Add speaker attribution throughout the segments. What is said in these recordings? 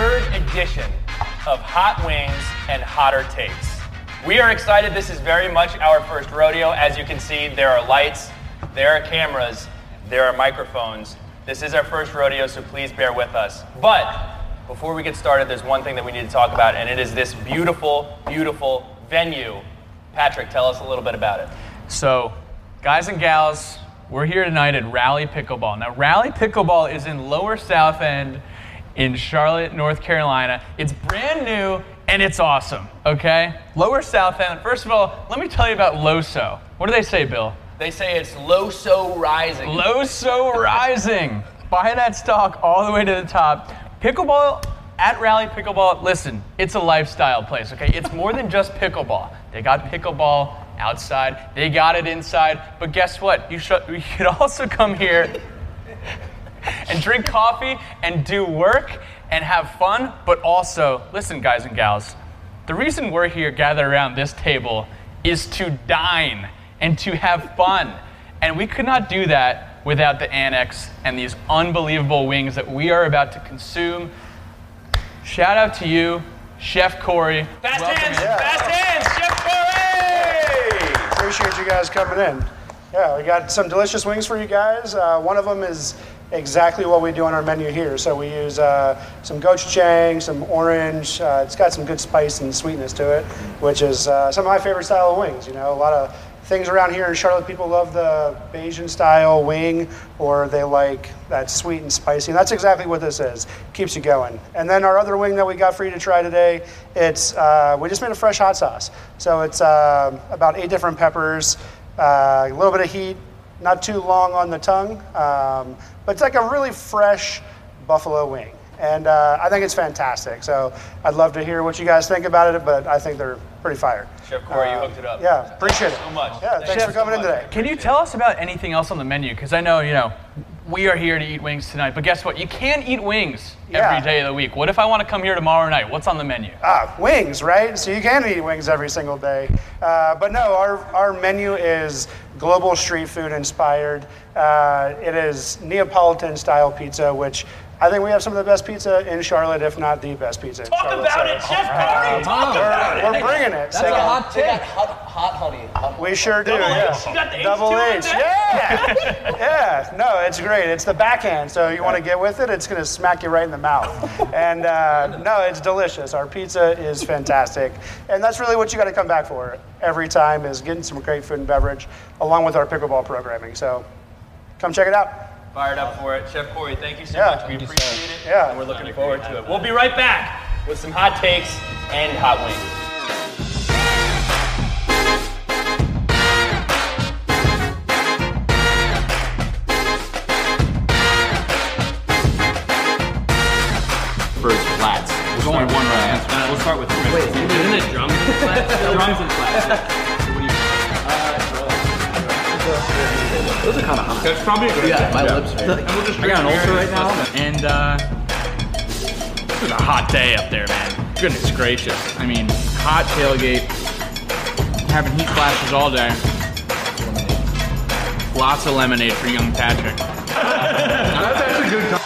Speaker 1: edition of Hot Wings and Hotter Takes. We are excited. This is very much our first rodeo. As you can see, there are lights, there are cameras, there are microphones. This is our first rodeo, so please bear with us. But before we get started, there's one thing that we need to talk about, and it is this beautiful, beautiful venue. Patrick, tell us a little bit about it.
Speaker 2: So, guys and gals, we're here tonight at Rally Pickleball. Now, Rally Pickleball is in Lower South End in Charlotte, North Carolina. It's brand new and it's awesome, okay? Lower South End, first of all, let me tell you about LOSO. What do they say, Bill?
Speaker 1: They say it's low so rising.
Speaker 2: LOSO Rising. Buy that stock all the way to the top. Pickleball at Rally Pickleball, listen, it's a lifestyle place, okay? It's more than just pickleball. They got pickleball outside, they got it inside, but guess what? You, should you could also come here and drink coffee and do work and have fun, but also, listen, guys and gals, the reason we're here gathered around this table is to dine and to have fun. And we could not do that without the annex and these unbelievable wings that we are about to consume. Shout out to you, Chef Corey.
Speaker 1: Fast
Speaker 2: Welcome
Speaker 1: hands,
Speaker 2: in.
Speaker 1: fast hands, Chef Corey!
Speaker 3: Appreciate you guys coming in. Yeah, we got some delicious wings for you guys. Uh, one of them is exactly what we do on our menu here. So we use uh, some gochujang, some orange. Uh, it's got some good spice and sweetness to it, which is uh, some of my favorite style of wings. You know, a lot of things around here in Charlotte, people love the Bayesian style wing, or they like that sweet and spicy. And that's exactly what this is. Keeps you going. And then our other wing that we got for you to try today, it's uh, we just made a fresh hot sauce. So it's uh, about eight different peppers, uh, a little bit of heat, not too long on the tongue, um, but it's like a really fresh buffalo wing. And uh, I think it's fantastic. So I'd love to hear what you guys think about it, but I think they're pretty fire.
Speaker 1: Chef Corey, you hooked it up.
Speaker 3: Yeah, appreciate it.
Speaker 1: so much.
Speaker 3: Yeah, thanks for
Speaker 1: Chef, so
Speaker 3: coming in
Speaker 1: much.
Speaker 3: today.
Speaker 2: Can you tell us about anything else on the menu? Because I know, you know, we are here to eat wings tonight, but guess what? You can't eat wings
Speaker 3: Yeah.
Speaker 2: every day of the week. What if I want to come here tomorrow night? What's on the menu?
Speaker 3: Ah, wings, right? So you can eat wings every single day. Uh, but no, our, our menu is global street food inspired. Uh, it is Neapolitan style pizza, which I think we have some of the best pizza in Charlotte, if not the best pizza. in
Speaker 1: Talk
Speaker 3: Charlotte,
Speaker 1: about
Speaker 3: so-
Speaker 1: it, Chef Corey! Talk about it!
Speaker 3: We're, we're bringing it. so-
Speaker 4: They got hot, hot honey. Hot
Speaker 3: we sure do. yeah.
Speaker 1: H. You got the H
Speaker 3: Double
Speaker 1: too in
Speaker 3: H.
Speaker 1: there?
Speaker 3: Yeah. yeah. No, it's great. It's the backhand. So you want to get with it, it's going to smack you right in the mouth. And uh, no, it's delicious. Our pizza is fantastic. And that's really what you got to come back for every time is getting some great food and beverage along with our pickleball programming. So come check it out.
Speaker 1: Fired up for it. Chef Corey, thank you so
Speaker 3: Yeah.
Speaker 1: much. We
Speaker 3: Thank you,
Speaker 1: appreciate it.
Speaker 3: Yeah.
Speaker 1: And we're looking forward to it. We'll be right back with some hot takes and hot wings.
Speaker 5: Birds flats. There's only one right answer. We'll start with Chris. Uh, Wait, isn't it drums and flats? drums and flats. yeah. So what do you think? Those are kind of hot. That's probably a good Yeah, my lips are. And we'll just I got an ulcer right now. And, uh, this is a hot day up there, man. Goodness gracious. I mean, hot tailgate, having heat flashes all day. Lots of lemonade for young Patrick. That's actually good.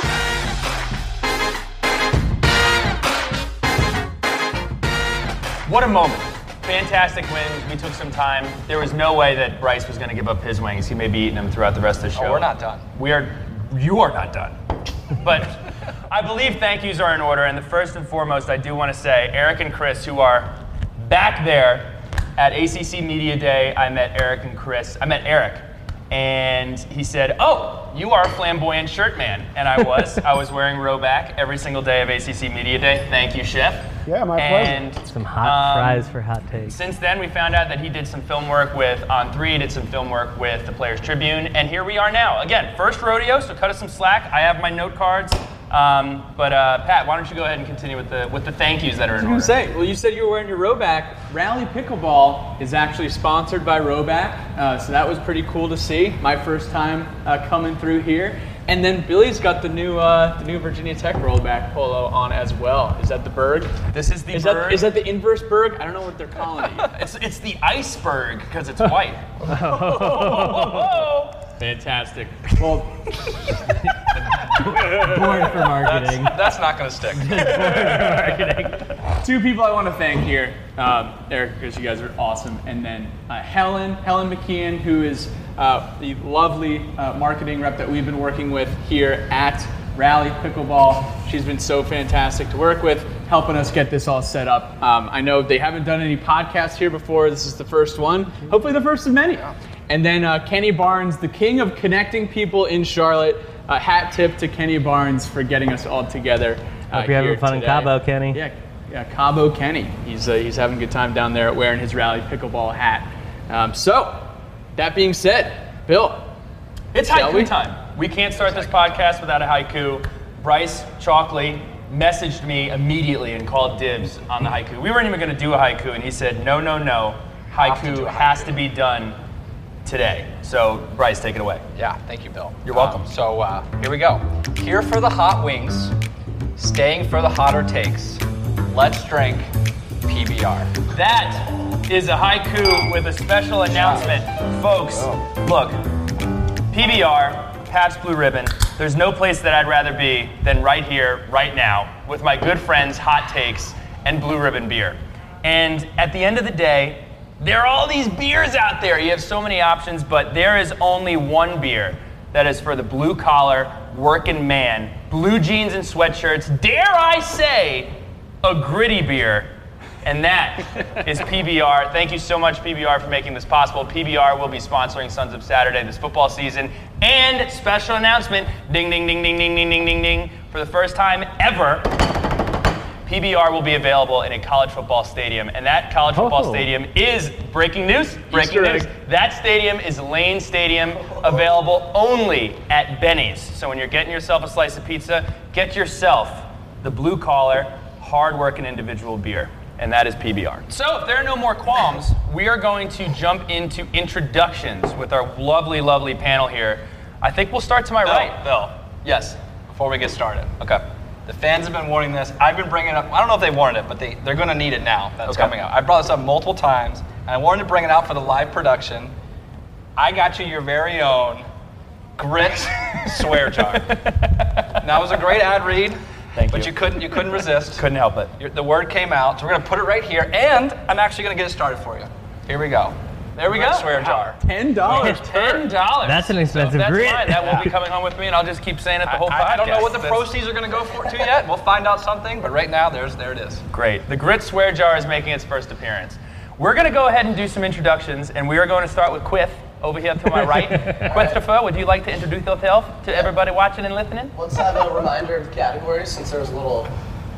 Speaker 1: What a moment. Fantastic wins. We took some time. There was no way that Bryce was going to give up his wings. He may be eating them throughout the rest of the show.
Speaker 4: Oh, we're not done.
Speaker 1: We are. You are not done. But I believe thank yous are in order. And the first and foremost, I do want to say Eric and Chris, who are back there at ACC Media Day. I met Eric and Chris. I met Eric, and he said, "Oh, you are a flamboyant shirt man," and I was. I was wearing Roback every single day of ACC Media Day. Thank you, Chef.
Speaker 3: Yeah, my pleasure.
Speaker 1: and, pleasure.
Speaker 6: Some hot
Speaker 1: Um,
Speaker 6: fries for hot takes.
Speaker 1: Since then, we found out that he did some film work with On Three, did some film work with the Players Tribune, and here we are now. Again, first rodeo, so cut us some slack. I have my note cards, um, but uh, Pat, why don't you go ahead and continue with the with the thank yous that are in
Speaker 2: I
Speaker 1: order?
Speaker 2: was gonna say, well, you said you were wearing your Roback. Rally Pickleball is actually sponsored by Roback, uh, so that was pretty cool to see. My first time uh, coming through here, and then Billy's got the new uh, the new Virginia Tech rollback polo on as well. Is that the Berg?
Speaker 1: This is the
Speaker 2: Is
Speaker 1: bird.
Speaker 2: that is that the inverse Berg? I don't know what they're calling it. yet.
Speaker 1: it's, it's the iceberg because it's white.
Speaker 2: Fantastic. Well,
Speaker 7: Born for marketing.
Speaker 8: That's not going to stick.
Speaker 2: Two people I want to thank here, um, Eric, because you guys are awesome, and then uh, Helen, Helen McKeon, who is uh, the lovely uh, marketing rep that we've been working with here at Rally Pickleball. She's been so fantastic to work with, helping us get this all set up. Um, I know they haven't done any podcasts here before. This is the first one, hopefully the first of many. And then uh, Kenny Barnes, the king of connecting people in Charlotte. A hat tip to Kenny Barnes for getting us all together. Uh,
Speaker 7: Hope you're having
Speaker 2: here
Speaker 7: fun in
Speaker 2: today.
Speaker 7: Cabo, Kenny.
Speaker 2: Yeah, yeah, Cabo Kenny. He's uh, he's having a good time down there wearing his rally pickleball hat. Um, so, that being said, Bill,
Speaker 1: It's
Speaker 2: Shall we?
Speaker 1: haiku time. We can't start this podcast without a haiku. Bryce Chalkley messaged me immediately and called dibs on the haiku. We weren't even going to do a haiku, and he said, no, no, no. Haiku has to be done today. So, Bryce, take it away.
Speaker 9: Yeah, thank you, Bill.
Speaker 1: You're welcome.
Speaker 9: Um, so uh, here we go. Here for the hot wings, staying for the hotter takes. Let's drink PBR.
Speaker 1: That is a haiku with a special announcement. Folks, look, PBR, Pabst Blue Ribbon, there's no place that I'd rather be than right here, right now, with my good friends Hot Takes and Blue Ribbon Beer. And at the end of the day, there are all these beers out there. You have so many options, but there is only one beer that is for the blue collar, working man, blue jeans and sweatshirts, dare I say, a gritty beer. And that is PBR. Thank you so much, PBR, for making this possible. PBR will be sponsoring Sons of Saturday this football season. And special announcement ding, ding, ding, ding, ding, ding, ding, ding, ding. For the first time ever, PBR will be available in a college football stadium. And that college football
Speaker 7: Oh.
Speaker 1: stadium is breaking news. Breaking
Speaker 2: Easter egg.
Speaker 1: news. That stadium is Lane Stadium, available only at Benny's. So when you're getting yourself a slice of pizza, get yourself the blue collar, hard-working individual beer. And that is PBR. So if there are no more qualms, we are going to jump into introductions with our lovely, lovely panel here. I think we'll start to my right, Bill.
Speaker 9: Yes, before we get started. Okay. The fans have been warning this. I've been bringing it up. I don't know if they warned it, but they, they're going to need it now that it's
Speaker 1: Okay.
Speaker 9: coming out. I brought this up multiple times, and I wanted to bring it out for the live production. I got you your very own grit swear jar. Now it was a great ad read,
Speaker 1: Thank
Speaker 9: but
Speaker 1: you.
Speaker 9: you couldn't you couldn't resist.
Speaker 1: Couldn't help it.
Speaker 9: Your- The word came out, so we're gonna put it right here, and I'm actually gonna get it started for you. Here we go.
Speaker 1: There we
Speaker 9: Grit
Speaker 1: go.
Speaker 9: swear jar.
Speaker 2: ten dollars.
Speaker 1: Ten dollars.
Speaker 7: That's an expensive
Speaker 1: that's
Speaker 7: grit.
Speaker 1: Fine. That won't be coming home with me, and I'll just keep saying it the whole podcast.
Speaker 9: I, I don't know what the
Speaker 1: That's-
Speaker 9: proceeds are gonna go for to yet. We'll find out something, but right now there's there it is.
Speaker 1: Great. The Grit Swear Jar is making its first appearance. We're going to go ahead and do some introductions, and we are going to start with Quiff over here to my right. Christopher, would you like to introduce yourself to everybody watching and listening?
Speaker 10: Let's have a reminder of categories since there was a little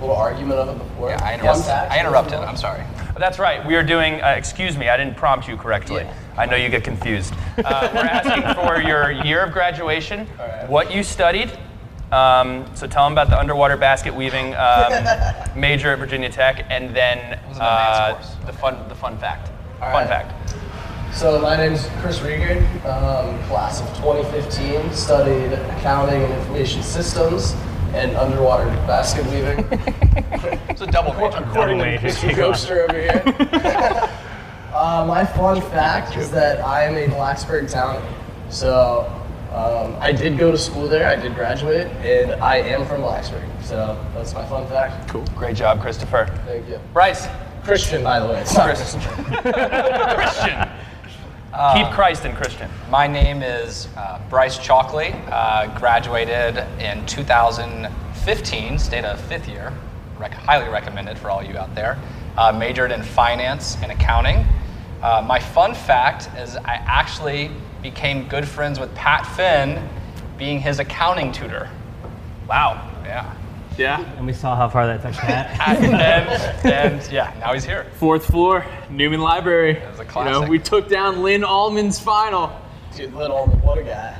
Speaker 10: little argument of it before.
Speaker 9: Yeah, I interrupted.
Speaker 10: Yes.
Speaker 9: I interrupted. I'm sorry.
Speaker 1: That's right. We are doing, uh, excuse me, I didn't prompt you correctly. I know you get confused. Uh, we're asking for your year of graduation, what you studied. Um, so tell them about the underwater basket weaving um, major at Virginia Tech, and then
Speaker 9: an advanced
Speaker 1: uh,
Speaker 9: course.
Speaker 1: the fun, the fun fact.
Speaker 10: All
Speaker 1: fun
Speaker 10: right.
Speaker 1: fact.
Speaker 10: So my name is Chris Rieger, um, class of 2015. Studied accounting and information systems and underwater basket weaving.
Speaker 9: It's a double major.
Speaker 10: According to Mr. Ghoster over here. uh, my fun fact is that I am a Blacksburg town. So um, I did go to school there. I did graduate, and I am from Blacksburg. So that's my fun fact. Cool.
Speaker 1: Great job, Christopher.
Speaker 10: Thank you.
Speaker 1: Bryce,
Speaker 10: Christian, by the way. It's not Christian.
Speaker 1: Christian. Keep Christ in Christian.
Speaker 9: My name is uh, Bryce Chalkley. Uh, graduated in 2015, stayed a fifth year. Rec- highly recommended for all you out there. Uh, majored in finance and accounting. Uh, my fun fact is I actually became good friends with Pat Finn, being his accounting tutor. Wow. Yeah.
Speaker 2: Yeah.
Speaker 7: And we saw how far that took Pat.
Speaker 9: and, and yeah, now he's here.
Speaker 2: Fourth floor, Newman Library.
Speaker 9: was a
Speaker 2: You know,
Speaker 9: classic.
Speaker 2: we took down Lynn Allman's final.
Speaker 10: Dude, little, what a guy.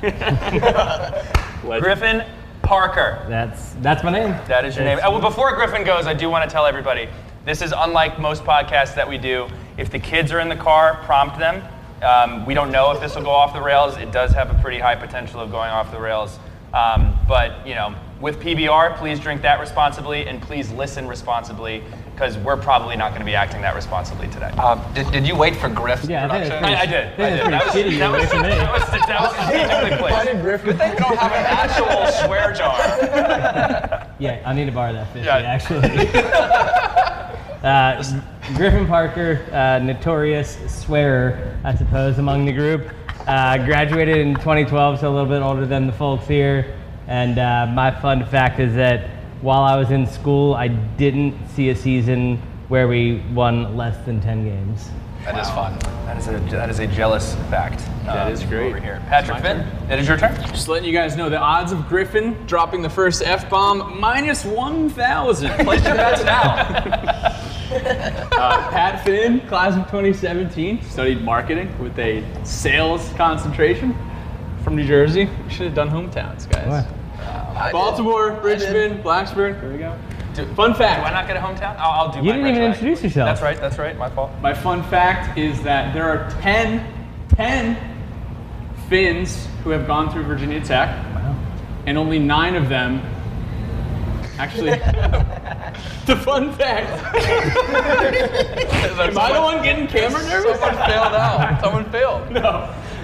Speaker 1: Griffin Parker.
Speaker 7: That's that's my name.
Speaker 1: That is your name. Oh, well, before Griffin goes, I do want to tell everybody this is unlike most podcasts that we do. If the kids are in the car, prompt them. Um, we don't know if this will go off the rails. It does have a pretty high potential of going off the rails. Um, but, you know, with PBR, please drink that responsibly and please listen responsibly. because we're probably not going to be acting that responsibly today.
Speaker 9: Um, did, did you wait for Griff's
Speaker 7: Yeah, I think
Speaker 9: production?
Speaker 7: it's
Speaker 1: I,
Speaker 7: pretty,
Speaker 1: I did. I
Speaker 7: I
Speaker 1: did.
Speaker 7: think
Speaker 1: That
Speaker 7: it's
Speaker 1: was,
Speaker 7: pretty shitty
Speaker 1: that
Speaker 7: away
Speaker 1: was,
Speaker 7: from me.
Speaker 1: that was, that was strategically
Speaker 10: Why
Speaker 1: placed.
Speaker 10: did Griffin?
Speaker 9: I don't have an actual swear jar.
Speaker 7: Yeah, I need to borrow that 50,
Speaker 1: Yeah.
Speaker 7: actually. uh, Griffin Parker, uh, notorious swearer, I suppose, among the group. Uh, graduated in 2012, so a little bit older than the folks here. And uh, my fun fact is that while I was in school, I didn't see a season where we won less than 10 games.
Speaker 9: That is fun.
Speaker 1: That is a that is a jealous fact. That
Speaker 2: is great.
Speaker 1: Over here, Patrick Finn. It is your turn.
Speaker 2: Just letting you guys know the odds of Griffin dropping the first F bomb minus 1,000. Place your bets now. uh, Pat Finn, class of 2017, studied marketing with a sales concentration from New Jersey. We should have done hometowns, guys. Uh, Baltimore, Richmond, Blacksburg. There we go. Fun fact.
Speaker 1: Why not get a hometown? I'll, I'll do.
Speaker 7: You didn't
Speaker 1: mine right
Speaker 7: even
Speaker 1: away.
Speaker 7: introduce yourself.
Speaker 1: That's right. That's right. My fault.
Speaker 2: My fun fact is that there are 10, 10 Finns who have gone through Virginia Tech, and only nine of them. Actually, the fun fact. am I the one getting camera nervous?
Speaker 8: Someone failed out. Someone failed.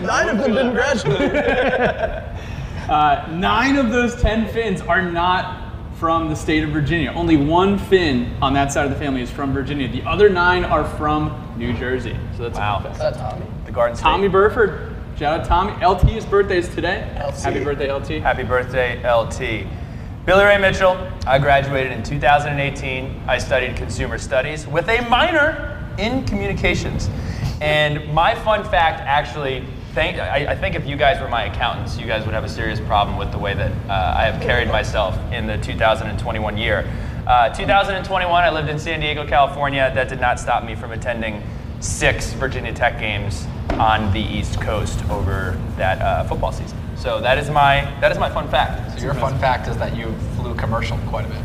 Speaker 10: Nine of them didn't graduate.
Speaker 2: Uh, nine of those 10 Finns are not from the state of Virginia. Only one Finn on that side of the family is from Virginia. The other nine are from New Jersey. So that's a fun fact.
Speaker 10: That's Tommy.
Speaker 1: The Garden State.
Speaker 2: Tommy Burford. Shout out Tommy. LT's birthday is today.
Speaker 10: LT.
Speaker 2: Happy birthday, LT.
Speaker 1: Happy birthday, LT. Billy Ray Mitchell. I graduated in 2018. I studied consumer studies with a minor in communications. And my fun fact, actually, thank, I, I think if you guys were my accountants, you guys would have a serious problem with the way that uh, I have carried myself in the 2021 year. Uh, 2021, I lived in San Diego, California. That did not stop me from attending six Virginia Tech games on the East Coast over that uh, football season. So that is my that is my fun fact.
Speaker 9: So your fun fact is that you flew commercial quite a bit.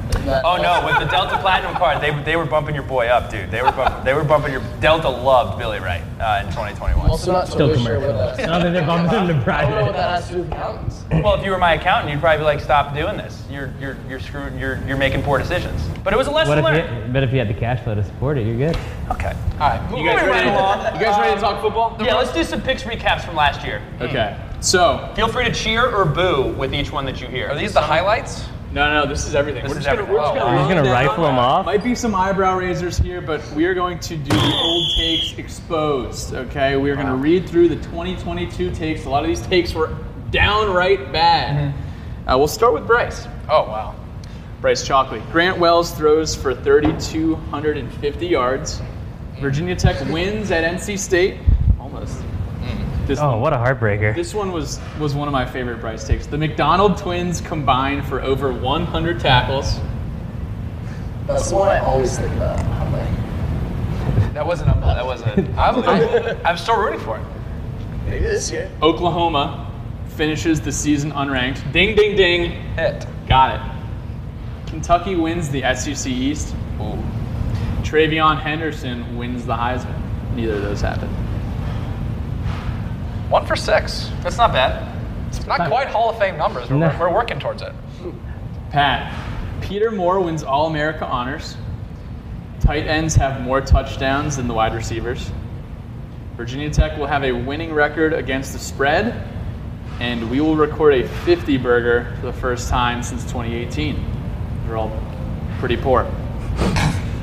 Speaker 1: Oh no, with the Delta Platinum card, they, they were bumping your boy up, dude. They were bumping, they were bumping your Delta loved Billy Wright uh, in 2021.
Speaker 10: Also, not
Speaker 7: Still
Speaker 10: totally sure
Speaker 7: commercial.
Speaker 10: what that.
Speaker 7: Now that they bumped into
Speaker 10: I don't know
Speaker 1: Oh,
Speaker 7: private.
Speaker 10: what that has to do with mountains.
Speaker 1: Well, if you were my accountant, you'd probably be like, stop doing this. You're you're you're screwed. You're you're making poor decisions. But it was a
Speaker 7: What if
Speaker 1: lesson
Speaker 7: you,
Speaker 1: learned.
Speaker 7: had- but if you had the cash flow to support it, you're good.
Speaker 1: Okay.
Speaker 9: All right,
Speaker 2: You guys
Speaker 1: Moving
Speaker 2: ready?
Speaker 1: right
Speaker 2: You guys ready to talk football?
Speaker 1: Yeah, let's do some picks recaps from last year.
Speaker 2: Okay. So,
Speaker 1: Feel free to cheer or boo with each one that you hear.
Speaker 9: Are these the highlights?
Speaker 2: no, no, this is everything.
Speaker 1: This
Speaker 2: we're
Speaker 1: is
Speaker 2: just
Speaker 1: everything. Oh,
Speaker 2: gonna, we're just
Speaker 7: You're
Speaker 2: gonna,
Speaker 7: just gonna
Speaker 2: run down.
Speaker 7: rifle 'em off?
Speaker 2: Might be some eyebrow raisers here, but we are going to do the old takes exposed. Okay, we are going to read through the 2022 takes. A lot of these takes were downright bad.
Speaker 1: Mm-hmm.
Speaker 2: Uh, we'll start with Bryce.
Speaker 9: Oh wow.
Speaker 2: Bryce Chalkley. Grant Wells throws for 3,250 yards.
Speaker 1: Mm.
Speaker 2: Virginia Tech wins at NC State. Almost.
Speaker 1: Mm.
Speaker 2: This,
Speaker 7: Oh, what a heartbreaker.
Speaker 2: this one was, was one of my favorite Bryce takes. The McDonald twins combined for over 100 tackles.
Speaker 10: That's the one I always think about. I'm like,
Speaker 9: That wasn't. unbel- That wasn't. I'm, I'm, I'm still rooting for it.
Speaker 10: maybe this year.
Speaker 2: Oklahoma finishes the season unranked. Ding, ding, ding.
Speaker 9: Hit.
Speaker 2: Got it. Kentucky wins the SEC East.
Speaker 9: Ooh.
Speaker 2: Travion Henderson wins the Heisman. Neither of those happened.
Speaker 9: One for six.
Speaker 1: That's not bad.
Speaker 9: It's not quite Hall of Fame numbers. We're,
Speaker 7: No.
Speaker 9: we're working towards it.
Speaker 2: Pat, Peter Moore wins All America honors. Tight ends have more touchdowns than the wide receivers. Virginia Tech will have a winning record against the spread, and we will record a 50 burger for the first time since 2018. We're all pretty poor.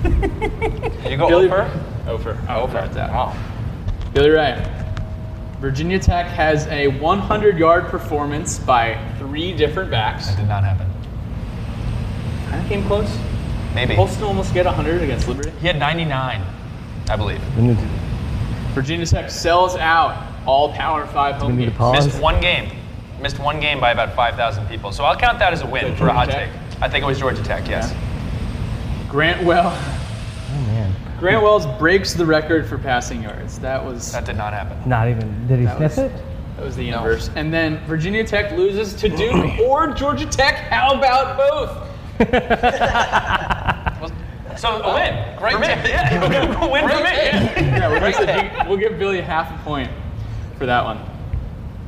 Speaker 9: Did you go
Speaker 2: Billy-
Speaker 9: Oh, over? Oh,
Speaker 2: Over.
Speaker 9: Over. Wow.
Speaker 2: Billy Ray. Virginia Tech has a 100 yard performance by three different backs.
Speaker 9: Did not happen.
Speaker 2: Kind of came close.
Speaker 9: Maybe.
Speaker 2: Holston almost get 100 against Liberty.
Speaker 9: He had 99, I believe.
Speaker 7: We need to,
Speaker 2: Virginia Tech sells out all Power Five
Speaker 7: we
Speaker 2: home
Speaker 7: need to
Speaker 2: games.
Speaker 1: Missed
Speaker 7: pause.
Speaker 1: one game. Missed one game by about 5,000 people. So I'll count that as a win
Speaker 2: Is that
Speaker 1: for a hot
Speaker 2: Georgia
Speaker 1: take. I think it was Georgia Tech, yes.
Speaker 2: Grant Well,
Speaker 7: Oh, man.
Speaker 2: Grant Wells breaks the record for passing yards. That was
Speaker 1: That
Speaker 2: that
Speaker 1: did not happen.
Speaker 7: Not even. Did he
Speaker 2: That
Speaker 7: sniff
Speaker 2: was-
Speaker 7: it?
Speaker 2: was the inverse. And then Virginia Tech loses to Duke or Georgia Tech. How about both?
Speaker 1: So a win. Great for me.
Speaker 9: take.
Speaker 1: Yeah. win for me.
Speaker 2: Yeah, we'll, give- we'll give Billy half a point for that one.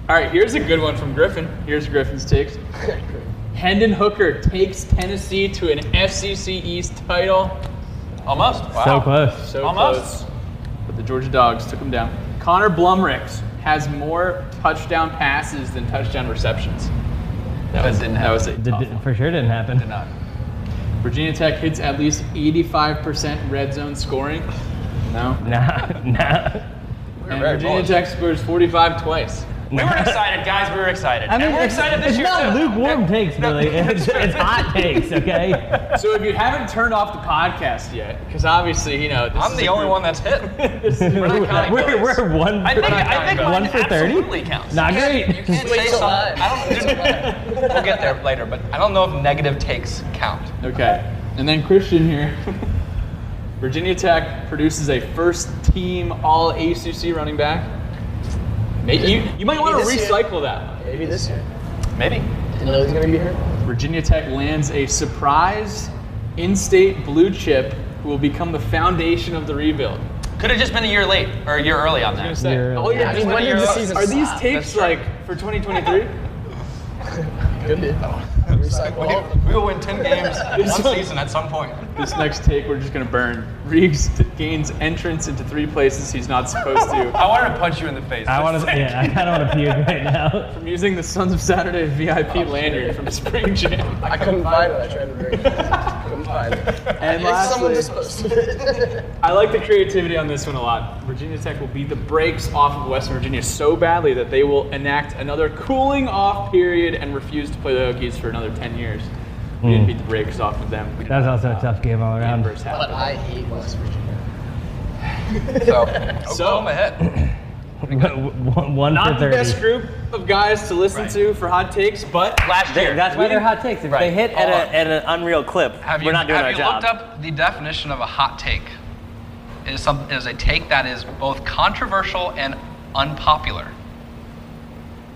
Speaker 2: All right, here's a good one from Griffin. Here's Griffin's takes. Hendon Hooker takes Tennessee to an FCC East title.
Speaker 1: Almost. Wow.
Speaker 7: So close.
Speaker 2: So
Speaker 1: Almost.
Speaker 2: close. But the Georgia Dogs took him down. Connor Blumricks has more touchdown passes than touchdown receptions. That was didn't that was a
Speaker 7: Did-
Speaker 2: tough
Speaker 7: did-
Speaker 2: one.
Speaker 7: for sure didn't happen.
Speaker 9: Did not.
Speaker 2: Virginia Tech hits at least 85% red zone scoring. No.
Speaker 7: Nah, nah.
Speaker 2: And
Speaker 9: very
Speaker 2: Virginia
Speaker 9: bullish.
Speaker 2: Tech scores 45 twice.
Speaker 1: We were excited, guys. We were excited. and we're
Speaker 7: it's,
Speaker 1: excited this
Speaker 7: it's
Speaker 1: year.
Speaker 7: not
Speaker 1: too.
Speaker 7: lukewarm takes, Billy. It's, it's hot takes, okay?
Speaker 2: So if you haven't turned off the podcast yet, because obviously, you know, this
Speaker 9: I'm
Speaker 2: is
Speaker 9: the
Speaker 2: a
Speaker 9: only
Speaker 2: group-
Speaker 9: one that's hit.
Speaker 7: we're, we're one
Speaker 1: I
Speaker 7: for,
Speaker 1: think, I think
Speaker 7: one
Speaker 1: mine
Speaker 7: for 30?
Speaker 1: absolutely counts.
Speaker 7: Not
Speaker 9: You
Speaker 7: great.
Speaker 9: can't say
Speaker 10: till
Speaker 9: something.
Speaker 10: live.
Speaker 9: I don't. we'll get there later, but I don't know if negative takes count.
Speaker 2: Okay. And then Christian here. Virginia Tech produces a first team all ACC running back. Maybe you, you might want to
Speaker 10: this year.
Speaker 2: recycle that.
Speaker 10: Maybe this year.
Speaker 1: Maybe.
Speaker 10: Didn't know he's gonna be here.
Speaker 2: Virginia Tech lands a surprise in-state blue chip who will become the foundation of the rebuild.
Speaker 1: Could have just been a year late or a year early on
Speaker 2: I
Speaker 1: that.
Speaker 2: was gonna say,
Speaker 7: You're-
Speaker 2: all you
Speaker 10: Yeah,
Speaker 2: have
Speaker 10: I
Speaker 2: to
Speaker 10: mean,
Speaker 2: do
Speaker 10: when did the
Speaker 2: is-
Speaker 10: season
Speaker 2: are these
Speaker 10: stop?
Speaker 2: tapes like for 2023?
Speaker 10: Good dude. Recycle all of them.
Speaker 9: We will win ten games one season at some point.
Speaker 2: This next take we're just gonna burn. Reeves t- gains entrance into three places he's not supposed to.
Speaker 1: I wanted to punch you in the face.
Speaker 7: I want to, yeah, I kind of want to puke right now.
Speaker 2: I'm using the Sons of Saturday VIP lanyard from Spring Jam.
Speaker 10: I couldn't find it. I tried to bring it. Couldn't find it.
Speaker 2: And
Speaker 10: Like someone
Speaker 2: lastly,
Speaker 10: just posted it.
Speaker 2: I like the creativity on this one a lot. Virginia Tech will beat the brakes off of Western Virginia so badly that they will enact another cooling off period and refuse to play the Hokies for another 10 years. We didn't beat the brakes off of them. We did
Speaker 7: That was
Speaker 2: not,
Speaker 7: Hmm. also a
Speaker 2: uh,
Speaker 7: tough game all around.
Speaker 2: first half.
Speaker 10: but I hate West Virginia.
Speaker 9: So
Speaker 2: So-
Speaker 9: Oklahoma hit.
Speaker 7: one one
Speaker 2: Not
Speaker 7: for
Speaker 2: the
Speaker 7: 30.
Speaker 2: best group of guys to listen
Speaker 9: Right.
Speaker 2: to for hot takes, but
Speaker 1: Last year.
Speaker 6: That's why they're hot takes. If
Speaker 9: Right.
Speaker 6: they hit at,
Speaker 9: Hold on.
Speaker 6: a, at an unreal clip,
Speaker 9: Have you,
Speaker 6: we're not doing
Speaker 9: have
Speaker 6: our
Speaker 9: you
Speaker 6: job.
Speaker 9: looked up the definition of a hot take? It is some is a take that is both controversial and unpopular.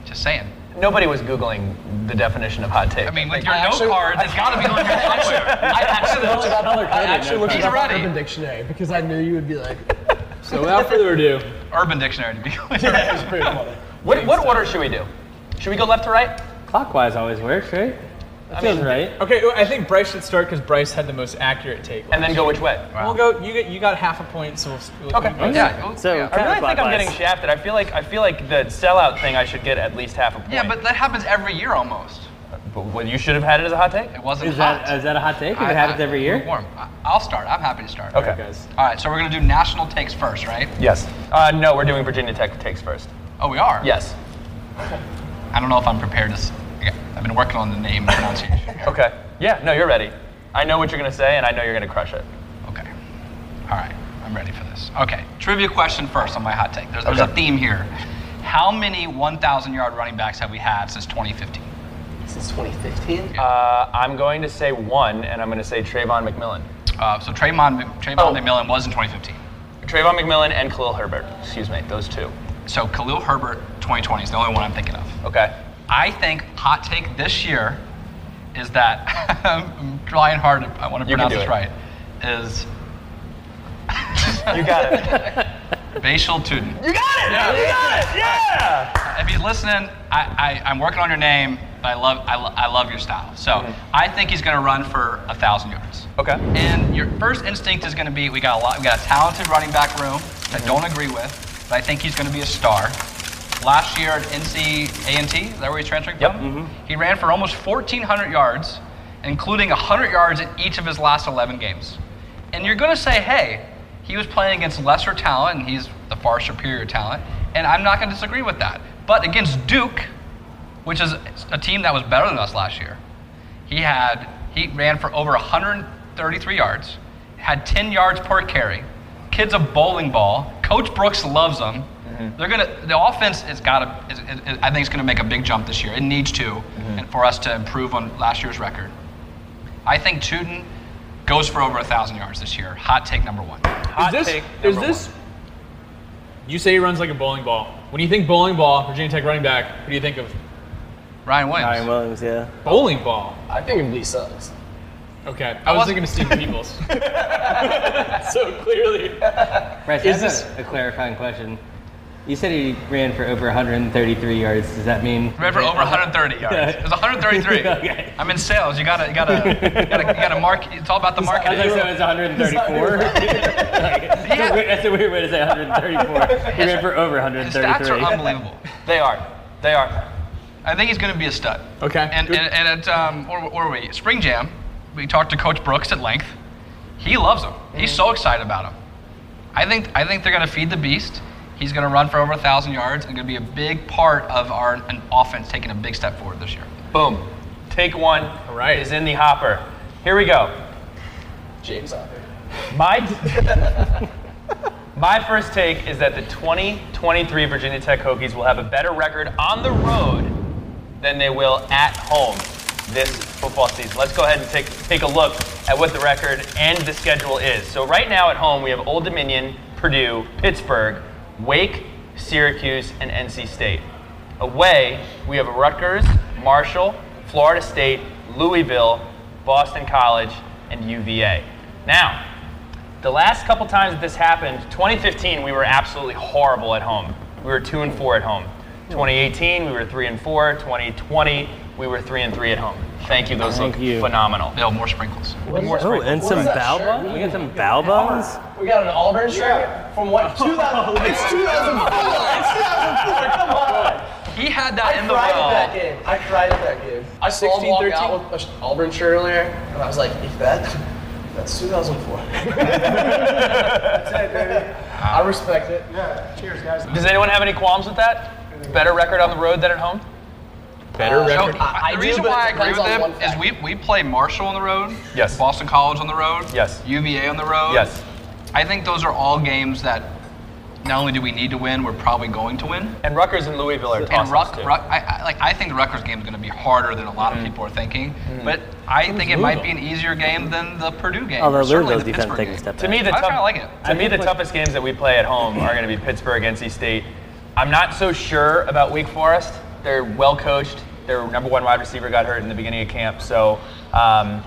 Speaker 9: Just saying.
Speaker 1: Nobody was Googling the definition of hot take.
Speaker 9: I mean, with your
Speaker 10: I actually-
Speaker 9: note cards, it's got to be on your somewhere.
Speaker 10: I actually looked it up. I actually looked it
Speaker 9: He's
Speaker 10: up on
Speaker 9: ready.
Speaker 10: Urban Dictionary because I knew you would be like,
Speaker 2: so without further ado,
Speaker 9: Urban Dictionary, to be clear.
Speaker 10: it's pretty funny.
Speaker 1: what, what order should we do? Should we go left to right?
Speaker 6: Clockwise always works, right? That feels right.
Speaker 2: okay, I think Bryce should start because Bryce had the most accurate take.
Speaker 1: And then go which way?
Speaker 2: we'll go. You get you got half a point, so we'll. we'll
Speaker 1: Okay.
Speaker 2: we'll-
Speaker 9: Yeah. well,
Speaker 6: So-
Speaker 1: I
Speaker 9: yeah.
Speaker 1: really think I'm
Speaker 6: Counterclockwise.
Speaker 1: getting shafted. I feel like I feel like the sellout thing. I should get at least half a point.
Speaker 9: yeah, but that happens every year almost.
Speaker 1: But what- you should have had it as a hot take.
Speaker 9: It wasn't
Speaker 6: Is
Speaker 9: hot.
Speaker 6: that, is that a hot take? If
Speaker 9: I-
Speaker 6: it happens
Speaker 9: I-
Speaker 6: every year?
Speaker 9: Lukewarm. I- I'll start. I'm happy to start.
Speaker 1: Okay.
Speaker 2: guys.
Speaker 9: All right, so we're gonna do national takes first, right?
Speaker 1: Yes. Uh, no, we're doing Virginia Tech takes first.
Speaker 9: Oh, we are.
Speaker 1: Yes.
Speaker 9: I don't know if I'm prepared to. s- okay, I've been working on the name pronunciation. here.
Speaker 1: Okay. Yeah. No, you're ready. I know what you're gonna say, and I know you're gonna crush it.
Speaker 9: Okay. All right. I'm ready for this. Okay. Trivia question first on my hot take. There's, there's a
Speaker 1: Okay.
Speaker 9: theme here. How many 1,000 yard running backs have we had since 2015?
Speaker 10: Since 2015?
Speaker 1: Uh, I'm going to say one, and I'm going to say Trayvon McMillan.
Speaker 9: Uh, so Trayvon, Trayvon
Speaker 1: Oh.
Speaker 9: McMillan was in 2015.
Speaker 1: Trayvon McMillan and Khalil Herbert. Excuse me, those two.
Speaker 9: So Khalil Herbert, 2020 is the only one I'm thinking of.
Speaker 1: Okay.
Speaker 9: I think hot take this year is that I'm trying hard. To, I want to
Speaker 1: You can
Speaker 9: pronounce
Speaker 1: do
Speaker 9: this
Speaker 1: it.
Speaker 9: right. Is
Speaker 1: You got it.
Speaker 9: Bashal Tudin.
Speaker 1: you got it. You got it. Yeah.
Speaker 9: If he's listening, I, I, I'm working on your name, but I love I, lo- I love your style. So
Speaker 1: Mm-hmm.
Speaker 9: I think he's going to run for a thousand yards.
Speaker 1: Okay.
Speaker 9: And your first instinct is going to be we got a lot, we got a talented running back room
Speaker 6: Mm-hmm.
Speaker 9: that I don't agree with, but I think he's going to be a star. Last year at NC A&T, is that where he's transferring
Speaker 1: Yep.
Speaker 9: from? He ran for almost 1,400 yards, including 100 yards in each of his last 11 games. And you're going to say, hey, he was playing against lesser talent, and he's the far superior talent, and I'm not going to disagree with that. But against Duke, which is a team that was better than us last year, he had he ran for over 133 yards, had 10 yards per carry. Kid's a bowling ball. Coach Brooks loves him.
Speaker 6: Mm-hmm.
Speaker 9: They're gonna the offense has got to. I think it's gonna make a big jump this year. It needs to,
Speaker 6: Mm-hmm.
Speaker 9: and for us to improve on last year's record. I think Tootin goes for over a thousand yards this year. Hot take number one.
Speaker 1: Hot
Speaker 2: is this,
Speaker 1: take
Speaker 2: is
Speaker 1: number
Speaker 2: this you say he runs like a bowling ball. When you think bowling ball, Virginia Tech running back, who do you think of?
Speaker 9: Ryan Williams.
Speaker 6: Ryan Williams, yeah.
Speaker 2: Bowling ball.
Speaker 10: I think of Lee Suggs.
Speaker 2: Okay. I was thinking of Steve Peoples. so clearly.
Speaker 6: Bryce,
Speaker 2: Is
Speaker 6: is this
Speaker 2: this-
Speaker 6: a clarifying question?
Speaker 7: You said he ran for over 133 yards. Does that mean?
Speaker 9: Ran for over 130 yards. It was 133.
Speaker 7: Okay.
Speaker 9: I'm in sales. You gotta, you gotta, you gotta, you gotta mark. It's all about the
Speaker 7: I was like,
Speaker 9: marketing.
Speaker 7: so it's 134. that's, a weird, that's a weird way to say 134. He ran for over
Speaker 9: His stats are
Speaker 7: 133.
Speaker 9: unbelievable.
Speaker 1: They are. They are.
Speaker 9: I think he's going to be a stud.
Speaker 8: Okay,
Speaker 9: And
Speaker 8: good.
Speaker 9: and, and at um, or or we spring jam, we talked to Coach Brooks at length. He loves him. He's so excited about him. I think I think they're going to feed the beast. He's going to run for over a thousand yards and going to be a big part of our an offense taking a big step forward this year.
Speaker 1: Boom. Take one. All
Speaker 8: right.
Speaker 1: Is in the hopper. Here we go.
Speaker 10: James out there.
Speaker 1: My my first take is that the 2023 Virginia Tech Hokies will have a better record on the road than they will at home this football season. Let's go ahead and take take a look at what the record and the schedule is. So right now at home we have Old Dominion, Purdue, Pittsburgh, Wake, Syracuse, and NC State. Away we have Rutgers, Marshall, Florida State, Louisville, Boston College, and UVA. Now, the last couple times this happened, 2015, we were absolutely horrible at home. We were two and four at home. 2018, we were three and four. 2020, we were three and three at home. Thank you. Those
Speaker 6: Thank
Speaker 1: look
Speaker 6: you.
Speaker 1: phenomenal.
Speaker 9: No more sprinkles.
Speaker 6: More oh, and some
Speaker 10: What is that
Speaker 6: Balba?
Speaker 10: shirt?
Speaker 6: We got some Balbas?
Speaker 10: We got an Auburn shirt from what? 2000. It's 2004. It's 2004. Come on.
Speaker 9: He had that in the
Speaker 10: cried at that
Speaker 9: well.
Speaker 10: game. I cried at that game. I saw him
Speaker 9: 16,
Speaker 10: walk
Speaker 9: 13?
Speaker 10: out with an Auburn shirt earlier, and I was like, if that, that's 2004. that's it, baby. I respect it.
Speaker 3: Yeah, cheers, guys.
Speaker 1: Does anyone have any qualms with that? Better record on the road than at home?
Speaker 8: Better
Speaker 9: So,
Speaker 8: record.
Speaker 9: I-
Speaker 10: Uh, I
Speaker 9: the
Speaker 10: do,
Speaker 9: reason
Speaker 10: but it
Speaker 9: why I agree
Speaker 10: depends
Speaker 9: with
Speaker 10: on
Speaker 9: him
Speaker 10: one
Speaker 9: is
Speaker 10: fact.
Speaker 9: we, we play Marshall on the road.
Speaker 1: Yes.
Speaker 9: Boston College on the road.
Speaker 1: Yes.
Speaker 9: UVA on the road.
Speaker 1: Yes.
Speaker 9: I think those are all games that not only do we need to win, we're probably going to win.
Speaker 1: And Rutgers and Louisville are
Speaker 9: And
Speaker 1: toss
Speaker 9: Ruck, Ruck I, I, like, I think the Rutgers game is going to be harder than a lot
Speaker 1: Mm-hmm.
Speaker 9: of people are thinking, but I think it might be an easier game than the Purdue game.
Speaker 6: Although
Speaker 9: or certainly
Speaker 6: Louisville's
Speaker 9: the
Speaker 6: defense
Speaker 9: Pittsburgh
Speaker 6: taking a
Speaker 9: game.
Speaker 6: step back.
Speaker 1: To me, the
Speaker 9: I
Speaker 1: tough-
Speaker 9: kinda like it.
Speaker 1: To me, the toughest games that we play at home are going to be Pittsburgh, NC State. I'm not so sure about Wake Forest. They're well coached. Their number one wide receiver got hurt in the beginning of camp, so um,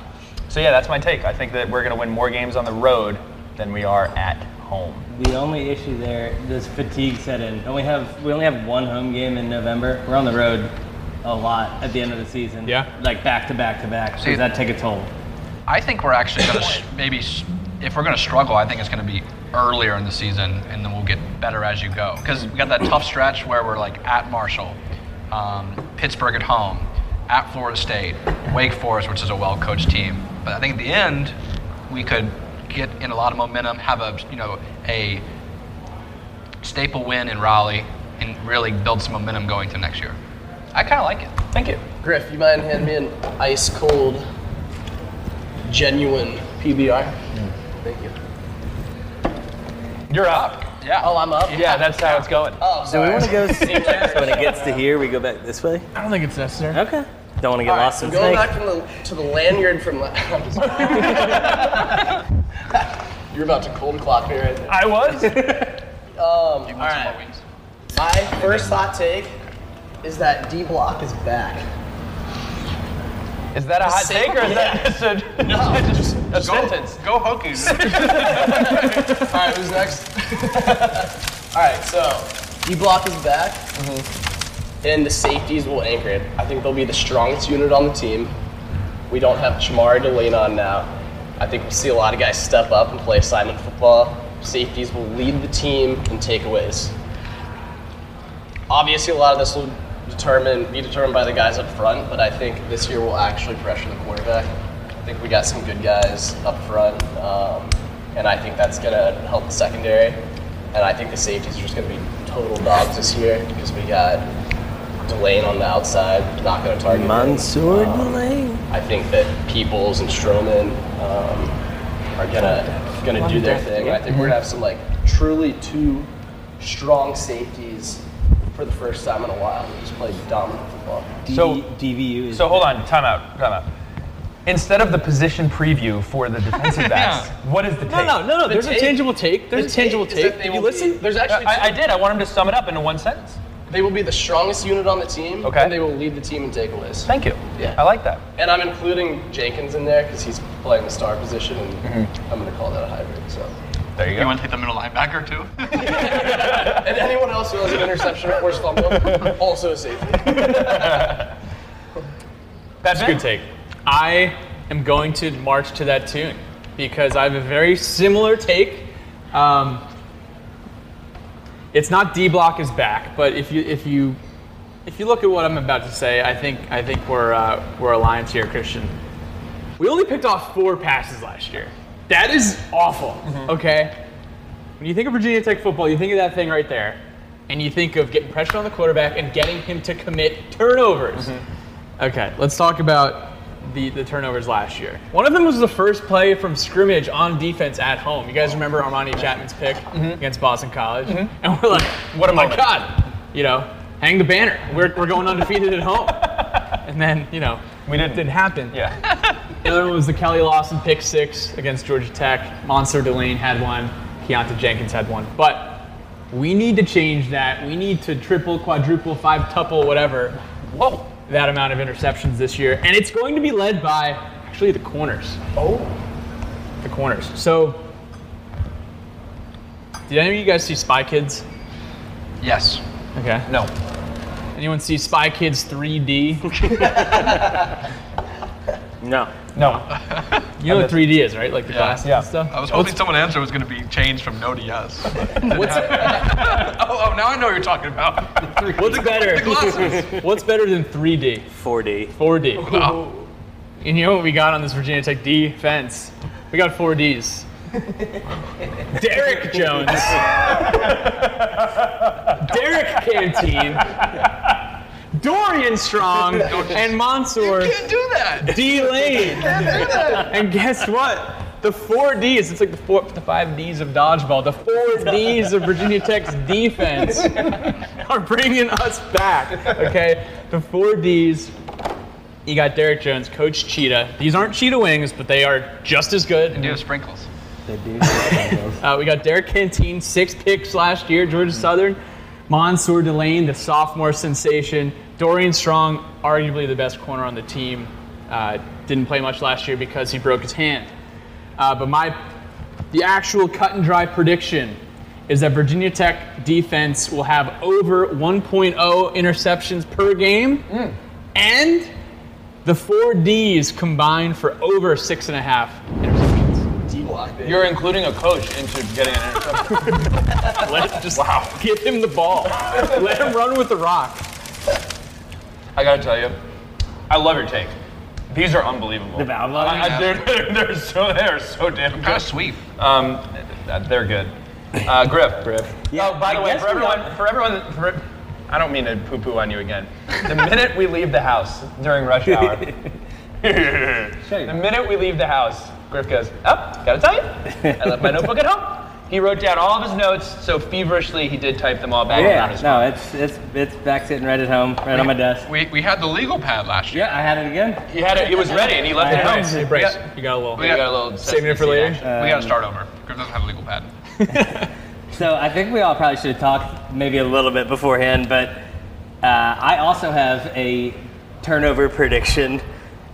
Speaker 1: so yeah, that's my take. I think that we're going to win more games on the road than we are at home.
Speaker 7: The only issue there, this fatigue set in. And we have we only have one home game in November. We're on the road a lot at the end of the season.
Speaker 8: Yeah.
Speaker 7: Like back to back to back.
Speaker 9: See-
Speaker 7: Does that take a toll?
Speaker 9: I think we're actually going to maybe, s- if we're going to struggle, I think it's going to be earlier in the season, and then we'll get better as you go. Because we got that tough stretch where we're like at Marshall, um, Pittsburgh at home, at Florida State, Wake Forest, which is a well-coached team. But I think at the end, we could get in a lot of momentum, have a you know a staple win in Raleigh, and really build some momentum going to next year. I kind of like it.
Speaker 1: Thank you.
Speaker 10: Griff, you mind hand me an ice cold, genuine PBR?
Speaker 9: Hmm.
Speaker 10: Thank you.
Speaker 1: You're up.
Speaker 9: Yeah.
Speaker 10: Oh, I'm up.
Speaker 1: Yeah, that's how it's going.
Speaker 10: Oh,
Speaker 6: Do we
Speaker 10: sorry.
Speaker 6: want to go snakes when it gets to here? We go back this way?
Speaker 8: I don't think it's necessary.
Speaker 6: Okay. Don't want to get
Speaker 10: All right,
Speaker 6: lost
Speaker 10: so
Speaker 6: in
Speaker 10: going
Speaker 6: snakes.
Speaker 10: back from the, to the lanyard from last. You're about to cold clock me right there.
Speaker 1: I was.
Speaker 9: You want some more wings?
Speaker 10: My first hot take is that D Block is back.
Speaker 1: Is that a hot take or is that just a, just a sentence?
Speaker 9: Go Hokies.
Speaker 10: All right, who's next? All right, so Mm-hmm. D Block is back, and the safeties will anchor it. I think they'll be the strongest unit on the team. We don't have Chamari to lean on now. I think we'll see a lot of guys step up and play assignment football. Safeties will lead the team in takeaways. Obviously, a lot of this will determine be determined by the guys up front, but I think this year we'll actually pressure the quarterback. I think we got some good guys up front, um, and I think that's gonna help the secondary. And I think the safeties are just gonna be total dogs this year because we got Delane on the outside, not gonna target.
Speaker 6: Mansoor
Speaker 10: Um,
Speaker 6: Delay.
Speaker 10: I think that Peoples and Stroman um, are gonna gonna do their thing. I think we're gonna have some like truly two strong safeties for the first time in a while. We just play dominant football.
Speaker 1: So-
Speaker 6: DVU is
Speaker 1: So hold on, time out, time out. Instead of the position preview for the defensive backs, what is the take?
Speaker 6: No, no, no, no. There's a
Speaker 10: take-
Speaker 6: tangible take. There's a
Speaker 10: take
Speaker 6: tangible
Speaker 10: is that
Speaker 6: take.
Speaker 10: they
Speaker 6: You
Speaker 10: will
Speaker 6: listen.
Speaker 10: Be, there's actually
Speaker 1: I, I
Speaker 10: two-
Speaker 1: did. I want him to sum it up into one sentence.
Speaker 10: they will be the strongest unit on the team.
Speaker 1: Okay.
Speaker 10: And they will lead the team in takeaways.
Speaker 1: Thank you.
Speaker 10: Yeah.
Speaker 1: I like that.
Speaker 10: And I'm Mm-hmm. including Jenkins in there because he's playing the star position, and I'm gonna call that a hybrid. So
Speaker 1: There you go.
Speaker 9: You want to take the middle linebacker too?
Speaker 10: And anyone else who has an interception or fumble, also a safety.
Speaker 1: That's a good take.
Speaker 2: I am going to march to that tune because I have a very similar take. Um, it's not D Block is back, but if you if you if you look at what I'm about to say, I think I think we're uh, we're aligned here, Christian. We only picked off four passes last year. That is awful. Okay. When you think of Virginia Tech football, you think of that thing right there, and you think of getting pressure on the quarterback and getting him to commit turnovers. Okay, let's talk about the, the turnovers last year. One of them was the first play from scrimmage on defense at home. You guys remember Armani Chapman's pick against Boston College? And we're like, what am I God? You know, hang the banner. We're, we're going undefeated at home. And then, you know,
Speaker 1: We didn't.
Speaker 2: didn't happen.
Speaker 1: Yeah.
Speaker 2: The other one was the Kelly Lawson pick six against Georgia Tech. Monster Delane had one. Keonta Jenkins had one. But we need to change that. We need to triple, quadruple, five tuple, whatever. Whoa. That amount of interceptions this year. And it's going to be led by actually the corners. Oh. The corners. So, did any of you guys see Spy Kids?
Speaker 11: Yes.
Speaker 2: Okay.
Speaker 11: No.
Speaker 2: Anyone see Spy Kids 3D?
Speaker 6: No.
Speaker 1: No.
Speaker 2: You know what 3D is, right? Like the glasses
Speaker 1: Yeah.
Speaker 2: and stuff?
Speaker 9: I was hoping someone answer was going to be changed from no to yes.
Speaker 2: What's,
Speaker 9: oh, oh, now I know what you're talking about.
Speaker 2: what's better?
Speaker 9: Glasses.
Speaker 2: What's better than 3D?
Speaker 6: 4D.
Speaker 2: 4D.
Speaker 9: Wow.
Speaker 2: And you know what we got on this Virginia Tech defense? We got 4Ds. Derek Jones. Derek Canteen. Dorian Strong and Mansoor
Speaker 9: You do that.
Speaker 2: D Lane. And guess what? The four Ds, it's like the four the five Ds of dodgeball. The four Ds of Virginia Tech's defense are bringing us back. Okay, the four Ds. You got Derek Jones, Coach Cheetah. These aren't Cheetah wings, but they are just as good.
Speaker 9: Do sprinkles.
Speaker 2: Uh, we got Derek Canteen, six picks last year, Georgia Southern. Mansoor Delane, the sophomore sensation. Dorian Strong, arguably the best corner on the team. Uh, didn't play much last year because he broke his hand. Uh, but my, the actual cut and dry prediction is that Virginia Tech defense will have over 1.0 interceptions per game, and the four Ds combined for over six and a half interceptions.
Speaker 10: D-block, baby.
Speaker 9: You're including a coach into getting an interception.
Speaker 2: Let him just give him the ball. Let him run with the rock.
Speaker 9: I gotta tell you,
Speaker 1: I love your take. These are unbelievable.
Speaker 6: The valve lover?
Speaker 1: I- I- they're, they're, they're so they are so damn
Speaker 9: kind
Speaker 1: good.
Speaker 9: of sweep.
Speaker 1: Um, uh, they're good. Uh, Griff. Griff.
Speaker 6: Yeah,
Speaker 1: oh, by the
Speaker 6: I
Speaker 1: way,
Speaker 6: guess
Speaker 1: for
Speaker 6: we
Speaker 1: everyone,
Speaker 6: don't-
Speaker 1: for everyone, for, I don't mean to poo-poo on you again. The minute we leave the house during rush hour, the minute we leave the house, Griff goes, "Up, gotta tell you, I left my notebook at home." He wrote down all of his notes, so feverishly he did type them all back down.
Speaker 6: Yeah,
Speaker 1: His
Speaker 6: no, it's it's it's back sitting right at home, right on my desk.
Speaker 9: We, we had the legal pad last year.
Speaker 6: Yeah, I had it again.
Speaker 1: He had it. He was ready, and he left it at home.
Speaker 6: Nice.
Speaker 2: Hey, Bryce, you got a little.
Speaker 1: We got a little
Speaker 2: Saving it for
Speaker 1: sesame seed
Speaker 2: later? Uh,
Speaker 1: action.
Speaker 9: we gotta start over. Griff doesn't have a legal pad.
Speaker 6: So I think we all probably should have talked maybe a little bit beforehand, but uh, I also have a turnover prediction.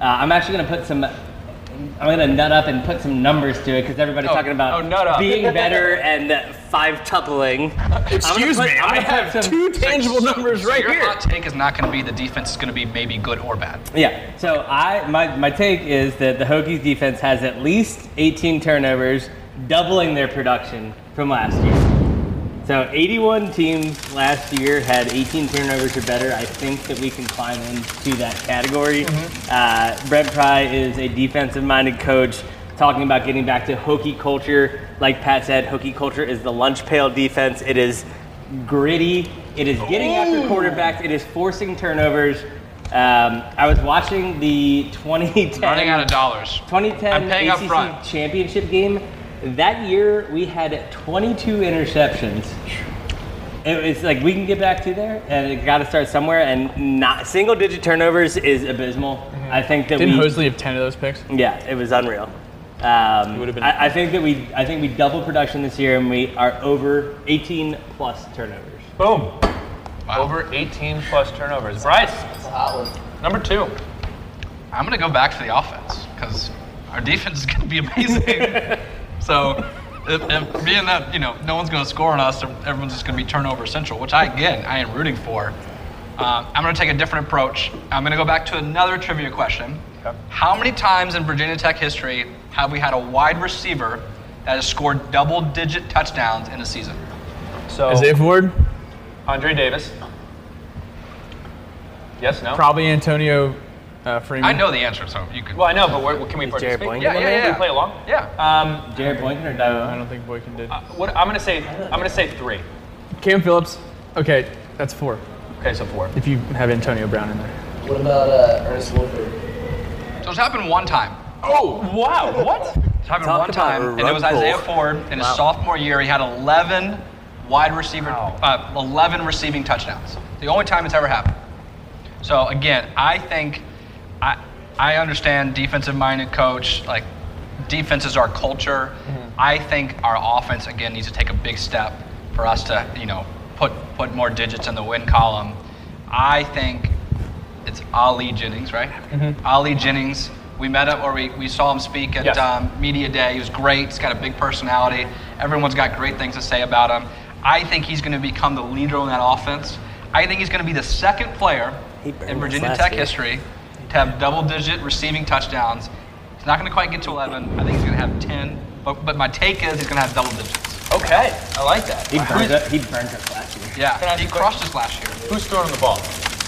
Speaker 6: Uh, I'm actually going to put some. I'm going to nut up and put some numbers to it because everybody's talking about
Speaker 1: oh, nut up.
Speaker 6: being better and five tupling.
Speaker 2: Excuse me,
Speaker 6: I'm
Speaker 2: I
Speaker 6: gonna put
Speaker 2: have
Speaker 6: some-
Speaker 2: two tangible numbers
Speaker 9: so
Speaker 2: right
Speaker 9: your
Speaker 2: here.
Speaker 9: hot take is not gonna be the defense is gonna be maybe good or bad.
Speaker 6: Yeah. So I my, my take is that the Hokies defense has at least 18 turnovers, doubling their production from last year. So 81 teams last year had 18 turnovers or better. I think that we can climb into that category. Uh, Brett Pry is a defensive-minded coach, talking about getting back to Hokie culture. Like Pat said, Hokie culture is the lunch pail defense. It is gritty. It is getting after quarterbacks. It is forcing turnovers. Um, I was watching the 2010
Speaker 9: Running out of dollars.
Speaker 6: 2010
Speaker 9: I'm paying up
Speaker 6: ACC
Speaker 9: front.
Speaker 6: championship game. That year we had 22 interceptions. It was like we can get back to there, and it got to start somewhere. And not single digit turnovers is abysmal.
Speaker 9: Mm-hmm.
Speaker 6: I think that
Speaker 2: Didn't
Speaker 6: we
Speaker 2: Hosley have 10 of those picks?
Speaker 6: yeah, it was unreal. Um,
Speaker 2: would've been-
Speaker 6: I, I think that we I think we double production this year, and we are over 18 plus turnovers.
Speaker 1: Boom.
Speaker 9: Wow.
Speaker 1: Over 18 plus turnovers. Bryce,
Speaker 10: It's a hot one.
Speaker 1: number two.
Speaker 9: I'm gonna go back to the offense because our defense is gonna be amazing. so If- if being that you know no one's going to score on us, everyone's just going to be turnover central, which I again I am rooting for. Um, I'm going to take a different approach. I'm going to go back to another trivia question. How many times in Virginia Tech history have we had a wide receiver that has scored double-digit touchdowns in a season?
Speaker 1: So
Speaker 2: Is it Ward?
Speaker 1: Andre Davis. Yes. No.
Speaker 2: Probably Antonio uh, Freeman.
Speaker 9: I know the answer, so you could.
Speaker 1: Well, I know, but we're, can we participate?
Speaker 6: Boynton
Speaker 1: yeah,
Speaker 6: on
Speaker 1: yeah,
Speaker 6: there?
Speaker 1: yeah. Can we play along?
Speaker 9: Yeah.
Speaker 1: Um,
Speaker 6: Jared Boynton or no?
Speaker 2: I don't think Boykin did.
Speaker 1: what I'm gonna say, I'm gonna say three.
Speaker 2: Cam Phillips. Okay, that's four.
Speaker 1: Okay, so four.
Speaker 2: If you have Antonio Brown in there.
Speaker 10: What about uh, Ernest Wolford?
Speaker 9: So it's happened one time.
Speaker 1: Oh, Wow. What?
Speaker 9: It's happened
Speaker 12: Talk
Speaker 9: one
Speaker 12: about
Speaker 9: time,
Speaker 12: a
Speaker 9: and it was
Speaker 12: rug pull.
Speaker 9: Isaiah Ford in his sophomore year. He had 11 wide receiver, uh, 11 receiving touchdowns. The only time it's ever happened. So again, I think I I understand defensive-minded coach. Like defense is our culture. I think our offense again needs to take a big step for us to you know put put more digits in the win column. I think it's Ali Jennings, right? Ali Jennings. We met up or we, we saw him speak at
Speaker 1: Yes.
Speaker 9: um, Media Day. He was great. He's got a big personality. Everyone's got great things to say about him. I think he's going to become the leader on that offense. I think he's going to be the second player
Speaker 12: He burned
Speaker 9: in
Speaker 12: us
Speaker 9: Virginia
Speaker 12: last
Speaker 9: Tech
Speaker 12: year.
Speaker 9: history to have double digit receiving touchdowns. He's not going to quite get to 11. I think he's going to have 10. But, but my take is he's going to have double digits.
Speaker 1: Okay, I like that.
Speaker 6: He burned up. He burned us last year.
Speaker 1: Can I
Speaker 9: Yeah,
Speaker 1: ask
Speaker 9: he
Speaker 1: a question?
Speaker 9: crushed us last year.
Speaker 1: Who's throwing the ball?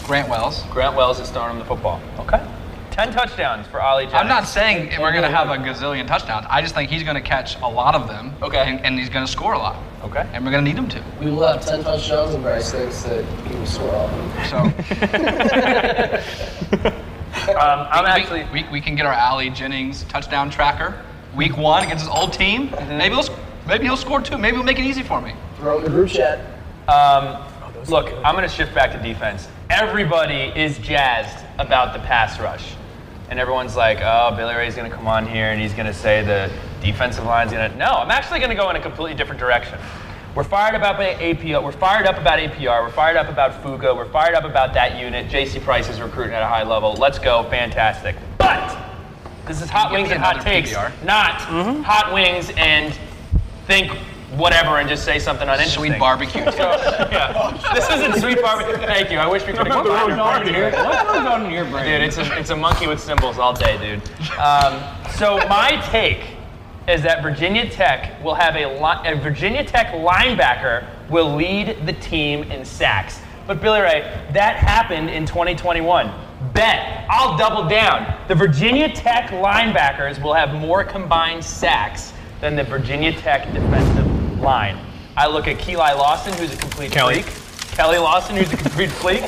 Speaker 9: Grant Wells.
Speaker 1: Grant Wells is throwing him the football. Okay. Ten touchdowns for Ollie Jennings.
Speaker 9: I'm not saying we're going to have a gazillion touchdowns. I just think he's going to catch a lot of them.
Speaker 1: Okay.
Speaker 9: And, and he's going to score a lot.
Speaker 1: Okay.
Speaker 9: And we're going to need him to.
Speaker 10: We will have 10 touchdowns, and Bryce thinks that he will score all of them.
Speaker 9: So
Speaker 1: Um, I'm actually.
Speaker 9: we, we, we can get our Allie Jennings touchdown tracker week one against his old team.
Speaker 1: Mm-hmm.
Speaker 9: Maybe he'll s- maybe he'll score two. Maybe he'll make it easy for me.
Speaker 10: Throw in the group chat.
Speaker 1: Um, look, I'm going to shift back to defense. Everybody is jazzed about the pass rush. And everyone's like, oh, Billy Ray's going to come on here and he's going to say the defensive line's going to. No, I'm actually going to go in a completely different direction. We're fired up about APR. We're fired up about APR. We're fired up about Fuga. We're fired up about that unit. JC Price is recruiting at a high level. Let's go. Fantastic. But this is hot
Speaker 9: Give
Speaker 1: wings
Speaker 9: me
Speaker 1: and hot
Speaker 9: another
Speaker 1: takes,
Speaker 9: PBR.
Speaker 1: not hot wings and think whatever and just say something uninteresting.
Speaker 9: Sweet barbecue. too.
Speaker 1: Yeah. This isn't sweet barbecue. Thank you. I wish we could have combined our
Speaker 6: What goes on in your brain?
Speaker 1: Dude, it's a, it's a monkey with symbols all day, dude. Um, so my take is that Virginia Tech will have a, li- a Virginia Tech linebacker will lead the team in sacks. But Billy Ray, that happened in 2021. Bet I'll double down. The Virginia Tech linebackers will have more combined sacks than the Virginia Tech defensive line. I look at Keely Lawson, who's a complete
Speaker 2: Kelly.
Speaker 1: freak. Kelly Lawson, who's a complete freak.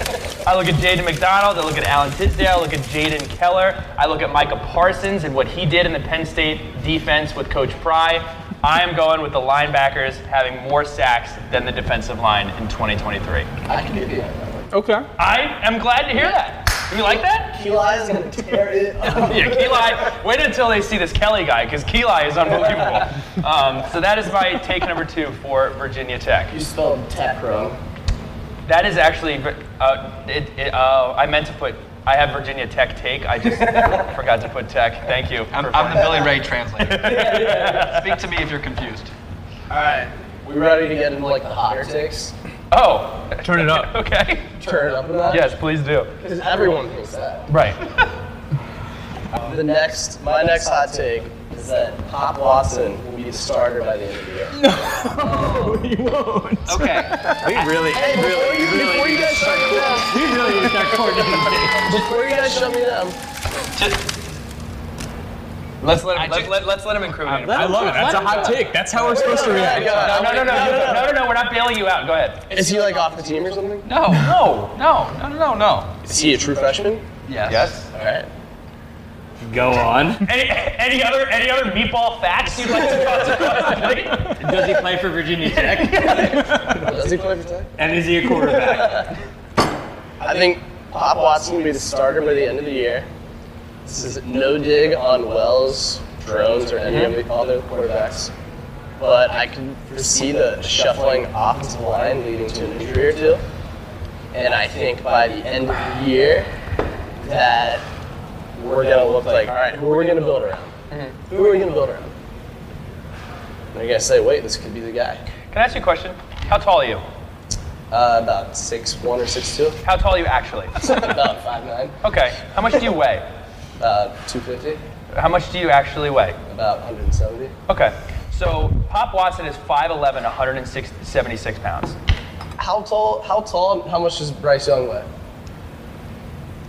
Speaker 1: I look at Jaden McDonald, I look at Alan Tisdale, I look at Jaden Keller, I look at Micah Parsons and what he did in the Penn State defense with Coach Pry. I am going with the linebackers having more sacks than the defensive line in 2023.
Speaker 10: I can give you that.
Speaker 2: Okay.
Speaker 1: I am glad to hear that. You like that?
Speaker 10: Eli is going to tear it up.
Speaker 1: Yeah, Keli, wait until they see this Kelly guy, because Keli is unbelievable. Um, so that is my take number two for Virginia Tech.
Speaker 10: You spelled tech wrong.
Speaker 1: That is actually, uh, it, it, uh, I meant to put, I have Virginia Tech take. I just forgot to put tech. Thank you.
Speaker 9: I'm,
Speaker 1: for
Speaker 9: I'm the
Speaker 1: finding-
Speaker 9: Billy Ray translator. Speak to me if you're confused.
Speaker 10: Alright. We ready to get into like the hotter takes?
Speaker 1: oh,
Speaker 2: Turn it up.
Speaker 1: okay.
Speaker 10: Turn it up a notch?
Speaker 1: Yes, please do.
Speaker 10: Because everyone thinks that.
Speaker 1: Right.
Speaker 10: The next, my next hot take is that Pop Watson will be the starter by the end of the year.
Speaker 9: Okay.
Speaker 2: We really,
Speaker 10: Before you- before you guys shut me down,
Speaker 6: We really need to start coordinating.
Speaker 10: before you guys shut me down,
Speaker 1: Let's let
Speaker 9: I
Speaker 1: him, let's,
Speaker 9: ju-
Speaker 1: let, let's let him incriminate
Speaker 2: I love it. That's a hot take. That's how we're supposed to react.
Speaker 1: No, no, no, no, no, no, no, no, we're not bailing you out. Go ahead.
Speaker 10: is he like off the team or something?
Speaker 9: No. No. No. No. No. No. no.
Speaker 10: Is he a true freshman?
Speaker 9: Yes.
Speaker 10: Alright.
Speaker 6: Go on.
Speaker 1: Any, any other any other meatball facts you'd like to talk to us?
Speaker 6: Does he play for Virginia Tech?
Speaker 10: Does he play for tech?
Speaker 6: And is he a quarterback?
Speaker 10: I think Pop Watson will be the starter by the end of the year. This is no dig on Wells, Drones, or any of the other quarterbacks. But I can foresee the shuffling offensive line leading to an injury or two. And I think by the end of the year, that we're going to look like, all right, who are we going to build around? Who are we going to build around? And I guess say, wait, this could be the guy.
Speaker 1: Can I ask you a question? How tall are you?
Speaker 10: Uh, about six one or six two,
Speaker 1: How tall are you actually?
Speaker 10: about five nine,
Speaker 1: Okay. How much do you weigh?
Speaker 10: uh, two fifty,
Speaker 1: How much do you actually weigh?
Speaker 10: about 170.
Speaker 1: Okay. So Pop Watson is 5'11", 176 pounds.
Speaker 10: How tall? How tall? and How much does Bryce Young weigh?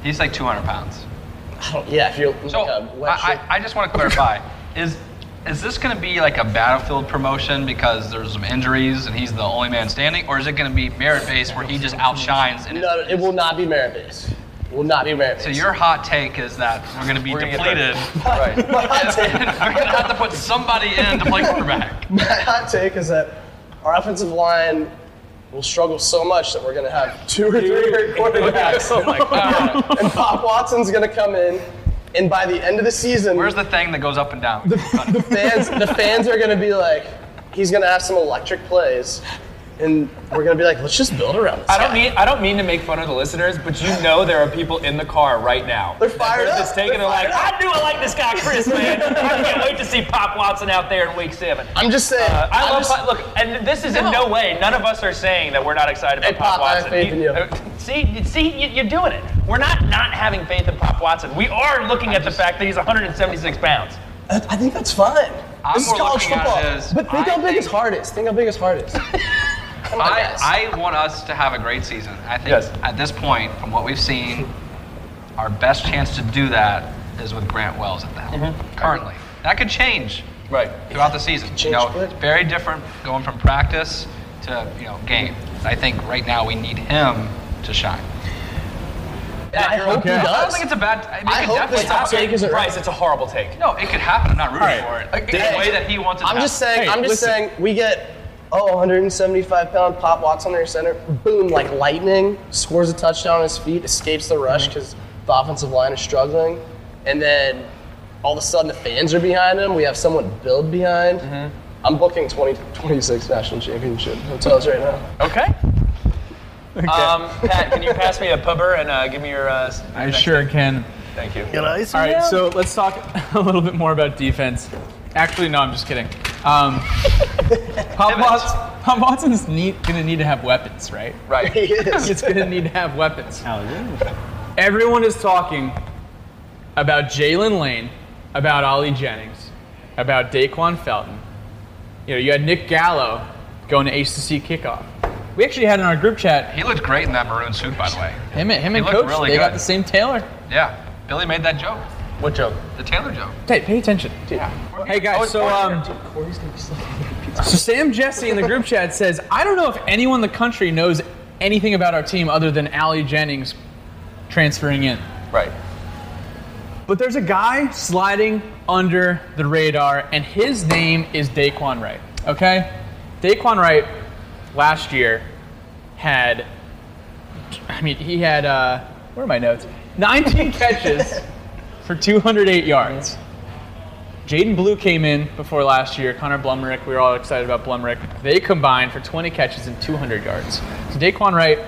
Speaker 9: He's like 200 pounds.
Speaker 10: I don't, yeah, if you're
Speaker 9: So
Speaker 10: like a wet
Speaker 9: I,
Speaker 10: shirt-
Speaker 9: I, I just want to clarify: is is this going to be like a battlefield promotion because there's some injuries and he's the only man standing, or is it going to be merit based where he just outshines?
Speaker 10: no,
Speaker 9: And
Speaker 10: no, it will not be merit based. Will not be merit
Speaker 9: so
Speaker 10: based.
Speaker 9: your hot take is that we're going to be
Speaker 1: gonna get
Speaker 9: depleted.
Speaker 1: Right.
Speaker 10: my hot
Speaker 9: and
Speaker 10: take.
Speaker 9: we're going to have to put somebody in to play quarterback.
Speaker 10: My hot take is that our offensive line will struggle so much that we're going to have two or three great quarterbacks. oh my god! and Pop Watson's going to come in, and by the end of the season,
Speaker 9: Where's the thing that goes up and down?
Speaker 10: fans, the fans are gonna be like, he's gonna have some electric plays, and we're gonna be like, let's just build around this.
Speaker 12: I don't mean I don't mean to make fun of the listeners, but you know there are people in the car right now.
Speaker 10: They're fired
Speaker 12: They're
Speaker 10: up.
Speaker 12: just taking it like
Speaker 1: I do I like this guy, Chris, man. I can't wait to see Pop Watson out there in week seven.
Speaker 10: I'm just
Speaker 1: I
Speaker 10: saying.
Speaker 9: Uh,
Speaker 10: I'm
Speaker 1: love
Speaker 10: just-
Speaker 1: Pop. Look, and this is in no way. None of us are saying that we're not excited about
Speaker 10: Hey, Pop, I have
Speaker 1: Watson.
Speaker 10: faith in you.
Speaker 1: uh, See, see, you- you're doing it. We're not not having faith in Pop Watson. We are looking at the fact that he's 176 pounds.
Speaker 10: I, I think that's fine.
Speaker 9: I'm
Speaker 10: this is
Speaker 9: more
Speaker 10: college
Speaker 9: looking at
Speaker 10: football.
Speaker 9: it as,
Speaker 10: but think
Speaker 9: I
Speaker 10: how big his heart is. Think how big his heart is. Oh Come on, guys.
Speaker 9: I, I want us to have a great season. I think
Speaker 1: Yes.
Speaker 9: at this point, from what we've seen, our best chance to do that is with Grant Wells at the helm.
Speaker 8: Mm-hmm.
Speaker 9: Currently, that could change
Speaker 12: right.
Speaker 9: throughout the season. You
Speaker 10: Change
Speaker 9: know,
Speaker 10: quick.
Speaker 9: it's very different going from practice to you know game. I think right now we need him to shine.
Speaker 10: I hope he
Speaker 9: I don't
Speaker 10: does.
Speaker 9: think it's a bad. I, mean, it
Speaker 10: I
Speaker 9: could
Speaker 10: hope
Speaker 9: definitely
Speaker 10: this top
Speaker 9: happen.
Speaker 10: take isn't right.
Speaker 12: Bryce, it's a horrible take.
Speaker 9: No, it could happen. I'm not rooting for it. Like,
Speaker 10: Hey.
Speaker 9: the way that he wants it. to
Speaker 10: I'm just
Speaker 9: happen.
Speaker 10: saying. I'm just saying. We get oh 175 pound Pop Watson under center. Boom, like lightning. Scores a touchdown on his feet. Escapes the rush
Speaker 9: Mm-hmm.
Speaker 10: because the offensive line is struggling. And then all of a sudden the fans are behind him. We have someone build behind.
Speaker 9: Mm-hmm.
Speaker 10: I'm booking 2026 national championship hotels right now.
Speaker 1: Okay. Um, Pat, can you pass me a pubber and uh, give me your? Uh,
Speaker 2: I sure can.
Speaker 1: Thank you.
Speaker 2: All right, so let's talk a little bit more about defense. Actually, no, I'm just kidding. Um, Pop, Watts, Pop Watson's need, gonna need to have weapons, right?
Speaker 1: Right.
Speaker 10: He is.
Speaker 2: It's gonna need to have weapons. Everyone is talking about Jalen Lane, about Ollie Jennings, about Daquan Felton. You know, you had Nick Gallo going to HCC kickoff. We actually had in our group chat
Speaker 9: He looked great in that maroon suit, by the way.
Speaker 2: him, and- him and
Speaker 9: looked
Speaker 2: Coach.
Speaker 9: really
Speaker 2: they got
Speaker 9: good.
Speaker 2: the same tailor.
Speaker 9: Yeah, Billy made that joke.
Speaker 10: What joke?
Speaker 9: The Taylor joke.
Speaker 2: Hey, pay attention. Hey guys, so um,
Speaker 10: Oh, Corey's gonna be so.
Speaker 2: So Sam Jesse in the group chat says, I don't know if anyone in the country knows anything about our team other than Allie Jennings transferring in.
Speaker 1: Right.
Speaker 2: But there's a guy sliding under the radar, and his name is Daquan Wright. Okay? Daquan Wright last year had, I mean, he had, uh, where are my notes? 19 catches for 208 yards. Jaden Blue came in before last year. Connor Blumerick, we were all excited about Blumerick. They combined for 20 catches and 200 yards. So Daquan Wright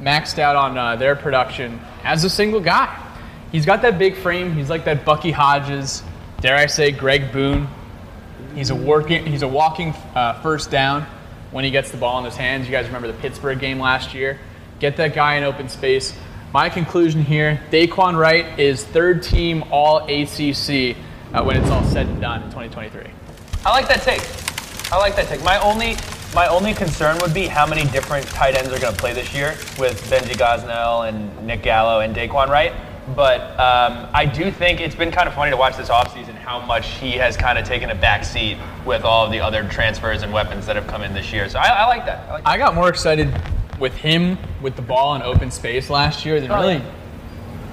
Speaker 2: maxed out on uh, their production as a single guy. He's got that big frame. He's like that Bucky Hodges, dare I say, Greg Boone. He's a working. He's a walking uh, first down when he gets the ball in his hands. You guys remember the Pittsburgh game last year? Get that guy in open space. My conclusion here: Daquan Wright is third team All ACC uh, when it's all said and done in 2023.
Speaker 1: I like that take. I like that take. My only my only concern would be how many different tight ends are going to play this year with Benji Gosnell and Nick Gallo and Daquan Wright. But um, I do think it's been kind of funny to watch this offseason how much he has kind of taken a back seat with all of the other transfers and weapons that have come in this year. So I, I like that. I like that.
Speaker 2: I got more excited with him with the ball in open space last year than really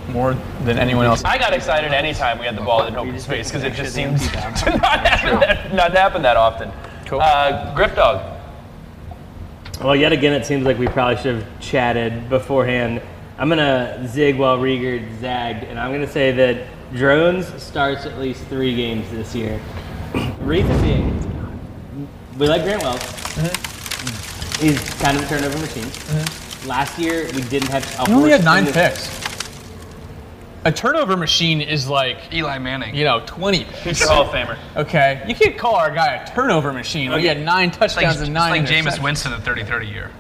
Speaker 2: more than anyone else.
Speaker 1: I got excited anytime we had the ball in open space because it just seems to not happen that, not happen that often.
Speaker 2: Cool.
Speaker 1: Uh, Grip Dog.
Speaker 6: Well, yet again, it seems like we probably should have chatted beforehand. I'm gonna zig while Rieger zagged, and I'm gonna say that drones starts at least three games this year. Reason being, we like Grant Wells.
Speaker 2: Mm-hmm.
Speaker 6: He's kind of a turnover machine. Last year, we didn't have. A
Speaker 2: He only
Speaker 6: horse
Speaker 2: had
Speaker 6: in
Speaker 2: nine
Speaker 6: the-
Speaker 2: picks.
Speaker 8: A turnover machine is like,
Speaker 9: Eli Manning.
Speaker 8: you know, 20.
Speaker 1: He's a Hall of Famer.
Speaker 8: Okay. You can't call our guy a turnover machine. He had nine
Speaker 9: It's like,
Speaker 8: touchdowns
Speaker 9: it's
Speaker 8: and nine.
Speaker 9: like Jameis
Speaker 8: interceptions.
Speaker 9: Winston the 30-30 year.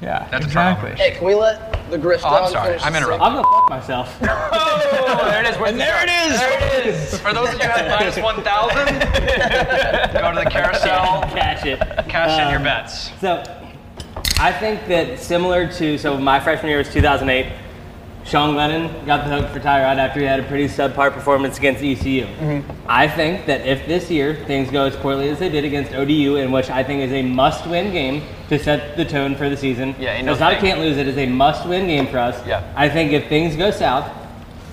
Speaker 8: Yeah.
Speaker 9: That's a turnover
Speaker 8: exactly.
Speaker 9: machine.
Speaker 10: Hey, can we let the Griff?
Speaker 9: Oh, I'm sorry. I'm interrupting.
Speaker 6: I'm gonna fuck myself.
Speaker 1: Oh, there it is.
Speaker 8: And there it is.
Speaker 1: There it is.
Speaker 9: For those of you who have minus 1,000, go to the carousel,
Speaker 6: Catch it.
Speaker 9: cash
Speaker 1: Uh,
Speaker 9: in your
Speaker 6: Um,
Speaker 9: bets.
Speaker 6: So, I think that similar to so my freshman year was 2008. Sean Lennon got the hook for Tyrod after he had a pretty subpar performance against ECU. I think that if this year things go as poorly as they did against ODU, in which I think is a must-win game to set the tone for the season,
Speaker 1: Yeah, ain't no
Speaker 6: it's not a
Speaker 1: thing.
Speaker 6: can't lose. It is a must-win game for us.
Speaker 1: Yeah.
Speaker 6: I think if things go south,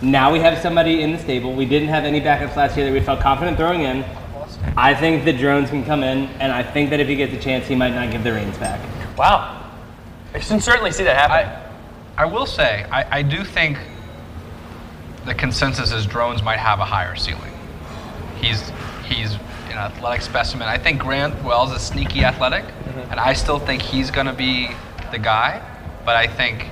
Speaker 6: now we have somebody in the stable. We didn't have any backups last year that we felt confident throwing in. I think the drones can come in, and I think that if he gets a chance, he might not give the reins back.
Speaker 1: Wow. I can certainly see that happen.
Speaker 9: I will say, I, I do think the consensus is drones might have a higher ceiling. He's he's an athletic specimen. I think Grant Wells is sneaky athletic,
Speaker 1: Mm-hmm.
Speaker 9: and I still think he's going to be the guy. But I think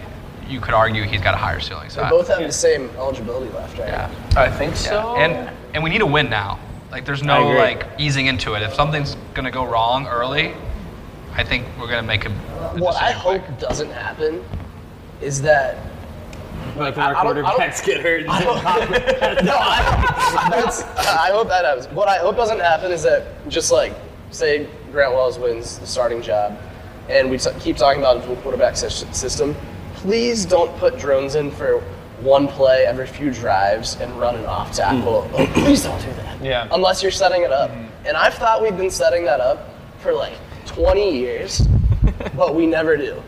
Speaker 9: you could argue he's got a higher ceiling. So
Speaker 10: They
Speaker 9: I-
Speaker 10: both have the same eligibility left, right?
Speaker 9: yeah,
Speaker 12: I think
Speaker 9: yeah.
Speaker 12: so.
Speaker 9: Oh. and and we need a win now. Like there's no
Speaker 6: agree.
Speaker 9: like easing into it. If something's going to go wrong early, I think we're going to make a. a
Speaker 10: What I
Speaker 9: decision quick.
Speaker 10: hope doesn't happen is that
Speaker 6: Like
Speaker 10: I-
Speaker 6: when
Speaker 10: I
Speaker 6: our
Speaker 10: don't- I don't-
Speaker 6: quarterbacks get hurt.
Speaker 10: I hope- no, I, that's, I hope that happens. What I hope doesn't happen is that just like say Grant Wells wins the starting job, and we t- keep talking about a dual quarterback sys- system. Please don't put drones in for one play every few drives and run an off tackle.
Speaker 6: Mm.
Speaker 10: Oh, Please don't do that.
Speaker 1: Yeah.
Speaker 10: Unless you're setting it up, and I've thought we've been setting that up for like 20 years, but we never do.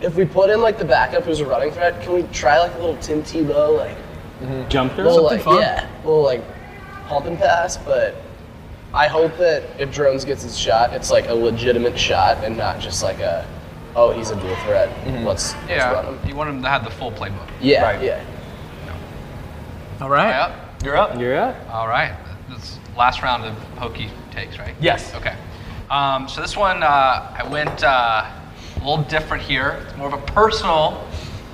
Speaker 10: If we put in like the backup who's a running threat, can we try like a little Tim Tebow like
Speaker 6: Jump through.
Speaker 10: little
Speaker 8: something
Speaker 10: like,
Speaker 8: fun.
Speaker 10: yeah, little like pump and pass, but I hope that if Drones gets his shot, it's like a legitimate shot and not just like a, oh, he's a dual threat.
Speaker 8: Mm-hmm.
Speaker 10: Let's, let's run him.
Speaker 9: Yeah, you want him to have the full playbook.
Speaker 10: Yeah,
Speaker 1: Right.
Speaker 10: yeah.
Speaker 8: All right.
Speaker 9: Am I up?
Speaker 1: You're up.
Speaker 6: You're up.
Speaker 9: All right. This last round of hokey takes, right?
Speaker 1: Yes.
Speaker 9: Okay. Um, so this one, uh, I went uh, a little different here. It's more of a personal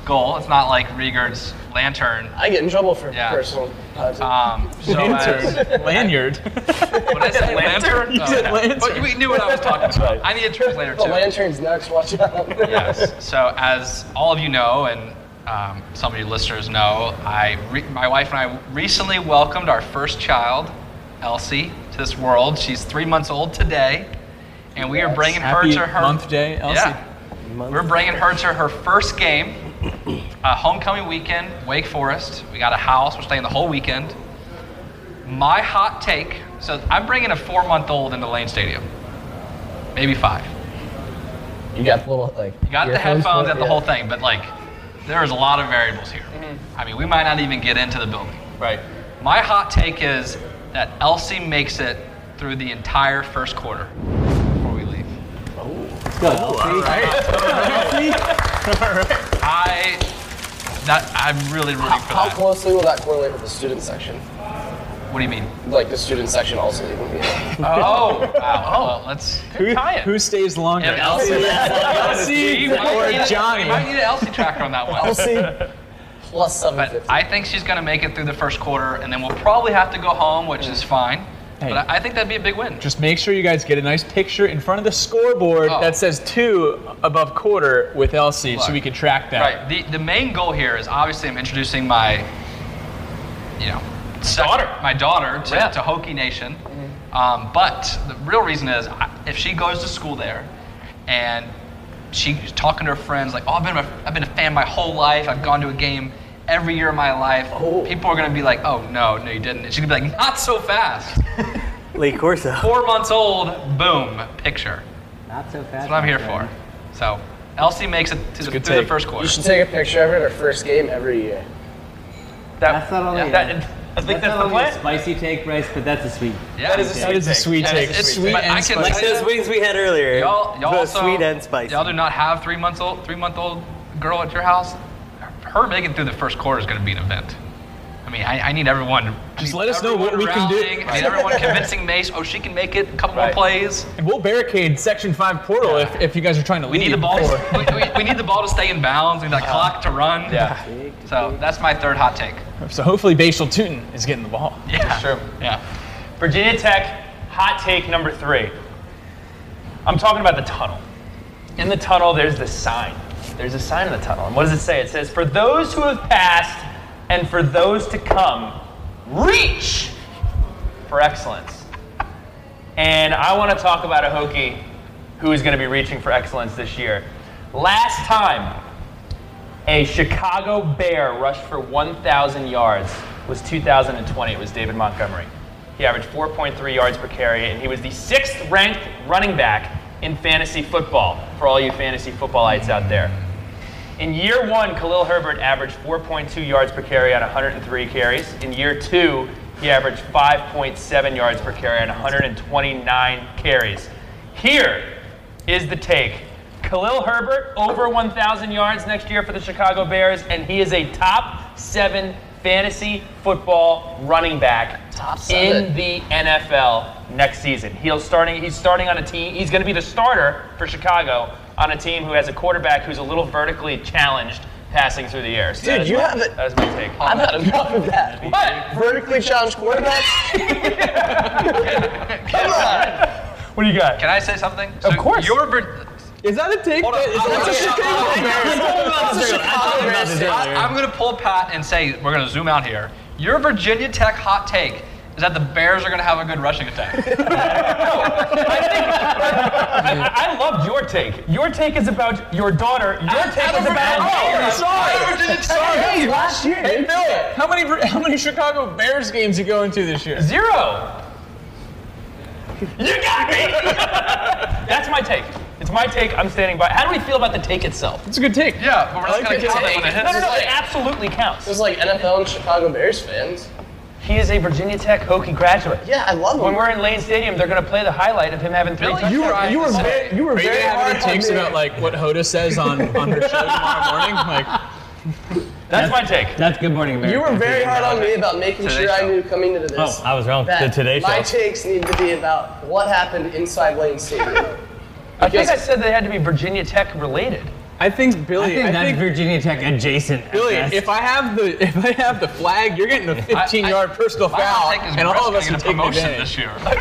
Speaker 9: goal. It's not like Riegerd's lantern.
Speaker 10: I get in trouble for
Speaker 9: Yeah.
Speaker 10: personal. puns.
Speaker 9: Um, so as,
Speaker 8: Lanyard.
Speaker 9: what is it, lantern?
Speaker 8: You said
Speaker 9: Okay.
Speaker 8: lantern.
Speaker 9: But we knew what I was talking about. I need a translator
Speaker 10: the
Speaker 9: too.
Speaker 10: lantern's next. Watch out.
Speaker 9: Yes. So as all of you know, and um, some of you listeners know, I re- my wife and I recently welcomed our first child, Elsie, to this world. She's three months old today, and we are bringing her
Speaker 8: Happy
Speaker 9: to her
Speaker 8: month day, Elsie.
Speaker 9: Yeah. We're bringing her to her first game, uh, homecoming weekend, Wake Forest. We got a house. We're staying the whole weekend. My hot take. So I'm bringing a four-month-old into Lane Stadium, maybe five.
Speaker 10: You got the little like.
Speaker 9: You got the headphones, got the whole thing, but like, there's a lot of variables here.
Speaker 8: Mm-hmm.
Speaker 9: I mean, we might not even get into the building.
Speaker 1: Right.
Speaker 9: My hot take is that Elsie makes it through the entire first quarter before we leave. Oh, I that I'm really rooting for
Speaker 10: How
Speaker 9: that.
Speaker 10: closely will that correlate with the student section?
Speaker 9: What do you mean?
Speaker 10: Like the student section also even be.
Speaker 9: Oh, wow. Well, let's.
Speaker 8: Who,
Speaker 1: Tie it.
Speaker 8: who stays longer?
Speaker 9: If Elsie,
Speaker 8: Elsie
Speaker 9: we might
Speaker 8: or
Speaker 9: need a-
Speaker 8: Johnny?
Speaker 9: We might need an Elsie tracker on that one.
Speaker 10: I'll see. Plus seven
Speaker 9: But
Speaker 10: fifty.
Speaker 9: I think she's going to make it through the first quarter, and then we'll probably have to go home, which is fine.
Speaker 8: Hey.
Speaker 9: But I I think that'd be a big win.
Speaker 8: Just make sure you guys get a nice picture in front of the scoreboard
Speaker 9: Oh.
Speaker 8: that says two above quarter with Elsie, so
Speaker 9: Look.
Speaker 8: we can track that.
Speaker 9: Right. The, the main goal here is obviously I'm introducing my, you know, sec-
Speaker 1: Daughter.
Speaker 9: my daughter to,
Speaker 1: Yeah. Mm-hmm.
Speaker 9: to Hokie Nation. Um, but the real reason is I, if she goes to school there, and she's talking to her friends like, oh, I've been a, I've been a fan my whole life. I've gone to a game every year of my life.
Speaker 8: Oh.
Speaker 9: People are gonna be like, oh no, no, you didn't. And she's gonna be like, not so fast.
Speaker 6: Lee Corso.
Speaker 9: Four months old. Boom. Picture.
Speaker 6: Not so fast.
Speaker 9: That's what I'm here for. So. Elsie makes it to the, through
Speaker 8: good
Speaker 9: the
Speaker 8: take.
Speaker 9: first quarter.
Speaker 10: You should take a picture of it our first game every year.
Speaker 6: That's not only.
Speaker 1: That, I think that's,
Speaker 6: that's not
Speaker 1: the
Speaker 6: only a
Speaker 1: plan.
Speaker 6: spicy take, Bryce, but that's a sweet.
Speaker 9: Yeah.
Speaker 1: That is a
Speaker 8: That is a sweet
Speaker 9: Yeah,
Speaker 8: take.
Speaker 9: it's- it's-
Speaker 8: sweet
Speaker 9: but I
Speaker 8: and
Speaker 9: can-
Speaker 8: spicy.
Speaker 9: Like those
Speaker 6: wings we had earlier.
Speaker 9: Y'all, y'all also,
Speaker 6: spicy.
Speaker 9: Y'all do not have three months old, three month old girl at your house. Her making it through the first quarter is going to be an event. I mean, I, I need everyone. Just
Speaker 13: let us know what we can do.
Speaker 9: I need everyone convincing Mace, oh, she can make it, a couple
Speaker 12: Right.
Speaker 9: more plays.
Speaker 13: And we'll barricade Section 5 portal if, if you guys are trying to
Speaker 9: We
Speaker 13: leave.
Speaker 9: need the ball.
Speaker 13: before.
Speaker 9: we, we, we need the ball to stay in bounds. We need that clock to run.
Speaker 12: Yeah.
Speaker 9: So that's my third hot take.
Speaker 13: So hopefully Bashal Tootin is getting the ball.
Speaker 9: Yeah.
Speaker 12: Sure.
Speaker 9: Yeah.
Speaker 1: Virginia Tech, hot take number three. I'm talking about the tunnel. In the tunnel, there's this sign. There's a sign in the tunnel. And what does it say? It says, For those who have passed and for those to come, reach for excellence. And I want to talk about a Hokie who is going to be reaching for excellence this year. Last time, a Chicago Bear rushed for 1,000 yards was 2020. It was David Montgomery. He averaged 4.3 yards per carry, and he was the sixth ranked running back in fantasy football for all you fantasy footballites out there. In year one, Khalil Herbert averaged 4.2 yards per carry on 103 carries. In year two, he averaged 5.7 yards per carry on 129 carries. Here is the take Khalil Herbert over 1,000 yards next year for the Chicago Bears, and he is a top seven fantasy football running back
Speaker 10: Top seven.
Speaker 1: in the NFL next season. He'll starting. He's starting on a team. He's going to be the starter for Chicago on a team who has a quarterback who's a little vertically challenged passing through the air. So that
Speaker 10: Dude,
Speaker 1: is
Speaker 10: you
Speaker 1: my-
Speaker 10: have it.
Speaker 1: That is my take.
Speaker 10: I've had enough of that.
Speaker 1: But
Speaker 10: Vertically challenged quarterbacks? Come on.
Speaker 1: what do you got?
Speaker 9: Can I say something? Of
Speaker 1: course.
Speaker 9: Your Vir-
Speaker 13: Is that a take?
Speaker 9: Hold on.
Speaker 13: that- is
Speaker 9: I'm
Speaker 13: that
Speaker 9: gonna-
Speaker 13: just a take?
Speaker 9: I'm gonna- I- I'm going to pull Pat and say we're going to zoom out here. Your Virginia Tech hot take is that the Bears are going to have a good rushing attack.
Speaker 1: I, I loved your take. Your take is about your daughter. Your take is about.
Speaker 13: Oh, sorry.
Speaker 10: Hey, last year.
Speaker 13: Hey, Bill, how many how many Chicago Bears games you going to this year?
Speaker 1: Zero. You got me. That's my take. It's my take. I'm standing by. How do we feel about the take itself?
Speaker 13: It's a good take.
Speaker 9: yeah, but we're not
Speaker 13: like
Speaker 9: going to
Speaker 13: the
Speaker 9: count it when it
Speaker 13: take.
Speaker 9: hits.
Speaker 1: No, no, no. It absolutely counts.
Speaker 10: There's like NFL and Chicago Bears fans.
Speaker 1: He is a Virginia Tech Hokie graduate.
Speaker 10: Yeah, I love
Speaker 1: When
Speaker 10: them.
Speaker 1: we're in Lane Stadium, they're going to play the highlight of him having three.
Speaker 9: Really?
Speaker 1: touchdowns.
Speaker 13: You were you were
Speaker 10: ve- you were
Speaker 13: Are you
Speaker 10: very
Speaker 13: gonna have
Speaker 10: hard
Speaker 13: any
Speaker 10: on
Speaker 13: takes
Speaker 10: me.
Speaker 13: about like what Hoda says on on her show tomorrow morning? Like
Speaker 1: That's my take.
Speaker 7: That's Good Morning America.
Speaker 10: You were very hard on me about making
Speaker 9: Today
Speaker 10: sure I
Speaker 9: Show.
Speaker 10: knew coming into this.
Speaker 7: Oh, I was wrong.
Speaker 10: that
Speaker 7: The Today
Speaker 10: My
Speaker 7: Show.
Speaker 10: takes needed to be about what happened inside Lane Stadium.
Speaker 1: I think I said they had to be Virginia Tech related.
Speaker 13: I think
Speaker 7: I
Speaker 13: Billy,
Speaker 7: think
Speaker 13: I
Speaker 7: that's
Speaker 13: think,
Speaker 7: Virginia Tech adjacent. at
Speaker 13: Billy,
Speaker 7: best.
Speaker 13: if I have the if I have the flag, you're getting the 15 yard personal
Speaker 9: My hot
Speaker 13: foul,
Speaker 9: take is
Speaker 13: and all of
Speaker 9: Brett's
Speaker 13: us
Speaker 9: gonna
Speaker 13: can
Speaker 9: get a
Speaker 13: take
Speaker 9: promotion
Speaker 13: advantage.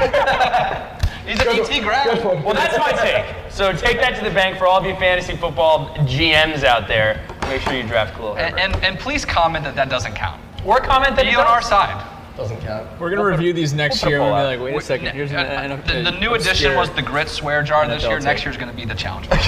Speaker 9: this year. He's an ET grad.
Speaker 1: Well, that's my take. So take that to the bank for all of you fantasy football GMs out there. Make sure you draft Khalil
Speaker 9: And,
Speaker 1: Herbert.
Speaker 9: and, and please comment that that doesn't count.
Speaker 1: or comment that
Speaker 9: Be
Speaker 1: he
Speaker 9: on our
Speaker 1: does.
Speaker 9: side.
Speaker 10: Doesn't count.
Speaker 13: We're gonna review these next
Speaker 1: put a
Speaker 13: year and be
Speaker 1: poll out.
Speaker 13: like, wait a second, here's an,
Speaker 9: Uh,
Speaker 13: an, an,
Speaker 9: the, the new edition was the grit swear jar this year. Next year's going to be the challenge. and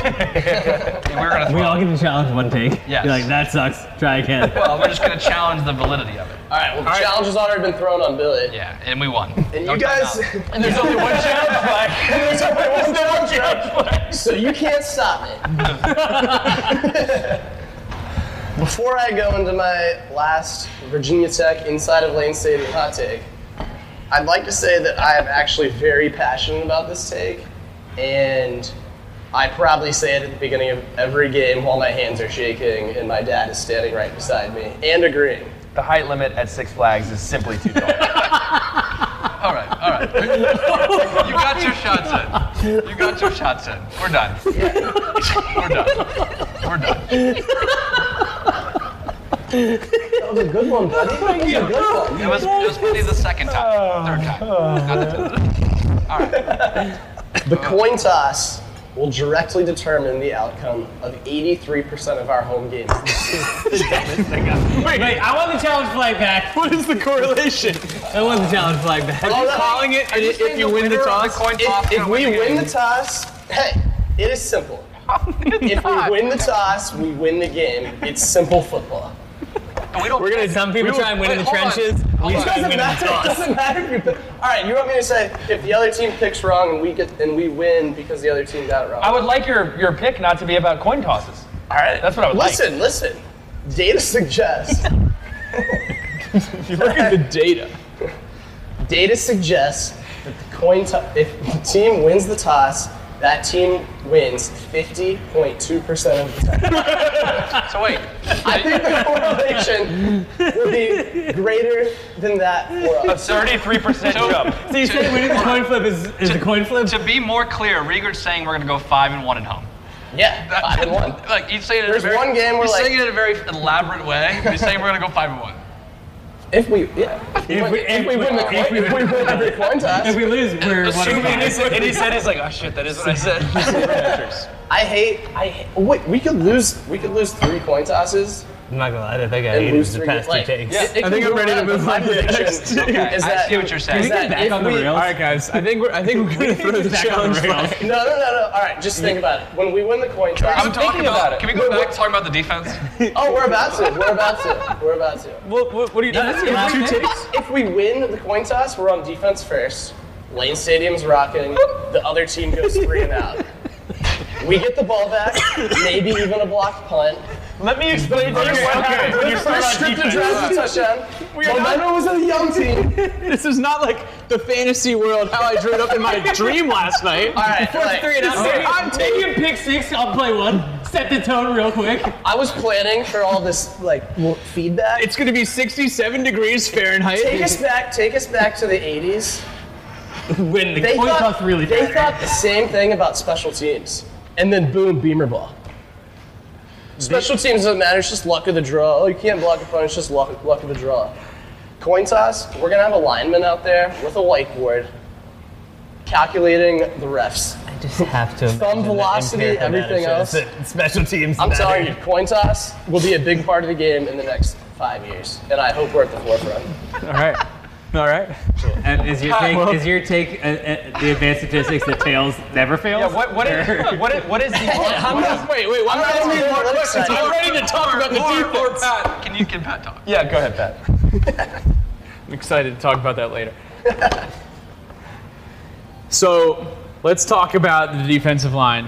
Speaker 9: we're going to
Speaker 7: we
Speaker 9: throw.
Speaker 7: all get to challenge one take.
Speaker 9: Yes.
Speaker 7: You're like, that sucks. Try again.
Speaker 9: well, we're just going to challenge the validity of it.
Speaker 10: All right, well, the challenge has already been thrown on Billy.
Speaker 9: Yeah, and we won.
Speaker 10: And
Speaker 9: No
Speaker 10: you guys,
Speaker 9: timeout.
Speaker 10: and there's only one challenge There's only one challenge So you can't stop me. Before I go into my last Virginia Tech inside of Lane Stadium hot take, I'd like to say that I am actually very passionate about this take, and I probably say it at the beginning of every game while my hands are shaking and my dad is standing right beside me and agreeing.
Speaker 1: The height limit at Six Flags is simply too tall.
Speaker 9: All right, all right. You got your shots in. You got your shots in. We're done. We're done. We're done.
Speaker 10: That was a good one, buddy. That was a good one.
Speaker 9: It was, it was funny the second time, third time. Not the tenth. All right.
Speaker 10: The coin toss will directly determine the outcome of 83% of our home games.
Speaker 7: wait, wait, I want the challenge flag back.
Speaker 13: What is the correlation?
Speaker 7: I want the challenge flag back.
Speaker 10: Oh, that-
Speaker 13: Calling it, and if you win the toss,
Speaker 9: coin toss.
Speaker 10: if, if we win the toss, hey, it is simple. If we win the toss, we win the game. It's simple football.
Speaker 9: we don't.
Speaker 7: We're gonna some people try and win in the
Speaker 9: hold on.
Speaker 7: trenches. We
Speaker 10: It
Speaker 7: try and win in
Speaker 10: doesn't
Speaker 7: the
Speaker 10: matter. It
Speaker 7: toss.
Speaker 10: doesn't matter if you pick. All right, you want me to say if the other team picks wrong and we get and we win because the other team got it wrong?
Speaker 1: I would like your, your pick not to be about coin tosses.
Speaker 10: All right,
Speaker 1: That's what I would like.
Speaker 10: listen, listen. Data suggests.
Speaker 13: look at the data.
Speaker 10: Data suggests that the coin to- if the team wins the toss, That team wins 50.2% of the time.
Speaker 14: So wait,
Speaker 10: I think the correlation will be greater than that for us.
Speaker 13: 33% jump.
Speaker 6: So you say winning the coin flip is, is a coin flip?
Speaker 9: To be more clear, Rieger's saying we're going to go five and one at home.
Speaker 10: Yeah, five and one.
Speaker 9: Like he's saying it.
Speaker 10: There's
Speaker 9: in a very,
Speaker 10: one game we're
Speaker 9: he's
Speaker 10: like-
Speaker 9: saying it in a very elaborate way. but He's saying we're going to go five and one.
Speaker 10: If we, yeah. If we, if we win the coin, if we win every coin toss.
Speaker 6: If we lose, we're one of
Speaker 9: And he
Speaker 6: five.
Speaker 9: said- and he said, "He's like, oh shit, that is what I said."
Speaker 10: I hate, I hate, oh, wait, we could lose, we could lose three coin tosses
Speaker 6: I'm not gonna lie, I don't think I
Speaker 10: and
Speaker 6: ate
Speaker 10: lose
Speaker 6: it the
Speaker 10: three.
Speaker 6: past two
Speaker 10: like,
Speaker 6: takes.
Speaker 10: it- it
Speaker 2: I think
Speaker 10: can
Speaker 2: I'm
Speaker 10: go
Speaker 2: ready to
Speaker 10: around, but
Speaker 2: move
Speaker 10: my
Speaker 2: on to the
Speaker 10: prediction
Speaker 2: next
Speaker 10: is
Speaker 9: I
Speaker 10: that-
Speaker 9: see what you're saying.
Speaker 10: is that
Speaker 6: back
Speaker 10: if
Speaker 6: on the
Speaker 10: we-
Speaker 6: rails?
Speaker 2: All right, guys. I think we're I think we're gonna throw the challenge. flag.
Speaker 10: No, no, no, no. All right, just think about it. When we win the coin
Speaker 9: I'm
Speaker 10: toss,
Speaker 9: talking about,
Speaker 15: it.
Speaker 9: Can we go back to talking about the defense?
Speaker 10: oh, we're about to, we're about to, we're about to.
Speaker 6: What, what, what are you doing? That's your last name?
Speaker 10: If we win the coin toss, we're on defense first. Lane Stadium's rocking. The other team goes three and out. We get the ball back, maybe even a blocked punt.
Speaker 13: Let me explain to you what happened when you start on
Speaker 10: Strip the
Speaker 13: defense.
Speaker 10: drive to touchdown. Momentum was a young team.
Speaker 2: This is not like the fantasy world how I drew it up in my dream last night.
Speaker 10: All right, like,
Speaker 6: Three and out. I'm taking pick six. I'll play one. Set the tone real quick.
Speaker 10: I was planning for all this like w- feedback.
Speaker 2: It's gonna be 67 degrees
Speaker 10: take
Speaker 2: Fahrenheit.
Speaker 10: us back. Take us back to the 80s.
Speaker 6: Win the
Speaker 10: They
Speaker 6: coin toss
Speaker 10: thought,
Speaker 6: really
Speaker 10: they
Speaker 6: bad.
Speaker 10: thought the same thing about special teams. And then boom, beamer ball. Special teams doesn't matter, it's just luck of the draw. Oh, you can't block a punt, it's just luck, luck of the draw. Coin toss, we're gonna have a lineman out there with a whiteboard calculating the refs.
Speaker 6: I just have to. imagine
Speaker 10: Thumb
Speaker 6: the
Speaker 10: velocity,
Speaker 6: empirical data
Speaker 10: everything
Speaker 6: shows
Speaker 10: else.
Speaker 6: that Special teams.
Speaker 10: I'm
Speaker 6: matter.
Speaker 10: telling you, coin toss will be a big part of the game in the next five years. And I hope we're at the forefront.
Speaker 2: All right. All right.
Speaker 6: And is your
Speaker 2: Well-
Speaker 6: take, is your take uh, uh, the advanced statistics that tails never fails?
Speaker 13: Yeah, what, what, is, what, is, what is the.
Speaker 2: I'm not, wait, wait. I'm not asking more questions. I'm ready to talk about the
Speaker 9: Or, or
Speaker 2: defense.
Speaker 9: Pat, can you can Pat talk?
Speaker 13: Yeah, go ahead, Pat.
Speaker 2: I'm excited to talk about that later. so let's talk about the defensive line.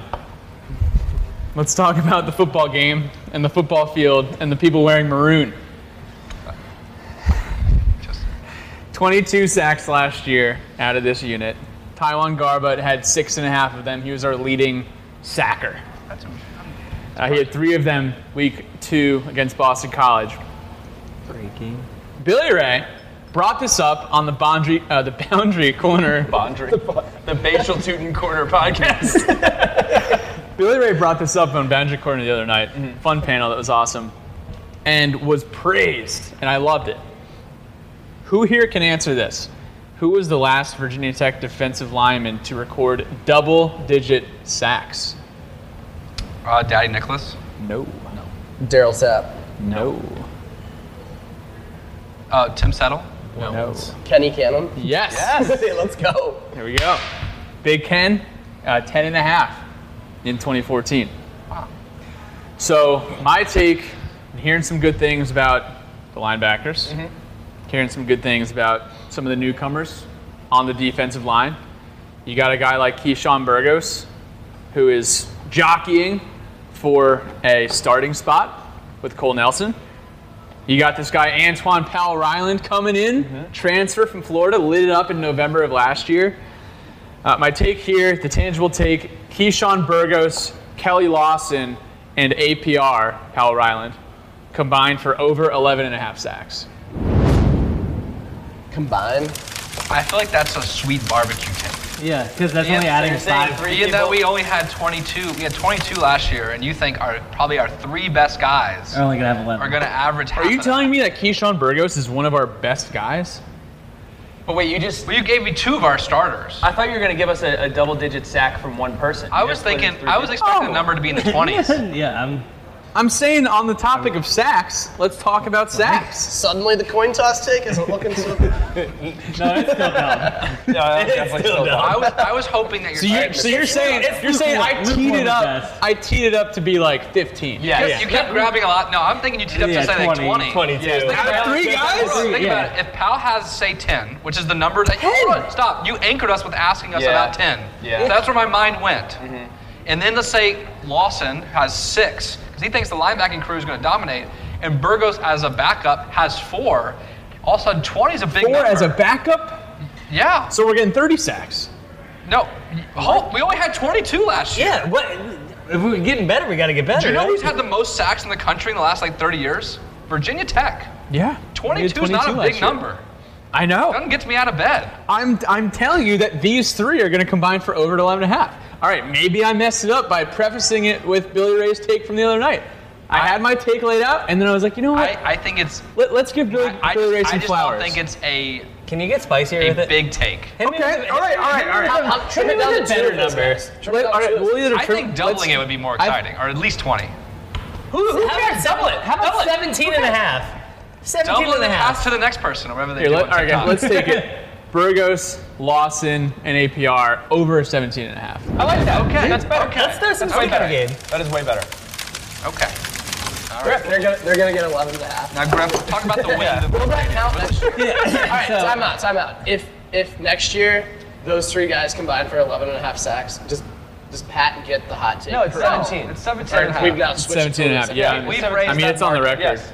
Speaker 2: Let's talk about the football game and the football field and the people wearing maroon. 22 sacks last year out of this unit. Taiwan Garbutt had six and a half of them. He was our leading sacker. Uh, he had three of them week two against Boston College.
Speaker 6: Freaking.
Speaker 2: Billy Ray brought this up on the boundary, uh, the boundary corner,
Speaker 9: Bondry.
Speaker 2: the Bachel Tootin Corner podcast. Billy Ray brought this up on Boundary Corner the other night. Fun panel that was awesome, and was praised, and I loved it. Who here can answer this? Who was the last Virginia Tech defensive lineman to record double-digit sacks?
Speaker 9: Uh, Daddy Nicholas.
Speaker 2: No.
Speaker 10: Daryl Sapp,
Speaker 2: No.
Speaker 9: Uh, Tim Settle.
Speaker 2: No.
Speaker 10: Kenny Cannon.
Speaker 2: Yes.
Speaker 10: Let's go.
Speaker 2: Here we go. Big Ken, uh, 10 and a half in 2014. So, my take, I'm hearing some good things about the linebackers, hearing some good things about some of the newcomers on the defensive line. You got a guy like Keyshawn Burgos, who is jockeying for a starting spot with Cole Nelson. You got this guy Antoine Powell Ryland coming in, transfer from Florida, lit it up in November of last year. Uh, my take here, the tangible take: Keyshawn Burgos, Kelly Lawson, and APR Powell Ryland combined for over 11 and a half sacks.
Speaker 10: Combined.
Speaker 9: I feel like that's a sweet barbecue take.
Speaker 6: Yeah, because that's only adding five.
Speaker 9: Being that we only had 22, we had 22 last year, and you think our probably our three best guys
Speaker 6: We're only gonna have
Speaker 9: are
Speaker 6: eleven.
Speaker 9: going to average.
Speaker 2: Are you telling me that Keyshawn Burgos is one of our best guys?
Speaker 15: But wait, you just.
Speaker 9: Well, you gave me two of our starters.
Speaker 13: I thought you were going to give us a, a double digit sack from one person.
Speaker 9: I
Speaker 13: You
Speaker 9: was
Speaker 13: just put it
Speaker 9: thinking,
Speaker 13: through
Speaker 9: I was
Speaker 13: the-
Speaker 9: expecting the number to be
Speaker 6: Oh.
Speaker 9: in the 20s.
Speaker 6: yeah, I'm.
Speaker 2: I'm saying on the topic of sacks, let's talk about sacks.
Speaker 10: Suddenly the coin toss take isn't looking so.
Speaker 6: No, it's still dumb.
Speaker 13: Yeah, that was definitely still dumb.
Speaker 9: I was, I was hoping that you're.
Speaker 2: So you're, so you're saying you're saying I
Speaker 6: lukewarm
Speaker 2: teed it
Speaker 6: at
Speaker 2: up.
Speaker 6: best.
Speaker 2: I teed it up to be like 15.
Speaker 9: You,
Speaker 13: Yeah.
Speaker 9: you kept grabbing a lot. No, I'm thinking you teed up
Speaker 6: Yeah,
Speaker 9: to say
Speaker 6: 20,
Speaker 9: like 20.
Speaker 6: 22.
Speaker 9: Think about
Speaker 2: Three
Speaker 9: it.
Speaker 2: guys?
Speaker 9: Hold on, Think
Speaker 6: Yeah.
Speaker 9: about it. If Pal has say 10, which is the number that hold on, stop. You anchored us with asking us
Speaker 15: Yeah.
Speaker 9: about 10.
Speaker 15: Yeah.
Speaker 9: So that's where my mind went.
Speaker 2: Mm-hmm.
Speaker 9: And then to say Lawson has six because he thinks the linebacking crew is going to dominate, and Burgos as a backup has four. All of a sudden, 20 is a big
Speaker 2: Four
Speaker 9: number.
Speaker 2: as a backup.
Speaker 9: yeah.
Speaker 2: So we're getting 30 sacks.
Speaker 9: No, Hulk, we only had 22 last year.
Speaker 16: Yeah, what? If we're getting better, we got to get better.
Speaker 9: Do you know
Speaker 16: right?
Speaker 9: who's had the most sacks in the country in the last like 30 years? Virginia Tech.
Speaker 2: Yeah.
Speaker 9: 22 is not
Speaker 2: 22
Speaker 9: a big
Speaker 2: last year.
Speaker 9: number.
Speaker 2: I know.
Speaker 9: Doesn't get me out of bed.
Speaker 2: I'm I'm telling you that these three are going to combine for over 11 and a half. All right, maybe I messed it up by prefacing it with Billy Ray's take from the other night. I, had my take laid out, and then I was like, you know what?
Speaker 9: I, I think it's.
Speaker 2: Let, us give Billy,
Speaker 9: I, I
Speaker 2: Billy Ray
Speaker 9: just, I
Speaker 2: some
Speaker 9: just
Speaker 2: flowers.
Speaker 9: don't think it's a,
Speaker 16: Can you get spicier
Speaker 9: a
Speaker 16: with it?
Speaker 9: big take.
Speaker 16: Hit me
Speaker 2: Okay,
Speaker 16: with-
Speaker 2: all right, all right, all right.
Speaker 16: I'll- I'll trim it down to better numbers.
Speaker 2: Let- all right, we'll either
Speaker 9: I
Speaker 2: trim-
Speaker 9: think doubling
Speaker 2: let's-
Speaker 9: it would be more
Speaker 2: I-
Speaker 9: exciting, or at least 20.
Speaker 16: Who, who
Speaker 9: How
Speaker 16: cares? Double it. How about 17 and a half? 17
Speaker 9: Double
Speaker 16: and a
Speaker 9: and pass
Speaker 16: half.
Speaker 9: to the next person, or whatever they
Speaker 17: Here,
Speaker 9: do
Speaker 17: let,
Speaker 9: on
Speaker 17: all right,
Speaker 9: TikTok.
Speaker 17: guys, let's take it. Burgos, Lawson, and APR over 17 and a half.
Speaker 9: I like that. Okay,
Speaker 17: That's better.
Speaker 9: Okay.
Speaker 16: Let's throw some
Speaker 9: That's way
Speaker 16: skin in the
Speaker 9: better.
Speaker 16: game.
Speaker 1: That is way better.
Speaker 9: Okay.
Speaker 10: They're gonna, they're gonna get 11 and a half.
Speaker 9: Now, Griff, talk about the win.
Speaker 10: Will that count next year?
Speaker 16: Yeah.
Speaker 10: All right, time out, time out. If if next year those three guys combine for 11 and a half sacks, does does Pat get the hot take?
Speaker 18: No, it's
Speaker 10: correct?
Speaker 18: 17.
Speaker 9: It's 17 and a
Speaker 10: Or
Speaker 9: half.
Speaker 10: We've got to switch it
Speaker 17: 17 and a half,
Speaker 10: to
Speaker 17: yeah.
Speaker 9: We've
Speaker 17: I
Speaker 9: raised
Speaker 17: mean,
Speaker 9: that
Speaker 17: it's on the
Speaker 9: mark.
Speaker 17: record.
Speaker 1: Yes.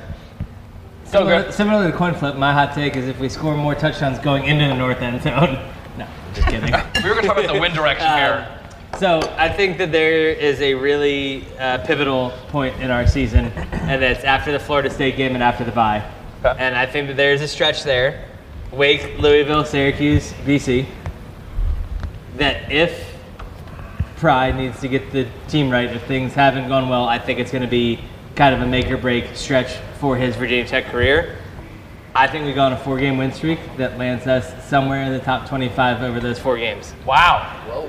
Speaker 6: Similar, similar to the coin flip, my hot take is if we score more touchdowns going into the north end zone. No, just kidding.
Speaker 9: We were going to talk about the win direction
Speaker 6: Uh,
Speaker 9: here.
Speaker 6: Um, So I think that there is a really uh, pivotal point in our season, and that's after the Florida State game and after the bye.
Speaker 16: And I think that there's a stretch there.
Speaker 6: Wake, Louisville, Syracuse, BC. That if Pry needs to get the team right, if things haven't gone well, I think it's going to be kind of a make or break stretch for his Virginia Tech career. I think we go on a four-game win streak that lands us somewhere in the top 25 over those four games.
Speaker 9: Wow.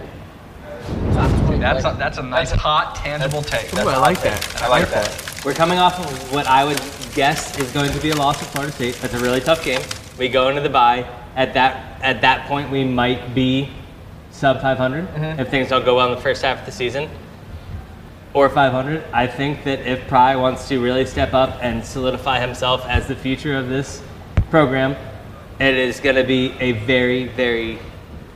Speaker 10: Top 20
Speaker 9: That's a,
Speaker 10: players.
Speaker 9: that's a nice, hot, tangible take. That's
Speaker 2: I
Speaker 9: a
Speaker 2: like
Speaker 9: hot take.
Speaker 2: that.
Speaker 9: I like that.
Speaker 6: We're coming off of what I would guess is going to be a loss to Florida State. That's a really tough game. We go into the bye. At that at that point, we might be sub 500
Speaker 1: Mm-hmm.
Speaker 6: if things don't go well in the first half of the season, or 500. I think that if Pry wants to really step up and solidify himself as the future of this program, it is going to be a very, very,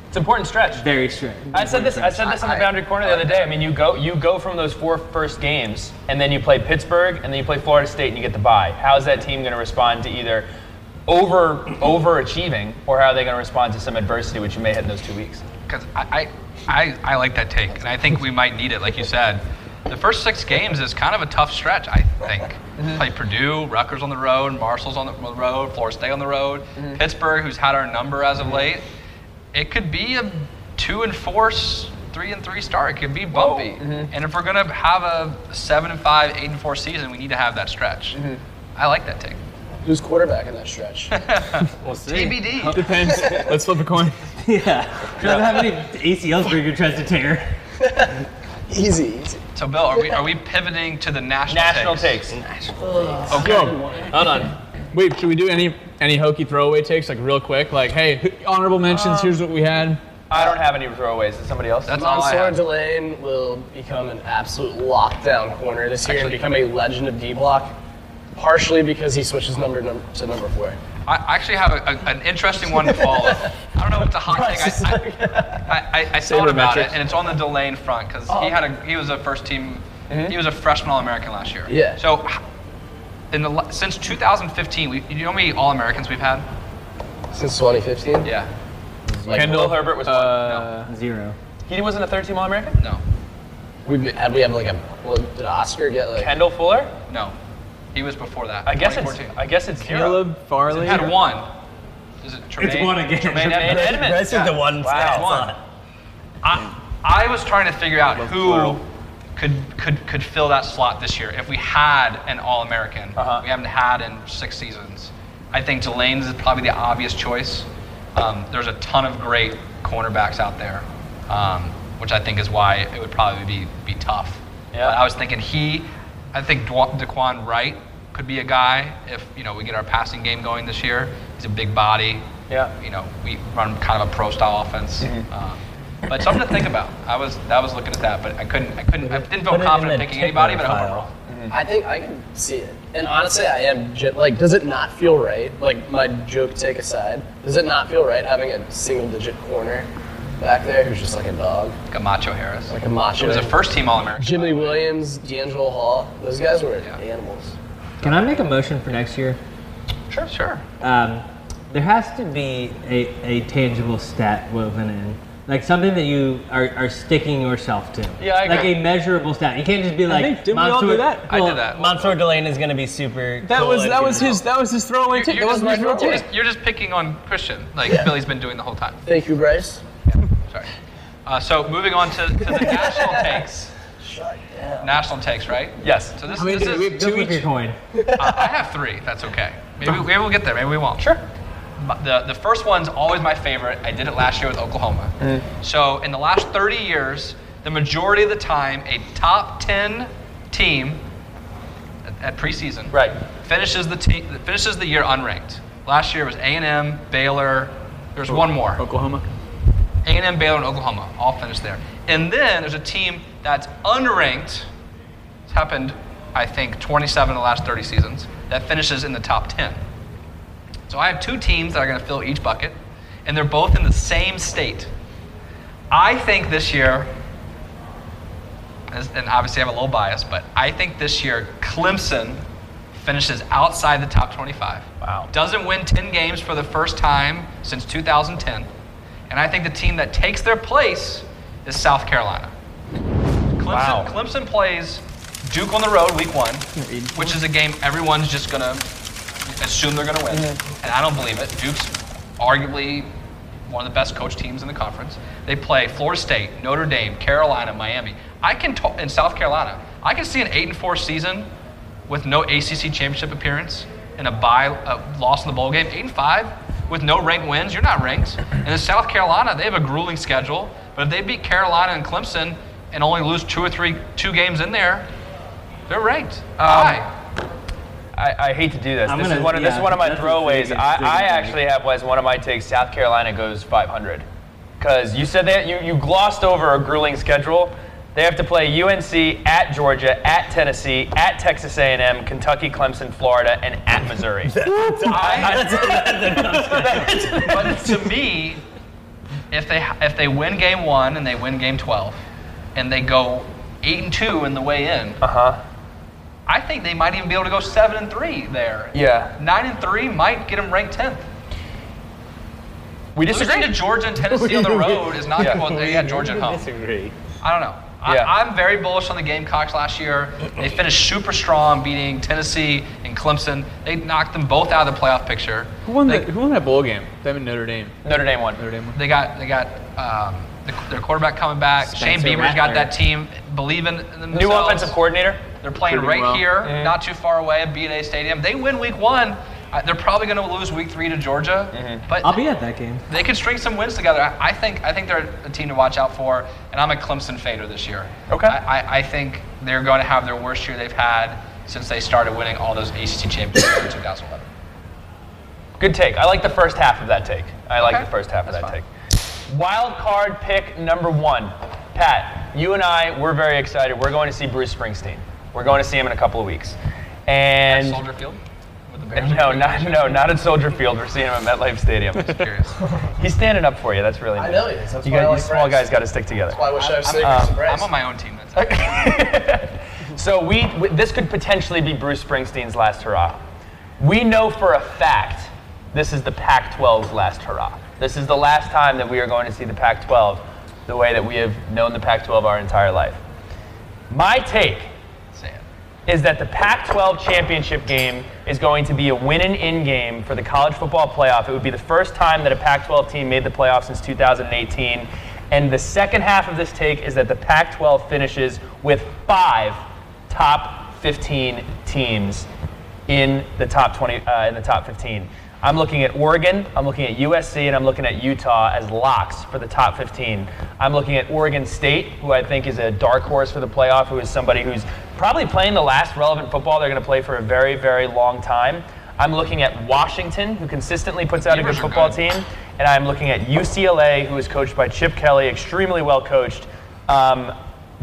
Speaker 1: It's an important stretch.
Speaker 6: very strict.
Speaker 1: I said this. I said this on the Boundary Corner the other day. I mean, you go you go from those four first games, and then you play Pittsburgh, and then you play Florida State, and you get the bye. How is that team going to respond to either over overachieving, or how are they going to respond to some adversity which you may hit in those two weeks?
Speaker 9: Because I, I, I, I like that take, and I think we might need it, like you said. The first six games is kind of a tough stretch, I think.
Speaker 1: Mm-hmm.
Speaker 9: Play Purdue, Rutgers on the road, Marshall's on the road, Florida State on the road,
Speaker 1: Mm-hmm.
Speaker 9: Pittsburgh, who's had our number as of late. It could be a two and four, s- three and three start. It could be bumpy.
Speaker 1: Mm-hmm.
Speaker 9: And if we're gonna have a seven and five, eight and four season, we need to have that stretch.
Speaker 1: Mm-hmm.
Speaker 9: I like that take.
Speaker 10: Who's quarterback in that stretch?
Speaker 9: TBD.
Speaker 2: Depends. Let's flip a coin.
Speaker 6: Yeah. Do have any E ACLs Bridger tries to tear?
Speaker 10: easy, easy.
Speaker 9: So, Bill, are we are we pivoting to the national
Speaker 1: National
Speaker 9: takes?
Speaker 1: takes.
Speaker 16: Hold on.
Speaker 2: Wait, should we do any any hokey throwaway takes like real quick? Like, hey, honorable mentions. here's what we had.
Speaker 1: I don't have any throwaways. Is somebody else?
Speaker 9: That's all I
Speaker 10: Mansour
Speaker 9: have.
Speaker 10: Delane will become an absolute lockdown corner this year and become a legend of D block, partially because he switches number, number to number four.
Speaker 9: I actually have a, a- an interesting one to follow. I don't know if it's a hot thing. I, I, I, I, I thought about it, and it's on the Delane front because he had a he was a first team, he was a freshman All American last year.
Speaker 10: Yeah.
Speaker 9: So, h- in the la- since 2015, we, you know how many All Americans we've had?
Speaker 10: Since 2015?
Speaker 9: Yeah.
Speaker 1: Kendall Herbert was.
Speaker 17: Uh,
Speaker 6: Zero.
Speaker 1: he wasn't a third-team All-American.
Speaker 9: No.
Speaker 10: We've been, had we have like a. Well, did Oscar get like.
Speaker 1: Kendall Fuller.
Speaker 9: No. He was before that.
Speaker 1: I guess it's.
Speaker 9: 2014.
Speaker 1: I guess it's zero.
Speaker 2: Caleb Farley.
Speaker 9: He had one. Is it Tremaine?
Speaker 16: one again.
Speaker 9: Tremaine Edmonds.
Speaker 1: Tremaine Edmonds.
Speaker 16: Rest of the ones
Speaker 1: Wow.
Speaker 16: that's
Speaker 9: One.
Speaker 16: on.
Speaker 9: I, I was trying to figure out who could, could could fill that slot this year. If we had an All American,
Speaker 1: Uh-huh.
Speaker 9: we haven't had in six seasons. I think Delane's is probably the obvious choice. Um, there's a ton of great cornerbacks out there, um, which I think is why it would probably be be tough.
Speaker 1: Yeah.
Speaker 9: But I was thinking he, I think Dwa- Daquan Wright could be a guy if you know we get our passing game going this year. He's a big body
Speaker 1: Yeah.
Speaker 9: you know, we run kind of a pro style offense. Um, but something to think about. I was I was looking at that, but I couldn't I couldn't I didn't feel
Speaker 16: Put it in
Speaker 9: confident
Speaker 16: the
Speaker 9: picking anybody, but I hope I'm
Speaker 16: tickler
Speaker 9: wrong.
Speaker 10: I think I can see it. And honestly, I am. gen- Like, does it not feel right? Like, my joke take aside, does it not feel right having a single digit corner back there who's just like a dog?
Speaker 9: Camacho Harris.
Speaker 10: Like a macho.
Speaker 9: He was a first team All American.
Speaker 10: Jimmy Williams, D'Angelo Hall, those guys were
Speaker 9: Yeah.
Speaker 10: animals.
Speaker 6: Can I make a motion for next year?
Speaker 9: Sure, sure.
Speaker 6: Um, there has to be a, a tangible stat woven in
Speaker 7: Like something that you are, are sticking yourself to.
Speaker 8: Yeah, I
Speaker 7: Like
Speaker 8: agree.
Speaker 7: a measurable stat. You can't just be like,
Speaker 6: think- didn't we all do
Speaker 7: "Monsieur-
Speaker 6: that?
Speaker 9: I did
Speaker 7: well,
Speaker 9: that.
Speaker 7: Monsieur Delane is going to be super.
Speaker 8: That
Speaker 7: cool
Speaker 8: was
Speaker 7: at
Speaker 8: that was
Speaker 7: funeral."
Speaker 8: his that was his throwaway take. That
Speaker 9: You're,
Speaker 8: was
Speaker 9: just,
Speaker 8: his
Speaker 9: you're,
Speaker 8: throwaway.
Speaker 9: just, you're just picking on Christian, like Billy's been doing the whole time.
Speaker 10: Thank you, Bryce.
Speaker 9: Sorry. Uh, so moving on to, to the national takes. National takes, right?
Speaker 1: Yes.
Speaker 9: So this,
Speaker 7: I mean,
Speaker 9: this
Speaker 7: dude,
Speaker 9: is
Speaker 7: we have two your coin.
Speaker 9: Uh, I have three. That's okay. Maybe, maybe we'll get there. Maybe we won't. Sure. The, the first one's always my favorite. I did it last year with Oklahoma. So, in the last 30 years, the majority of the time, a top 10 team at, at preseason
Speaker 1: Right.
Speaker 9: finishes the te- finishes the year unranked. Last year was A&M, Baylor. There's one more.
Speaker 13: Oklahoma.
Speaker 9: A&M, Baylor, and Oklahoma all finished there. And then there's a team that's unranked. It's happened, I think, 27 of the last 30 seasons that finishes in the top 10. So I have two teams that are going to fill each bucket, and they're both in the same state. I think this year, as- and obviously I'm a little biased, but I think this year Clemson finishes outside the top 25.
Speaker 1: Wow.
Speaker 9: Doesn't win 10 games for the first time since 2010. And I think the team that takes their place is South Carolina. Clemson,
Speaker 1: Wow.
Speaker 9: Clemson plays Duke on the road week one, which is a game everyone's just going to assume they're going to win. And I don't believe it. Duke's arguably one of the best coach teams in the conference. They play Florida State, Notre Dame, Carolina, Miami. I can t- in South Carolina. I can see an eight and four season with no ACC championship appearance and a bye a loss in the bowl game. Eight and five with no ranked wins. You're not ranked. And in South Carolina, they have a grueling schedule. But if they beat Carolina and Clemson and only lose two or three two games in there, they're ranked. Why?
Speaker 1: I, I hate to do this.
Speaker 7: I'm
Speaker 1: This,
Speaker 7: gonna-
Speaker 1: is one of, this
Speaker 7: yeah,
Speaker 1: is one of my
Speaker 7: that's a
Speaker 1: throwaways.
Speaker 7: pretty
Speaker 1: I,
Speaker 7: good
Speaker 1: I
Speaker 7: thing.
Speaker 1: actually have as one of my takes South Carolina goes 500. Because you said that you, you glossed over a grueling schedule. They have to play UNC at Georgia, at Tennessee, at Texas A&M, Kentucky, Clemson, Florida, and at Missouri.
Speaker 9: but to me, if they if they win game one and they win game twelve, and they go eight and two in the way in,
Speaker 1: uh huh.
Speaker 9: I think they might even be able to go seven and three there.
Speaker 1: Yeah.
Speaker 9: Nine and three might get them ranked tenth.
Speaker 1: We
Speaker 9: Losing
Speaker 1: disagree.
Speaker 9: to Georgia and Tennessee on the road is not
Speaker 1: Yeah.
Speaker 9: well. They had Georgia at home.
Speaker 6: Disagree.
Speaker 9: I don't know. I,
Speaker 1: Yeah.
Speaker 9: I'm very bullish on the Gamecocks last year. They finished super strong, beating Tennessee and Clemson. They knocked them both out of the playoff picture.
Speaker 13: Who won,
Speaker 9: They-
Speaker 13: that, who won that bowl game? Them and Notre Dame.
Speaker 1: Notre Dame won.
Speaker 13: Notre Dame won.
Speaker 9: They got they got um, the, their quarterback coming back. Shane
Speaker 7: Spencer
Speaker 9: Beamer's got
Speaker 7: Rattler.
Speaker 9: that team believing in themselves.
Speaker 1: New offensive coordinator.
Speaker 9: They're playing
Speaker 13: Pretty
Speaker 9: right
Speaker 13: well.
Speaker 9: here, not too far away at B&A Stadium. They win week one. Uh, they're probably going to lose week three to Georgia, but
Speaker 6: I'll be at that game.
Speaker 9: they could string some wins together. I, I think I think they're a team to watch out for, and I'm a Clemson fader this year.
Speaker 1: Okay.
Speaker 9: I, I, I think they're going to have their worst year they've had since they started winning all those ACC championships in 2011.
Speaker 1: Good take. I like the first half of that take. I like
Speaker 9: Okay.
Speaker 1: the first half of
Speaker 9: That's
Speaker 1: that
Speaker 9: fine.
Speaker 1: take. Wild card pick number one. Pat, you and I, we're very excited. We're going to see Bruce Springsteen. We're going to see him in a couple of weeks. And
Speaker 9: Soldier Field with the Bears.
Speaker 1: no, not no, not at Soldier Field. We're seeing him at MetLife Stadium.
Speaker 9: Curious.
Speaker 1: He's standing up for you. That's really nice.
Speaker 10: I know he is. That's
Speaker 1: You
Speaker 10: why
Speaker 1: got,
Speaker 10: I
Speaker 1: you
Speaker 10: like
Speaker 1: small
Speaker 10: Bryce.
Speaker 1: guys got to stick together.
Speaker 10: Why I wish I was sitting
Speaker 1: um,
Speaker 10: next to Bryce.
Speaker 9: I'm on my own team. That's
Speaker 1: so we, w this could potentially be Bruce Springsteen's last hurrah. We know for a fact this is the Pac-12's last hurrah. This is the last time that we are going to see the Pac-12 the way that we have known the Pac-12 our entire life. My take
Speaker 9: Say it.
Speaker 1: is that the Pac-12 championship game is going to be a win and in game for the college football playoff. It would be the first time that a Pac-12 team made the playoff since 2018. And the second half of this take is that the Pac-12 finishes with five top 15 teams in the top 20 uh, in the top 15. I'm looking at Oregon, I'm looking at USC, and I'm looking at Utah as locks for the top 15. I'm looking at Oregon State, who I think is a dark horse for the playoff, who is somebody who's probably playing the last relevant football they're going to play for a very, very long time. I'm looking at Washington, who consistently puts out a good
Speaker 9: Beavers are
Speaker 1: football
Speaker 9: good.
Speaker 1: team team, and I'm looking at UCLA, who is coached by Chip Kelly, extremely well coached. Um,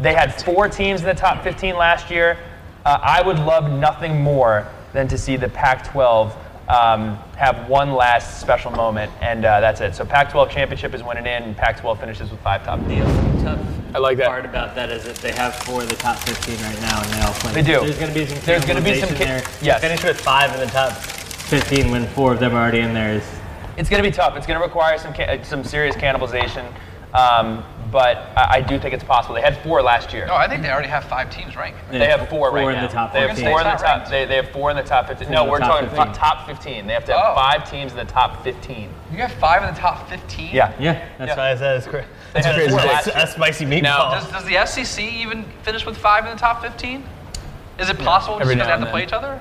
Speaker 1: they had four teams in the top 15 last year. Uh, I would love nothing more than to see the Pac 12 um, have one last special moment, and uh, that's it. So, Pac 12 championship is winning in, and Pac 12 finishes with five top
Speaker 7: The only tough
Speaker 1: I like that.
Speaker 7: part about that is that they have four of the top 15 right now, and they all play.
Speaker 1: They do.
Speaker 7: There's going to be some.
Speaker 1: There's gonna be some
Speaker 7: cannibalization
Speaker 1: ca-
Speaker 7: there.
Speaker 1: yes.
Speaker 7: Finish with five in the top 15 when four of them are already in there. Is
Speaker 1: It's going to be tough. It's going to require some ca- some serious uh, cannibalization. Um, but I, I do think it's possible. They had four last year.
Speaker 9: No, Oh, I think they already have five teams ranked.
Speaker 1: They
Speaker 7: uh,
Speaker 1: have four, right
Speaker 6: Oh. Four in
Speaker 1: now.
Speaker 6: the top
Speaker 1: They have
Speaker 6: 15.
Speaker 1: four in the
Speaker 9: State's not
Speaker 1: top. They, they have four in the top fifteen. No,
Speaker 6: in the
Speaker 1: we're
Speaker 6: top
Speaker 1: talking
Speaker 6: 15.
Speaker 1: fi- top fifteen. They have to have
Speaker 9: Oh.
Speaker 1: five teams in the top fifteen.
Speaker 9: You got five in the top 15?
Speaker 6: Yeah, that's
Speaker 1: Yeah.
Speaker 6: why I said it's crazy.
Speaker 1: That's crazy.
Speaker 6: That's a spicy meatball.
Speaker 9: Does, does the FCC even finish with five in the top 15? Is it possible just
Speaker 13: Every
Speaker 9: because
Speaker 13: now
Speaker 9: they have
Speaker 13: and
Speaker 9: to play
Speaker 13: then.
Speaker 9: each other?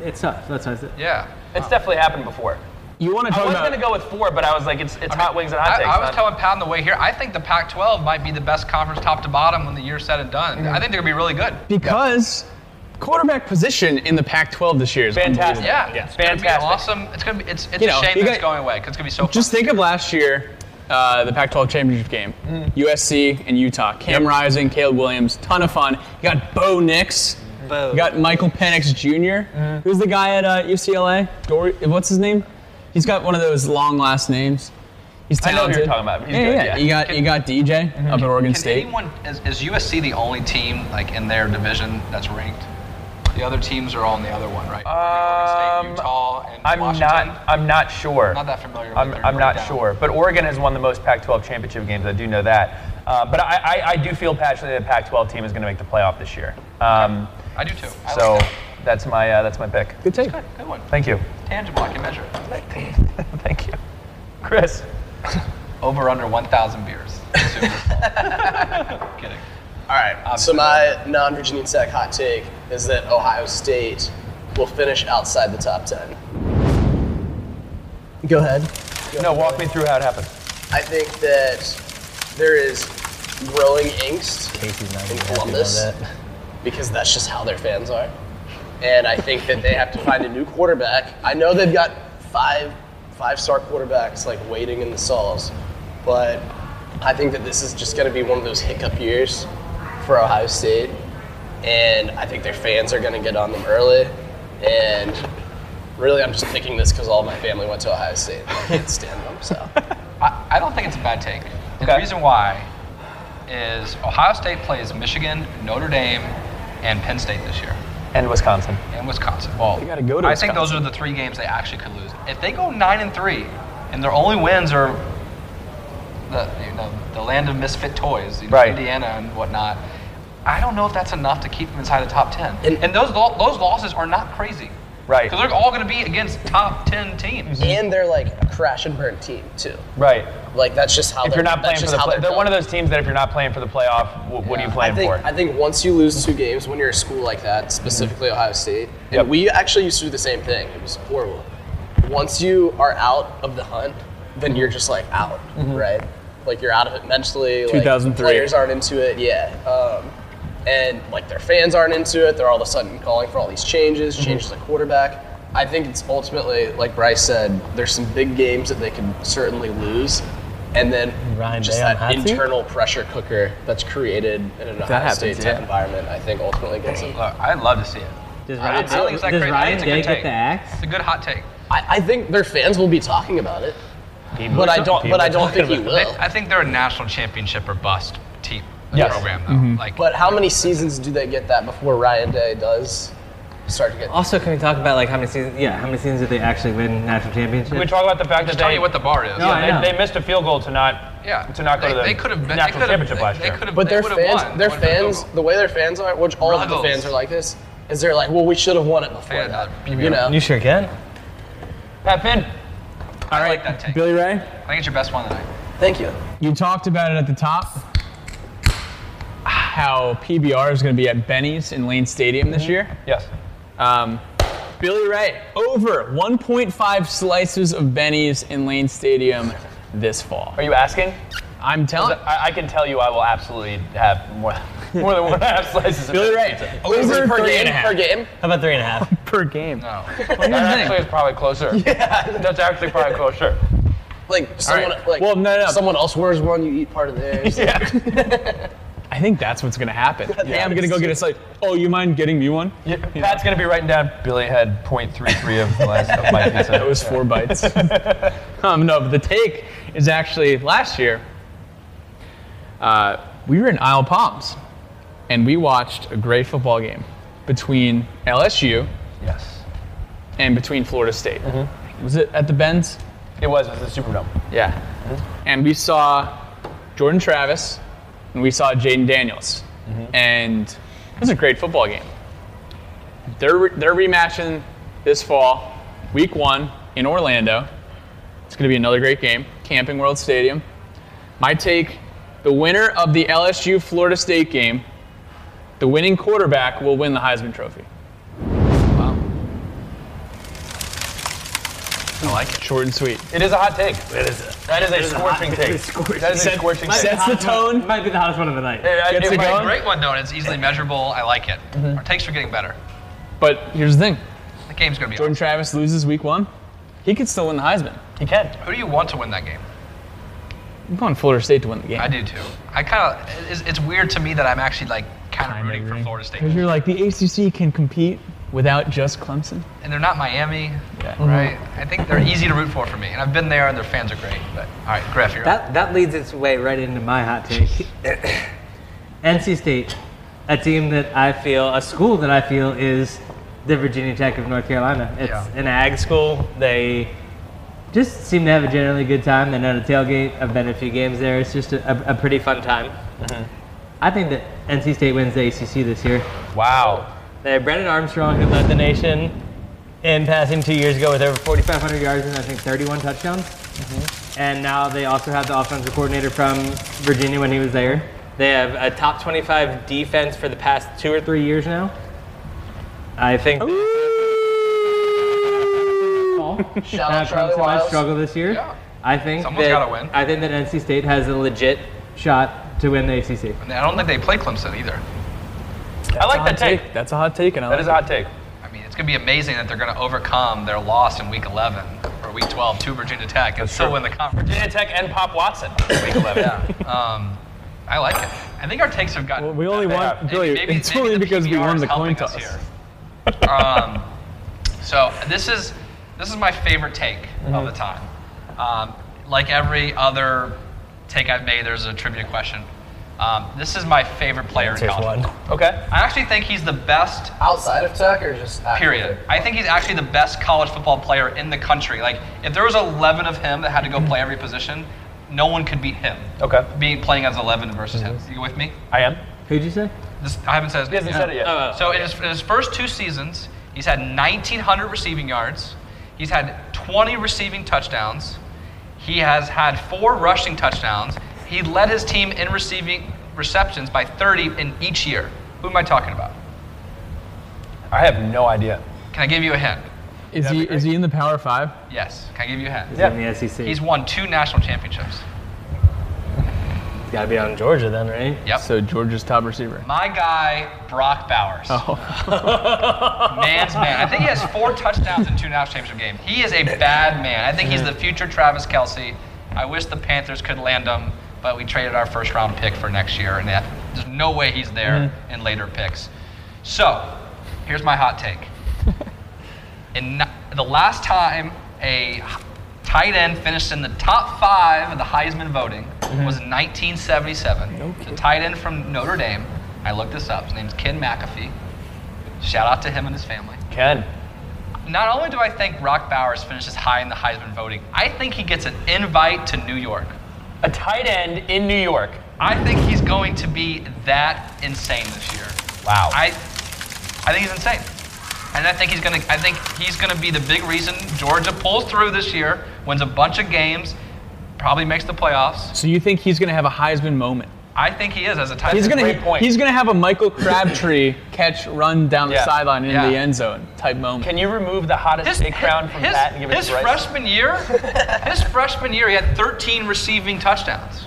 Speaker 6: It's tough. That's why I said.
Speaker 9: Yeah.
Speaker 1: It's definitely happened before.
Speaker 13: You want to
Speaker 1: I
Speaker 13: talk
Speaker 1: was
Speaker 13: about?
Speaker 1: gonna go with four, but I was like, it's it's hot wings and hot
Speaker 9: I,
Speaker 1: takes.
Speaker 9: I was
Speaker 1: not-
Speaker 9: telling Pound the way here. I think the Pac-12 might be the best conference, top to bottom, when the year's said and done. I think they're gonna be really good.
Speaker 2: Because quarterback position in the Pac-12 this year is
Speaker 1: fantastic.
Speaker 2: unbelievable.
Speaker 9: Yeah, it's gonna be
Speaker 1: Fantastic.
Speaker 9: awesome. It's gonna be. It's it's
Speaker 2: You
Speaker 9: a
Speaker 2: know,
Speaker 9: shame
Speaker 2: you
Speaker 9: that it's
Speaker 2: got-
Speaker 9: going away because it's gonna be so. Fun.
Speaker 2: Just think of last year, uh, the Pac-12 championship game,
Speaker 1: Mm-hmm.
Speaker 2: USC and Utah. Cam Rising, Caleb Williams, ton of fun. You got Bo Nix. You got Michael Penix Jr.
Speaker 1: Mm-hmm.
Speaker 2: Who's the guy at uh, UCLA? Dory, what's his name? He's got one of those long last names. He's
Speaker 1: I know who
Speaker 2: talented.
Speaker 1: you're talking about. He's
Speaker 2: yeah,
Speaker 1: good,
Speaker 2: yeah,
Speaker 1: yeah. Mm-hmm.
Speaker 2: You got you got DJ up at Oregon
Speaker 9: Can
Speaker 2: State.
Speaker 9: anyone is, is USC the only team like in their division that's ranked? The other teams are all in the other one, right? I think Oregon
Speaker 1: Um,
Speaker 9: State, Utah, and
Speaker 1: I'm
Speaker 9: Washington.
Speaker 1: not. I'm not sure.
Speaker 9: Not that familiar. With
Speaker 1: I'm,
Speaker 9: their
Speaker 1: I'm not
Speaker 9: breakdown.
Speaker 1: sure. But Oregon has won the most Pac-12 championship games. I do know that. Uh, but I, I, I do feel passionately that the Pac-12 team is going to make the playoff this year. Um,
Speaker 9: I do too. I
Speaker 1: so
Speaker 9: like that.
Speaker 1: Oh, that's my uh, that's my pick.
Speaker 2: Good take.
Speaker 9: good, good one.
Speaker 1: Thank you.
Speaker 9: Tangible. I can measure. it.
Speaker 1: Thank you, Chris.
Speaker 9: Over under 1,000 beers. Super. Kidding.
Speaker 10: All right. So my non-Virginia Tech hot take is that Ohio State will finish outside the top ten. Go ahead.
Speaker 1: No, walk me through how it happened.
Speaker 10: I think that there is growing angst in Columbus because that's just how their fans are. And I think that they have to find a new quarterback. I know they've got five five star quarterbacks like waiting in the stalls, but I think that this is just going to be one of those hiccup years for Ohio State. And I think their fans are going to get on them early. And really, I'm just picking this because all my family went to Ohio State. I can't stand them, so.
Speaker 9: I, I don't think it's a bad take. And The
Speaker 1: Okay.
Speaker 9: reason why is Ohio State plays Michigan, Notre Dame, and Penn State this year,
Speaker 1: And Wisconsin.
Speaker 9: and Wisconsin. Well, they
Speaker 2: gotta go to
Speaker 9: I think those are the three games they actually could lose. If they go nine and three, and their only wins are the you know the land of misfit toys, you know,
Speaker 1: Right.
Speaker 9: Indiana and whatnot. I don't know if that's enough to keep them inside the top ten.
Speaker 10: And-
Speaker 9: And, those lo- those losses are not crazy,
Speaker 1: Right.
Speaker 9: Because they're all going to be against top ten teams.
Speaker 10: and they're like a crash and burn team too.
Speaker 1: Right.
Speaker 10: Like that's just how
Speaker 1: If
Speaker 10: they're,
Speaker 1: you're not playing
Speaker 10: that's
Speaker 1: for
Speaker 10: just
Speaker 1: the
Speaker 10: how
Speaker 1: play,
Speaker 10: they're
Speaker 1: they're one of
Speaker 10: built.
Speaker 1: those teams that if you're not playing for the playoff, wh- what are you
Speaker 10: Yeah.
Speaker 1: playing
Speaker 10: I think,
Speaker 1: for?
Speaker 10: I think once you lose two games when you're a school like that, specifically Ohio State, and
Speaker 1: Yep.
Speaker 10: we actually used to do the same thing. It was horrible. Once you are out of the hunt, then you're just like out,
Speaker 1: Mm-hmm.
Speaker 10: right? Like you're out of it mentally. like,
Speaker 2: 2003.
Speaker 10: players aren't into it. Yeah. Um, and like their fans aren't into it. They're all of a sudden calling for all these changes,
Speaker 1: Mm-hmm.
Speaker 10: changes at quarterback. I think it's ultimately, like Bryce said, there's some big games that they can certainly lose, and then
Speaker 6: Ryan
Speaker 10: just
Speaker 6: Day on hot
Speaker 10: that
Speaker 6: seat?
Speaker 10: internal pressure cooker that's created in an Ohio
Speaker 2: happens,
Speaker 10: State type
Speaker 2: yeah.
Speaker 10: environment. I think ultimately gets them.
Speaker 9: Look, I'd love to see it.
Speaker 6: Does
Speaker 10: I
Speaker 6: Ryan,
Speaker 10: don't think
Speaker 6: Day,
Speaker 10: it's
Speaker 9: that
Speaker 6: does
Speaker 9: crazy. I
Speaker 6: Ryan
Speaker 9: think it's a
Speaker 6: Day
Speaker 9: good
Speaker 6: get
Speaker 9: take.
Speaker 6: the axe?
Speaker 9: It's a good hot take.
Speaker 10: I, I think their fans will be talking about it,
Speaker 1: People
Speaker 10: but
Speaker 1: are
Speaker 10: I
Speaker 1: talking-
Speaker 10: don't. But
Speaker 1: people
Speaker 10: I
Speaker 1: are
Speaker 10: don't think he
Speaker 9: They-
Speaker 10: will.
Speaker 9: I think they're a national championship or bust team
Speaker 1: Yes.
Speaker 9: program though.
Speaker 6: Mm-hmm.
Speaker 9: Like,
Speaker 10: But how many seasons do they get that before Ryan Day does start to get?
Speaker 2: Oh,
Speaker 6: Also, can we talk about like how many seasons? Yeah, how many seasons did they actually win national championships?
Speaker 1: Can we talk about the fact that
Speaker 9: just tell
Speaker 1: they,
Speaker 9: you what the bar is.
Speaker 6: No, I know.
Speaker 1: they, they missed a field goal to not
Speaker 9: yeah,
Speaker 1: to not go
Speaker 9: they,
Speaker 1: to the
Speaker 9: they could have been
Speaker 1: national
Speaker 9: they could've-
Speaker 1: championship
Speaker 9: they-
Speaker 1: last
Speaker 9: they
Speaker 1: year.
Speaker 9: could've-
Speaker 10: But
Speaker 9: they
Speaker 10: their
Speaker 9: would've
Speaker 10: fans,
Speaker 9: won.
Speaker 10: their
Speaker 9: They would've
Speaker 10: fans,
Speaker 9: been-
Speaker 10: the way their fans are, which all of the
Speaker 9: Ruggles.
Speaker 10: fans are like this, is they're like, well, we should have won it before
Speaker 9: Yeah,
Speaker 10: that.
Speaker 9: no,
Speaker 10: You know,
Speaker 6: you sure can.
Speaker 1: Pat Finn.
Speaker 9: I like that take.
Speaker 2: Billy Ray,
Speaker 9: I think it's your best one tonight.
Speaker 10: thank you.
Speaker 2: you talked about it at the top. How PBR is going to be at Benny's in Lane Stadium this year.
Speaker 1: Yes.
Speaker 2: Um, Billy Ray, over 1.5 slices of Benny's in Lane Stadium this fall.
Speaker 1: Are you asking?
Speaker 2: I'm telling
Speaker 1: I, I can tell you, I will absolutely have more, more than one and a half slices. Of
Speaker 2: Billy Ray, over
Speaker 10: per
Speaker 2: 30
Speaker 10: game,
Speaker 2: and a half.
Speaker 10: per game.
Speaker 6: How about three and a half?
Speaker 2: Per game.
Speaker 9: No.
Speaker 1: That actually is probably closer. That's actually probably closer.
Speaker 10: Like someone, like
Speaker 2: Well, no, no.
Speaker 10: someone else wears one, you eat part of theirs.
Speaker 2: I think that's what's gonna happen. Hey, I'm gonna go get a slice. Oh, you mind getting me one?
Speaker 1: Yeah, Pat's gonna be writing down. Billy had 0.33 of the last of my pizza.
Speaker 2: That was four bites. um, no, but the take is actually last year. Uh, we were in Isle Palms, and we watched a great football game between LSU
Speaker 1: yes.
Speaker 2: and between Florida State. Was it at the Benz?
Speaker 1: It was. It was the Superdome.
Speaker 2: Yeah. And we saw
Speaker 13: Jordan Travis, and we saw Jaden Daniels. And it was a great football game. They're, they're rematching this fall, week one in Orlando. It's going to be another great game, Camping World Stadium. My take the winner of the LSU Florida State game, the winning quarterback will win the Heisman Trophy. Wow. I like it. Short and sweet.
Speaker 9: It is a hot take. It is. A, that is a scorching take. That is a scorching take.
Speaker 13: Sets the tone.
Speaker 7: Might be the hottest one of the night.
Speaker 9: It,
Speaker 13: Gets
Speaker 9: it
Speaker 13: it
Speaker 9: was a
Speaker 13: going.
Speaker 9: great one though, and it's easily measurable. I like it. Our takes are getting better.
Speaker 13: But here's the thing
Speaker 9: The game's gonna be.
Speaker 13: Jordan Travis loses week one. He could still win the Heisman.
Speaker 1: He can.
Speaker 9: Awesome. Who do you want to win that game?
Speaker 13: I'm going Florida State to win the game.
Speaker 9: I do too. I kind of. It's, it's weird to me that I'm actually like kind of rooting for Florida State,
Speaker 13: Because
Speaker 9: and
Speaker 13: you're like, the ACC can compete without just Clemson.
Speaker 9: they're not Miami, right? I think they're easy to root for for me, and I've been there, and their fans are great. But all right, Griff, you're
Speaker 6: That
Speaker 9: up.
Speaker 6: that leads its way right into my hot take. NC State, a team that I feel, a school that I feel is the Virginia Tech of North Carolina. It's
Speaker 9: Yeah.
Speaker 6: an ag school. They just seem to have a generally good time. They know to tailgate. I've been to a few games there. It's just a, a, a pretty fun time. I think that NC State wins the ACC this year.
Speaker 1: Wow.
Speaker 6: They have Brendan Armstrong, who led the nation in passing two years ago with over 4,500 yards and I think 31 touchdowns. And now they also have the offensive coordinator from Virginia when he was there. They have a top 25 defense for the past two or three years now. I think.
Speaker 10: Shout
Speaker 6: Uh,
Speaker 10: out Charlie
Speaker 6: Clemson has
Speaker 10: Wiles.
Speaker 6: struggled this year.
Speaker 9: Yeah.
Speaker 6: I think
Speaker 9: Someone's
Speaker 6: that,
Speaker 9: gotta win.
Speaker 6: I think that NC State has a legit shot to win the ACC.
Speaker 9: And I don't think they play Clemson either.
Speaker 1: I like that take.
Speaker 13: That's a hot take, and I
Speaker 1: That is a hot take.
Speaker 9: I mean, it's going to be amazing that they're going to overcome their loss in Week 11 or Week 12 to Virginia Tech and still win the conference.
Speaker 1: Virginia Tech and Pop Watson.
Speaker 9: Week 11. yeah. Um, I like it. I think our takes have gotten.
Speaker 13: Well, we only
Speaker 1: Yeah.
Speaker 13: won, Billy, it's only because we won the coin toss.
Speaker 9: Here. um, so this is this is my favorite take of
Speaker 13: Mm-hmm.
Speaker 9: the time. Um, like every other take I've made, there's a trivia question. Um, this is my favorite player in college. football.
Speaker 1: Okay.
Speaker 9: I actually think he's the best
Speaker 10: Outside of Tech or just after
Speaker 9: Period.
Speaker 10: Tech?
Speaker 9: I think he's actually the best college football player in the country. Like, if there was 11 of him that had to go play
Speaker 13: Mm-hmm.
Speaker 9: every position, no one could beat him.
Speaker 1: Okay.
Speaker 9: Being playing as 11 versus
Speaker 13: Mm-hmm.
Speaker 9: him. You with me?
Speaker 1: I am.
Speaker 6: Who'd you say?
Speaker 9: This, I haven't said his
Speaker 1: He hasn't said it yet.
Speaker 9: So in his, in his first two seasons, he's had 1,900 receiving yards. He's had 20 receiving touchdowns. He has had four rushing touchdowns. He led his team in receiving receptions by 30 in each year. Who am I talking about?
Speaker 1: I have no idea.
Speaker 9: Can I give you a hint?
Speaker 13: Is he, is he in the Power Five?
Speaker 9: Yes. Can I give you a hint?
Speaker 1: Yeah.
Speaker 6: In the SEC.
Speaker 9: He's won two national championships.
Speaker 6: got to be on Georgia then, right?
Speaker 9: Yep.
Speaker 13: So Georgia's top receiver.
Speaker 9: My guy, Brock Bowers.
Speaker 13: Oh,
Speaker 9: Man's man. I think he has four touchdowns in two national championship games. He is a bad man. I think he's the future Travis Kelsey. I wish the Panthers could land him, but we traded our first round pick for next year, and that, there's no way he's there in later picks. So, here's my hot take. In n- the last time a h- tight end finished in the top five of the Heisman voting was in 1977. the tight end from Notre Dame. I looked this up. His name's Ken McAfee. Shout out to him and his family.
Speaker 1: Ken.
Speaker 9: Not only do I think Brock Bowers finishes high in the Heisman voting, I think he gets an invite to New York.
Speaker 1: A tight end in New York.
Speaker 9: I think he's going to be that insane this year.
Speaker 1: Wow.
Speaker 9: I, I think he's insane, and I think he's gonna. I think he's gonna be the big reason Georgia pulls through this year, wins a bunch of games, probably makes the playoffs.
Speaker 13: so you think he's going to have a Heisman moment?
Speaker 9: I think he is as a tight.
Speaker 13: He's
Speaker 9: end.
Speaker 13: going
Speaker 1: great
Speaker 13: to
Speaker 1: point.
Speaker 13: he's going to have a Michael Crabtree catch run down
Speaker 1: Yeah.
Speaker 13: the sideline into
Speaker 9: Yeah.
Speaker 13: the end zone type moment.
Speaker 1: Can you remove the hottest
Speaker 9: His,
Speaker 1: take crown from
Speaker 9: his,
Speaker 1: that and give it
Speaker 9: his
Speaker 1: to Bryce?
Speaker 9: freshman year, his freshman year, he had 13 receiving touchdowns.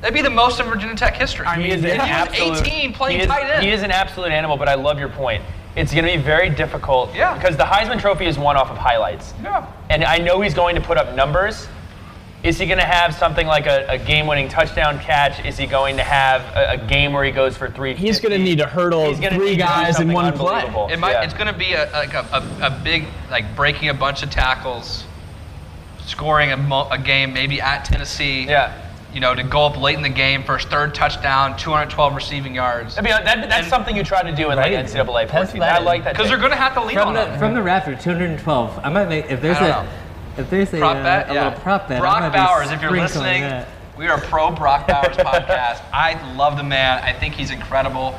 Speaker 9: That'd be the most in Virginia Tech history.
Speaker 1: he is
Speaker 9: And
Speaker 1: an
Speaker 9: he was
Speaker 1: absolute.
Speaker 9: 18 playing
Speaker 1: he is,
Speaker 9: tight end.
Speaker 1: He is an absolute animal, but I love your point. It's going to be very difficult.
Speaker 9: Yeah.
Speaker 1: Because the Heisman Trophy is won off of highlights.
Speaker 9: Yeah.
Speaker 1: And I know he's going to put up numbers. Is he going to have something like a, a game-winning touchdown catch? Is he going to have a, a game where he goes for three?
Speaker 13: he's going to need to hurdle
Speaker 1: He's gonna
Speaker 13: three
Speaker 1: need to do
Speaker 13: guys in
Speaker 1: something
Speaker 13: one play.
Speaker 1: unbelievable.
Speaker 9: It might,
Speaker 1: Yeah.
Speaker 9: It's going to be a, like a, a, a big, like breaking a bunch of tackles, scoring a, mo- a game maybe at Tennessee.
Speaker 1: Yeah.
Speaker 9: You know, to go up late in the game for his third touchdown, 212 receiving yards.
Speaker 1: I mean, that, that's
Speaker 9: And-
Speaker 1: something you try to do in like NCAA 14. I like that.
Speaker 9: Because
Speaker 1: take.
Speaker 9: they're going to have to lean
Speaker 6: From
Speaker 9: on
Speaker 6: the
Speaker 9: him.
Speaker 6: from the Raptor, 212. I might make if there's
Speaker 9: I don't
Speaker 6: a
Speaker 9: know.
Speaker 6: if there's a,
Speaker 9: Prop
Speaker 6: uh,
Speaker 9: bet?
Speaker 6: a
Speaker 9: Yeah.
Speaker 6: little prop bet. I
Speaker 9: Brock
Speaker 6: might be
Speaker 9: Bowers, if you're
Speaker 6: sprinkling
Speaker 9: listening,
Speaker 6: that.
Speaker 9: We are pro Brock Bowers podcast. I love the man. I think he's incredible.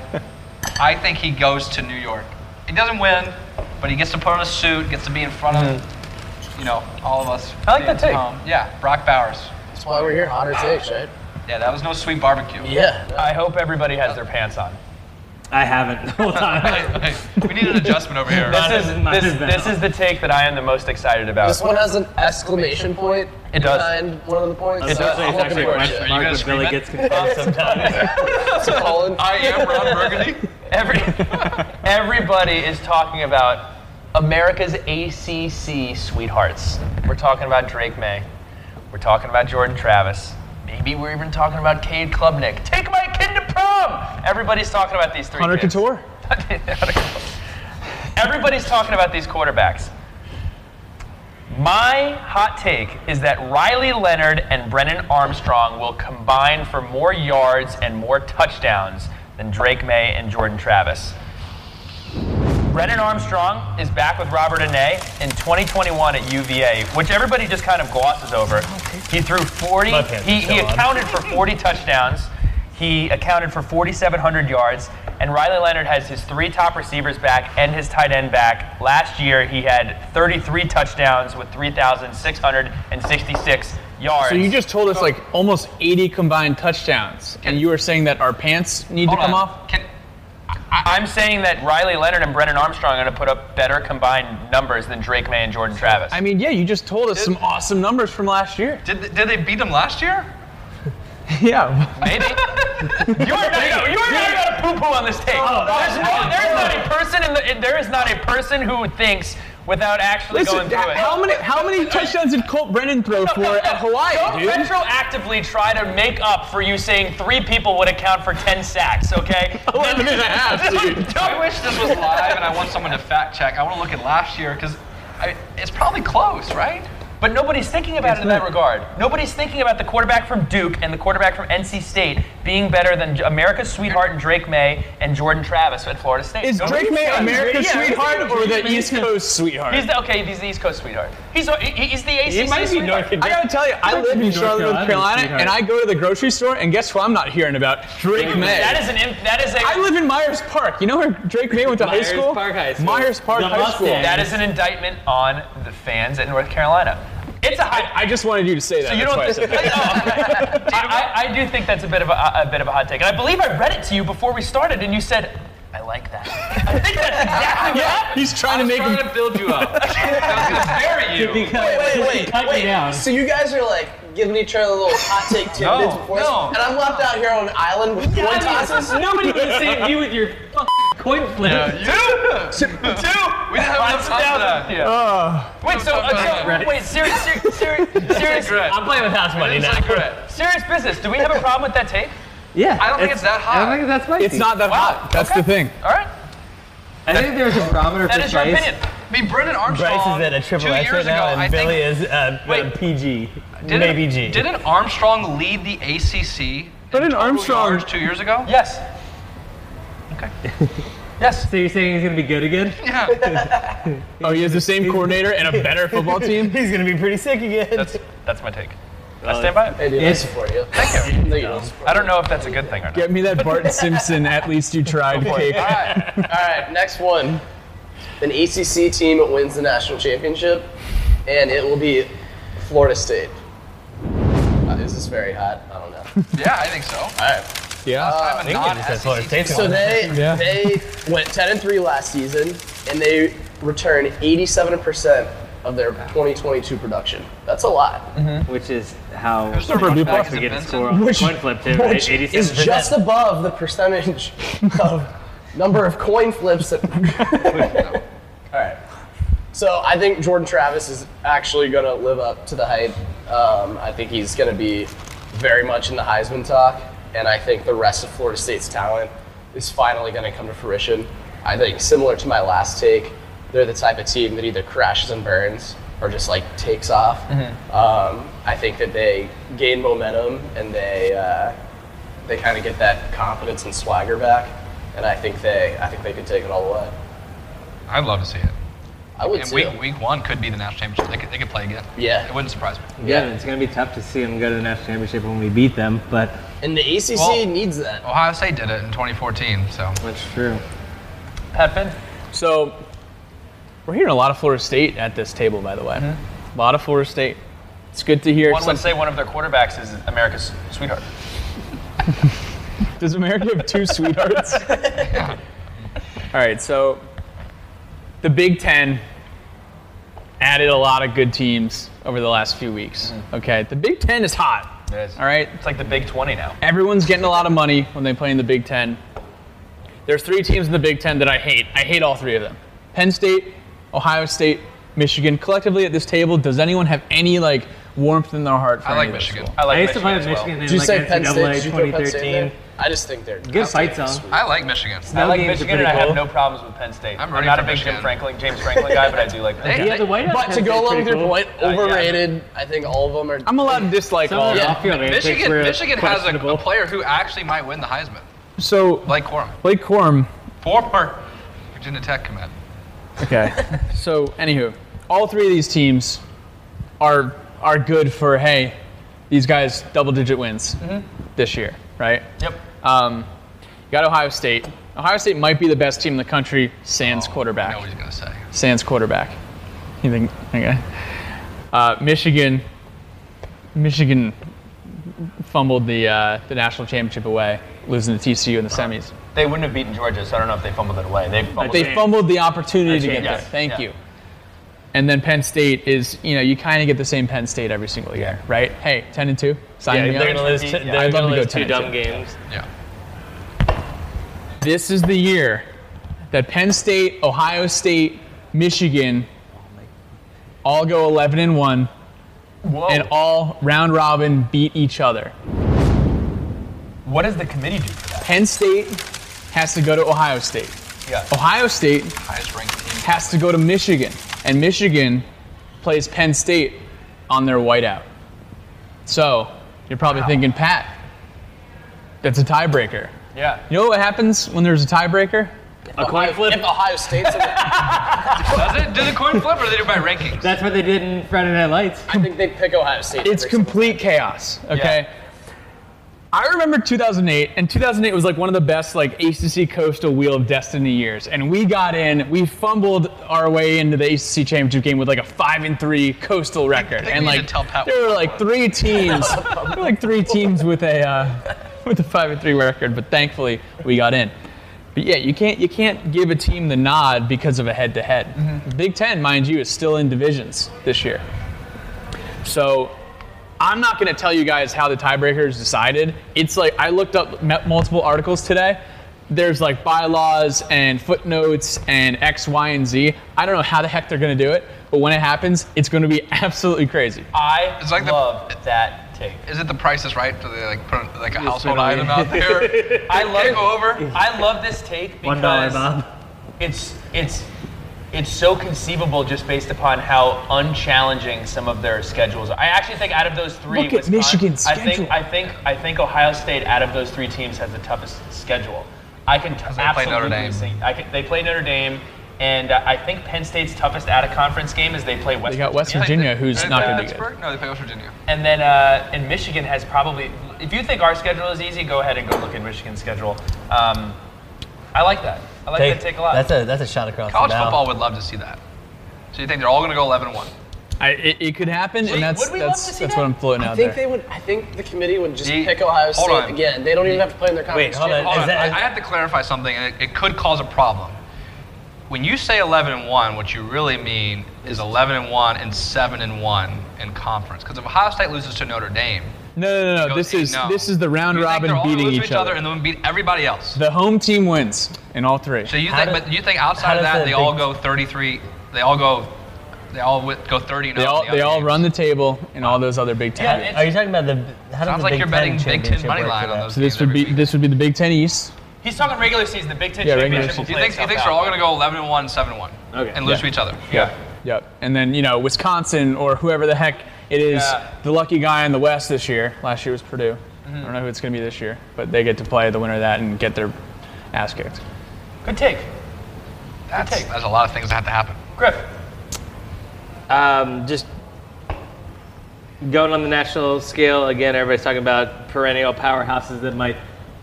Speaker 9: I think he goes to New York. He doesn't win, but he gets to put on a suit, gets to be in front of, you know, all of us.
Speaker 8: I like that take.
Speaker 9: Um, yeah, Brock Bowers.
Speaker 10: That's why we're here. Hotter takes, right?
Speaker 9: Yeah, that was no sweet barbecue.
Speaker 10: Yeah.
Speaker 1: I hope everybody has their pants on.
Speaker 6: I haven't the whole time.
Speaker 9: Hey, hey, we need an adjustment over here.
Speaker 1: This is,
Speaker 6: Mine
Speaker 1: this,
Speaker 6: is better.
Speaker 1: this is the take that I am the most excited about.
Speaker 10: This one has an exclamation point. It
Speaker 1: does.
Speaker 10: Behind one of the points.
Speaker 6: It's
Speaker 10: so
Speaker 6: actually-
Speaker 10: I'm
Speaker 6: it's
Speaker 10: looking
Speaker 6: actually a
Speaker 10: forward to
Speaker 6: question
Speaker 10: it.
Speaker 6: mark,
Speaker 9: gonna
Speaker 6: which really
Speaker 9: scream
Speaker 6: gets confused sometimes.
Speaker 10: So Colin,
Speaker 9: I am Ron Burgundy.
Speaker 1: Every, everybody is talking about America's ACC sweethearts. We're talking about Drake May. We're talking about Jordan Travis. Maybe we're even talking about Cade Klubnik. Take my kid to prom! Everybody's talking about these three
Speaker 13: Hunter
Speaker 1: kids.
Speaker 13: Couture.
Speaker 1: Everybody's talking about these quarterbacks. My hot take is that Riley Leonard and Brennan Armstrong will combine for more yards and more touchdowns than Drake May and Jordan Travis. Brennan Armstrong is back with Robert Ane in 2021 at UVA, which everybody just kind of glosses over. He threw 40,
Speaker 6: Left hand,
Speaker 1: he, he
Speaker 6: still on.
Speaker 1: accounted for 40 touchdowns, he accounted for 4,700 yards, and Riley Leonard has his three top receivers back and his tight end back. Last year, he had 33 touchdowns with 3,666 yards.
Speaker 13: So you just told us like almost 80 combined touchdowns, and you were saying that our pants need to
Speaker 9: Hold
Speaker 13: come
Speaker 9: on.
Speaker 13: off.
Speaker 9: Can,
Speaker 1: I- I'm saying that Riley Leonard and Brennan Armstrong are going to put up better combined numbers than Drake May and Jordan Travis.
Speaker 13: I mean, yeah, you just told us some awesome numbers from last year.
Speaker 9: did, th- did they beat him last year?
Speaker 13: Yeah.
Speaker 1: Maybe. you are not. No, you are not going to poo-poo on this take.
Speaker 13: Oh,
Speaker 1: There's no- there is not a person in the. There is not a person who thinks without actually
Speaker 13: Listen,
Speaker 1: going through it.
Speaker 13: how many how many touchdowns did Colt Brennan throw for at
Speaker 1: Don't
Speaker 13: Hawaii, dude?
Speaker 1: retroactively try to make up for you saying three people would account for 10 sacks, okay?
Speaker 13: Eleven and a half, dude.
Speaker 9: I wish this was live and I want someone to fact check. I want to look at last year because it's probably close, right?
Speaker 1: But nobody's thinking about it in that regard. Nobody's thinking about the quarterback from Duke and the quarterback from NC State being better than J- America's sweetheart and Drake May and Jordan Travis at Florida State.
Speaker 13: Is
Speaker 1: Nobody's
Speaker 13: Drake May
Speaker 1: thinking-
Speaker 13: America's
Speaker 1: Yeah.
Speaker 13: sweetheart or the East Coast sweetheart?
Speaker 1: He's the, okay. He's the East Coast sweetheart. He's he- he's the ACC
Speaker 6: It might be
Speaker 1: sweetheart.
Speaker 6: North
Speaker 13: I gotta tell you, I live in
Speaker 6: North
Speaker 13: Charlotte, North Carolina,
Speaker 6: Carolina,
Speaker 13: and I go to the grocery store, and guess who I'm not hearing about? Drake May.
Speaker 1: That is an imp- that is
Speaker 13: I
Speaker 1: a
Speaker 13: live in Myers Park. You know where Drake May went to high
Speaker 6: Myers
Speaker 13: school?
Speaker 6: Park High School.
Speaker 13: Myers Park
Speaker 6: The
Speaker 13: High School.
Speaker 6: Mustang.
Speaker 1: that is an indictment on the fans at North Carolina. It's a high.
Speaker 13: I just wanted you to say that.
Speaker 1: you
Speaker 13: that's
Speaker 1: don't.
Speaker 13: why I said that.
Speaker 1: I, know. I, I- I do think that's a bit of a, a bit of a hot take, and I believe I read it to you before we started, and you said, "I like that." I think that's exactly what happened.
Speaker 13: He's trying to make
Speaker 9: I'm
Speaker 13: him.
Speaker 9: trying to build you up. I was going to bury you.
Speaker 10: Wait, wait,
Speaker 6: Cut
Speaker 10: wait.
Speaker 6: me
Speaker 10: wait.
Speaker 6: down.
Speaker 10: So you guys are like giving each other little hot take tidbits
Speaker 9: No,
Speaker 10: before,
Speaker 9: no.
Speaker 10: and I'm left out here on an island with one tosses.
Speaker 6: Nobody can save you with your fucking coin flip.
Speaker 9: Two? Two? We didn't have enough time for that.
Speaker 1: Wait, so, uh, so wait, serious, serious, serious, serious,
Speaker 9: Regret.
Speaker 6: I'm playing with house money now.
Speaker 9: Regret.
Speaker 1: serious business. Do we have a problem with that take?
Speaker 6: Yeah.
Speaker 9: I don't think it's that hot.
Speaker 6: I don't think that's spicy.
Speaker 13: It's not that hot. That's the thing.
Speaker 1: All right,
Speaker 6: I think there's a barometer
Speaker 1: that
Speaker 6: for
Speaker 1: is your
Speaker 6: spice.
Speaker 1: opinion.
Speaker 9: I mean, Brendan Armstrong.
Speaker 6: Bryce is at a triple
Speaker 9: two
Speaker 6: X right
Speaker 9: years
Speaker 6: now,
Speaker 9: ago,
Speaker 6: and
Speaker 9: I think-
Speaker 6: Billy is uh,
Speaker 9: Wait.
Speaker 6: uh, PG,
Speaker 9: didn't-
Speaker 6: maybe G.
Speaker 9: Didn't Armstrong lead the ACC?
Speaker 13: Brendan
Speaker 9: in total
Speaker 13: Armstrong-
Speaker 9: yards two years ago.
Speaker 1: Yes.
Speaker 9: Okay.
Speaker 1: Yes.
Speaker 6: So you're saying he's gonna be good again?
Speaker 13: Oh, he has the same coordinator and a better football team.
Speaker 6: He's gonna be pretty sick again.
Speaker 1: That's that's my take. I stand by it.
Speaker 10: Hey, dude, I support you. Thank you. Thank you. I support
Speaker 1: I don't know if that's a good thing or not.
Speaker 13: Get me that Barton Simpson. At least you tried cake.
Speaker 10: you. All right, all right. Next one. An ACC team wins the national championship, and it will be Florida State. Uh, is this very hot? I don't know.
Speaker 9: Yeah, I think so.
Speaker 13: Yeah.
Speaker 9: I'm a non-SEC
Speaker 10: So they
Speaker 13: Yeah.
Speaker 10: they went 10 and 3 last season, and they returned 87 percent of their 2022 production. That's a lot.
Speaker 6: Which is how
Speaker 9: There's no running back, is
Speaker 6: we
Speaker 9: it
Speaker 6: get a
Speaker 9: Benson?
Speaker 6: score on
Speaker 10: Which-
Speaker 6: coin flip too.
Speaker 10: Which is
Speaker 6: 87%.
Speaker 10: just above the percentage of number of coin flips. That, all right. So I think Jordan Travis is actually going to live up to the hype. Um, I think he's going to be very much in the Heisman talk, and I think the rest of Florida State's talent is finally going to come to fruition. I think similar to my last take, they're the type of team that either crashes and burns or just like takes off.
Speaker 6: Mm-hmm.
Speaker 10: Um, I think that they gain momentum and they uh, they kind of get that confidence and swagger back, and I think they I think they could take it all the way.
Speaker 9: I'd love to see it.
Speaker 10: I would
Speaker 9: And
Speaker 10: too.
Speaker 9: week, week one could be the national championship. They could, they could play again.
Speaker 10: Yeah.
Speaker 9: It wouldn't surprise me.
Speaker 10: Yeah.
Speaker 6: Yeah, it's gonna be tough to see them go to the national championship when we beat them, but
Speaker 10: And the ACC
Speaker 9: Well-
Speaker 10: needs that.
Speaker 9: Ohio State did it in 2014, so.
Speaker 6: that's true.
Speaker 19: Pepin?
Speaker 2: So we're hearing a lot of Florida State at this table, by the way. A lot of Florida State. It's good to hear.
Speaker 1: One would
Speaker 2: some-
Speaker 1: say one of their quarterbacks is America's sweetheart.
Speaker 2: Does America have two sweethearts? All right, so the Big Ten added a lot of good teams over the last few weeks. Okay, the Big Ten is hot.
Speaker 1: It is.
Speaker 2: All right,
Speaker 1: It's like the Big 20 now.
Speaker 2: everyone's getting a lot of money when they play in the Big Ten. There's three teams in the Big Ten that I hate. I hate all three of them: Penn State, Ohio State, Michigan. Collectively at this table, does anyone have any like warmth in their heart for
Speaker 9: I
Speaker 2: any
Speaker 9: like
Speaker 2: of those
Speaker 9: Michigan.
Speaker 2: schools?
Speaker 1: I like
Speaker 6: I used to
Speaker 1: Michigan
Speaker 6: play
Speaker 1: as
Speaker 6: with
Speaker 1: well.
Speaker 6: Michigan
Speaker 10: Did
Speaker 6: in
Speaker 10: you
Speaker 6: like
Speaker 10: say Penn State? Did
Speaker 6: NCAA
Speaker 10: you throw Penn State in
Speaker 6: 2013.
Speaker 10: there? I just think they're
Speaker 6: Good fight song.
Speaker 9: I like Michigan.
Speaker 1: I
Speaker 6: Those
Speaker 1: like
Speaker 6: games are
Speaker 1: Michigan and
Speaker 6: pretty
Speaker 1: I have
Speaker 6: cool.
Speaker 1: no problems with Penn State.
Speaker 9: I'm
Speaker 1: I'm,
Speaker 9: rooting
Speaker 1: not
Speaker 9: for
Speaker 1: a big
Speaker 9: Michigan.
Speaker 1: Jim Franklin, James Franklin guy, but I do like Penn
Speaker 9: They-
Speaker 1: State.
Speaker 6: Yeah, the White House
Speaker 10: But to
Speaker 6: has
Speaker 10: go
Speaker 6: been
Speaker 10: along with
Speaker 6: pretty
Speaker 10: your
Speaker 6: cool.
Speaker 10: point, overrated. I think all of them are.
Speaker 2: I'm allowed to dislike
Speaker 6: Some
Speaker 2: all.
Speaker 6: of
Speaker 2: of
Speaker 6: the
Speaker 2: them.
Speaker 6: off-field antics
Speaker 9: Michigan,
Speaker 6: were
Speaker 9: Michigan has a, a
Speaker 6: questionable.
Speaker 9: player who actually might win the Heisman.
Speaker 2: So
Speaker 9: Blake Corum,
Speaker 2: Blake Corum.
Speaker 9: former Virginia Tech commit.
Speaker 2: Okay. so, anywho, all three of these teams are are good for hey, these guys double digit wins
Speaker 9: Mm-hmm.
Speaker 2: this year, right?
Speaker 1: Yep.
Speaker 2: Um, you got Ohio State. Ohio State might be the best team in the country. Sans
Speaker 9: Oh, I
Speaker 2: quarterback.
Speaker 9: know what he's gonna say.
Speaker 2: Sans quarterback. You think? Okay. Uh, Michigan. Michigan fumbled the uh, the national championship away, losing to TCU in the semis.
Speaker 1: They wouldn't have beaten Georgia, so I don't know if they fumbled it away. They fumbled
Speaker 2: They
Speaker 1: it.
Speaker 2: fumbled the opportunity to get
Speaker 1: changed.
Speaker 2: there.
Speaker 1: Yeah.
Speaker 2: Thank
Speaker 1: Yeah.
Speaker 2: you. And then Penn State is, you know, you kind of get the same Penn State every single year, right? Hey, ten and two, sign
Speaker 20: Yeah,
Speaker 2: me
Speaker 20: they're
Speaker 2: up.
Speaker 20: gonna lose.
Speaker 1: Yeah,
Speaker 20: T-
Speaker 1: I'd
Speaker 20: they're
Speaker 2: love
Speaker 20: gonna
Speaker 2: to go
Speaker 20: lose two
Speaker 2: 10
Speaker 20: dumb
Speaker 2: too.
Speaker 20: games.
Speaker 9: Yeah.
Speaker 2: This is the year that Penn State, Ohio State, Michigan all go 11 and one, and all round robin beat each other.
Speaker 1: What does the committee do for that?
Speaker 2: Penn State has to go to Ohio State.
Speaker 1: Yeah.
Speaker 2: Ohio State
Speaker 9: Highest ranked team.
Speaker 2: has to go to Michigan, and Michigan plays Penn State on their whiteout. So you're probably thinking, Pat, that's a tiebreaker.
Speaker 1: Yeah.
Speaker 2: You know what happens when there's a tiebreaker?
Speaker 20: A coin flip.
Speaker 10: If Ohio State's in there,
Speaker 9: Does it? Do the coin flip or do they do it by rankings?
Speaker 6: That's what they did in Friday Night Lights.
Speaker 10: I think they pick Ohio State.
Speaker 2: It's
Speaker 10: every single
Speaker 2: complete chaos. Okay. I remember 2008, and 2008 was like one of the best like ACC Coastal Wheel of Destiny years. And we got in, we fumbled our way into the ACC championship game with like a five and three Coastal record,
Speaker 9: think
Speaker 2: and
Speaker 9: we need
Speaker 2: like
Speaker 9: to tell Pat
Speaker 2: there
Speaker 9: what
Speaker 2: were
Speaker 9: that
Speaker 2: like
Speaker 9: was.
Speaker 2: three teams, there were, like three teams with a uh, with a five and three record. But thankfully, we got in. But yeah, you can't you can't give a team the nod because of a head to
Speaker 9: Mm-hmm.
Speaker 2: head. Big Ten, mind you, is still in divisions this year. So I'm not going to tell you guys how the tiebreaker is decided. It's like I looked up m- multiple articles today. There's like bylaws and footnotes and X, Y, and Z. I don't know how the heck they're going to do it, but when it happens, it's going to be absolutely crazy.
Speaker 1: I
Speaker 9: It's like the-
Speaker 1: love that take.
Speaker 9: Is it the price is right? Do they like put like a household item out there?
Speaker 1: I love
Speaker 9: Go over.
Speaker 1: I love this take
Speaker 6: One dollar,
Speaker 1: because
Speaker 6: Bob.
Speaker 1: it's it's it's so conceivable just based upon how unchallenging some of their schedules are. I actually think out of those three,
Speaker 2: Look at
Speaker 1: Wisconsin-
Speaker 2: Michigan's
Speaker 1: I think
Speaker 2: schedule.
Speaker 1: I think I think Ohio State out of those three teams has the toughest schedule. I can t-
Speaker 9: they play
Speaker 1: absolutely
Speaker 9: Notre Dame.
Speaker 1: see. I can, they play Notre Dame, and uh, I think Penn State's toughest out of conference game is they play West.
Speaker 2: They got West
Speaker 1: Virginia.
Speaker 2: Virginia, who's
Speaker 9: Do they
Speaker 2: not
Speaker 9: play
Speaker 2: going to be good.
Speaker 9: Pittsburgh? No, they play West Virginia.
Speaker 1: And then, uh, and Michigan has probably. If you think our schedule is easy, go ahead and go look at Michigan's schedule. Um, I like that. I like that take a lot.
Speaker 6: That's a that's a shot across
Speaker 9: College
Speaker 6: the bow.
Speaker 9: football would love to see that. So you think they're all gonna go 11-1?
Speaker 2: I, it, it could happen, and that's
Speaker 1: would we love
Speaker 2: that's,
Speaker 1: to see
Speaker 2: that's
Speaker 1: that?
Speaker 2: what I'm floating
Speaker 10: I
Speaker 2: out
Speaker 10: think
Speaker 2: there.
Speaker 10: they would. I think the committee would just
Speaker 9: Ye-
Speaker 10: pick Ohio
Speaker 9: hold
Speaker 10: State
Speaker 9: on.
Speaker 10: again. They don't even have to play in their
Speaker 6: Wait,
Speaker 10: conference.
Speaker 6: hold on.
Speaker 9: Hold
Speaker 6: Is
Speaker 9: on,
Speaker 6: that-
Speaker 9: I, I have to clarify something, and it, it could cause a problem. When you say 11 and 1, what you really mean is 11 and 1 and 7 and 1 in conference. Because if Ohio State loses to Notre Dame,
Speaker 2: no, no, no, no.
Speaker 9: goes
Speaker 2: This
Speaker 9: eight
Speaker 2: is
Speaker 9: and oh.
Speaker 2: this is the round
Speaker 9: you think
Speaker 2: robin
Speaker 9: they're all gonna
Speaker 2: beating
Speaker 9: lose to
Speaker 2: each other.
Speaker 9: and then beat everybody else.
Speaker 2: The home team wins in all three.
Speaker 9: So you
Speaker 6: How
Speaker 9: think,
Speaker 6: does-
Speaker 9: but you think
Speaker 6: how
Speaker 9: outside of
Speaker 6: does
Speaker 9: that,
Speaker 6: that
Speaker 9: they all
Speaker 6: big-
Speaker 9: go 33, they all go, they all wi- go 30 and
Speaker 2: They
Speaker 9: oh in
Speaker 2: all they
Speaker 9: the other
Speaker 2: all
Speaker 9: games.
Speaker 2: run the table in all those other Big Ten.
Speaker 1: Yeah,
Speaker 2: games.
Speaker 1: it's-
Speaker 6: Are you talking about the? How does
Speaker 9: Sounds
Speaker 6: the
Speaker 9: like
Speaker 6: Big
Speaker 9: you're
Speaker 6: Ten
Speaker 9: betting Big Ten
Speaker 6: championship
Speaker 9: money
Speaker 6: work
Speaker 9: line
Speaker 6: for
Speaker 9: on
Speaker 6: that?
Speaker 9: those
Speaker 2: So this
Speaker 9: games
Speaker 2: would
Speaker 9: every
Speaker 2: be
Speaker 9: week.
Speaker 2: this would be the Big Ten East.
Speaker 1: He's talking regular season. The Big Ten
Speaker 2: Yeah, regular
Speaker 1: championship will
Speaker 2: season.
Speaker 9: You
Speaker 1: play
Speaker 9: think, you think
Speaker 1: itself
Speaker 9: they're all
Speaker 1: out.
Speaker 9: going to go 11 and 1, 7 and 1
Speaker 20: Okay.
Speaker 9: and lose
Speaker 2: Yeah.
Speaker 9: to each other?
Speaker 2: Yeah. Yep. And then you know Wisconsin or whoever the heck it is,
Speaker 1: Yeah.
Speaker 2: the lucky guy in the West this year. Last year was Purdue.
Speaker 13: Mm-hmm.
Speaker 2: I don't know who it's going to be this year, but they get to play the winner of that and get their ass kicked.
Speaker 1: Good take,
Speaker 9: That's, that's a lot of things that have to happen.
Speaker 1: Griff.
Speaker 6: um, just going on the national scale again. Everybody's talking about perennial powerhouses that might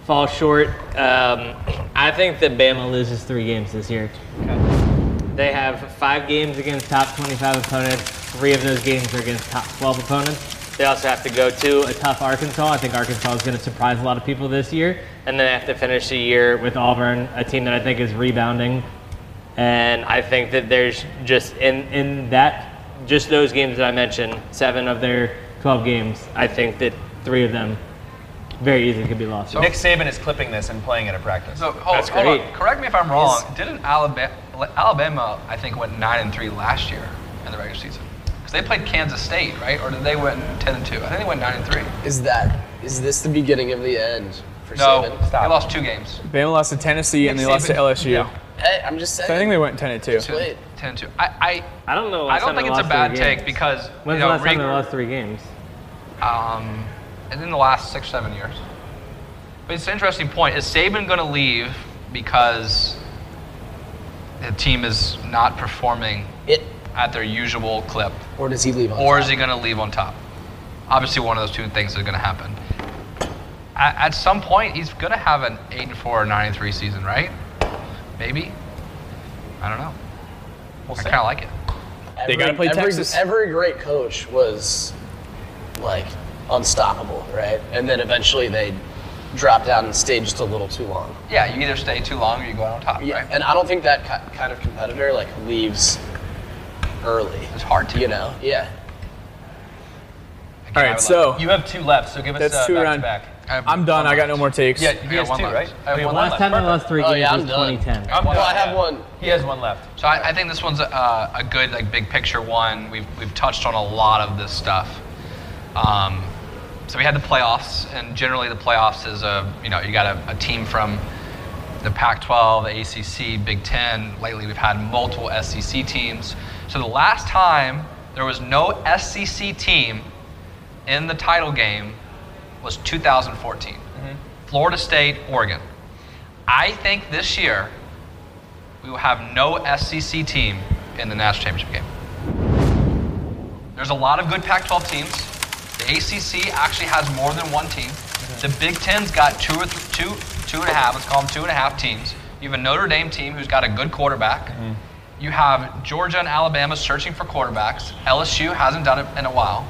Speaker 6: fall short. Um, I think that Bama loses three games this year. They have five games against top 25 opponents. Three of those games are against top 12 opponents. They also have to go to a tough Arkansas. I think Arkansas is going to surprise a lot of people this year. And then they have to finish the year with Auburn, a team that I think is rebounding. And I think that there's just in, in that, just those games that I mentioned, seven of their 12 games, I think that three of them very easily could be lost.
Speaker 1: Nick Saban is clipping this and playing it at practice.
Speaker 9: So hold,
Speaker 6: That's
Speaker 9: hold on.
Speaker 6: great.
Speaker 9: Correct me if I'm wrong. Didn't Alabama, Alabama, I think, went nine and three last year in the regular season? Because they played Kansas State, right? Or did they went ten and two? I think they went nine and three.
Speaker 10: Is that is this the beginning of the end for
Speaker 9: No,
Speaker 10: Saban?
Speaker 9: they lost two games.
Speaker 13: Bama lost to Tennessee and they
Speaker 9: Nick
Speaker 13: lost to
Speaker 9: Saban.
Speaker 13: LSU.
Speaker 9: Yeah.
Speaker 10: Hey, I'm just saying.
Speaker 13: So I think they went 10 2.
Speaker 9: Two,
Speaker 10: Wait.
Speaker 9: ten and two. I,
Speaker 6: I don't know. Oh,
Speaker 9: I,
Speaker 6: last
Speaker 9: I
Speaker 6: time
Speaker 9: don't
Speaker 6: they
Speaker 9: think it's a
Speaker 6: lost
Speaker 9: bad
Speaker 6: three
Speaker 9: take
Speaker 6: games.
Speaker 9: because
Speaker 6: When's
Speaker 9: you know,
Speaker 6: the last time they
Speaker 9: Rig-
Speaker 6: lost three games?
Speaker 9: um, in the last six, seven years. But it's an interesting point. Is Saban going to leave because the team is not performing
Speaker 10: it,
Speaker 9: at their usual clip,
Speaker 10: or does he leave? On
Speaker 9: or
Speaker 10: top?
Speaker 9: is he going to leave on top? Obviously, one of those two things is going to happen. At, at some point, he's going to have an eight and four or nine and three season, right? Maybe. I don't know. I kind of like it.
Speaker 10: every,
Speaker 13: gotta play
Speaker 10: every,
Speaker 13: Texas.
Speaker 10: Every great coach was like unstoppable, right? And then eventually they dropped down and stayed just a little too long.
Speaker 9: Yeah, you either stay too long or you go out on top,
Speaker 10: Yeah,
Speaker 9: right?
Speaker 10: and I don't think that ki- kind of competitor like leaves early.
Speaker 9: It's hard to.
Speaker 10: You know? Yeah.
Speaker 9: Again,
Speaker 13: All
Speaker 9: I
Speaker 13: right,
Speaker 9: would
Speaker 13: so
Speaker 1: You have two left, so give us
Speaker 13: That's
Speaker 1: uh,
Speaker 13: two
Speaker 1: back
Speaker 13: around-
Speaker 1: to back.
Speaker 9: I have
Speaker 13: I'm done.
Speaker 9: one
Speaker 13: I got
Speaker 9: left.
Speaker 13: no more takes.
Speaker 1: Yeah,
Speaker 9: I
Speaker 1: he has
Speaker 9: got one
Speaker 1: two,
Speaker 9: left.
Speaker 1: right? I have
Speaker 9: Okay,
Speaker 1: one
Speaker 7: Last
Speaker 1: left.
Speaker 7: time they
Speaker 1: Perfect.
Speaker 7: lost three
Speaker 10: Oh,
Speaker 7: games
Speaker 10: yeah,
Speaker 7: was
Speaker 10: I'm done.
Speaker 7: 2010.
Speaker 9: I'm
Speaker 10: Well, Oh, I
Speaker 9: done.
Speaker 10: have one.
Speaker 1: He has one left.
Speaker 9: So I, I think this one's a, uh, a good like big picture one. We've we've touched on a lot of this stuff. Um, so we had the playoffs, and generally the playoffs is a you know you got a, a team from the Pac-12, the ACC, Big Ten. Lately we've had multiple SEC teams. So the last time there was no SEC team in the title game was 2014. Florida State, Oregon. I think this year we will have no SCC team in the national championship game. There's a lot of good Pac-12 teams. The ACC actually has more than one team. The Big Ten's got two or th- two, two and a half. Let's call them two and a half teams. You have a Notre Dame team who's got a good quarterback. You have Georgia and Alabama searching for quarterbacks. LSU hasn't done it in a while.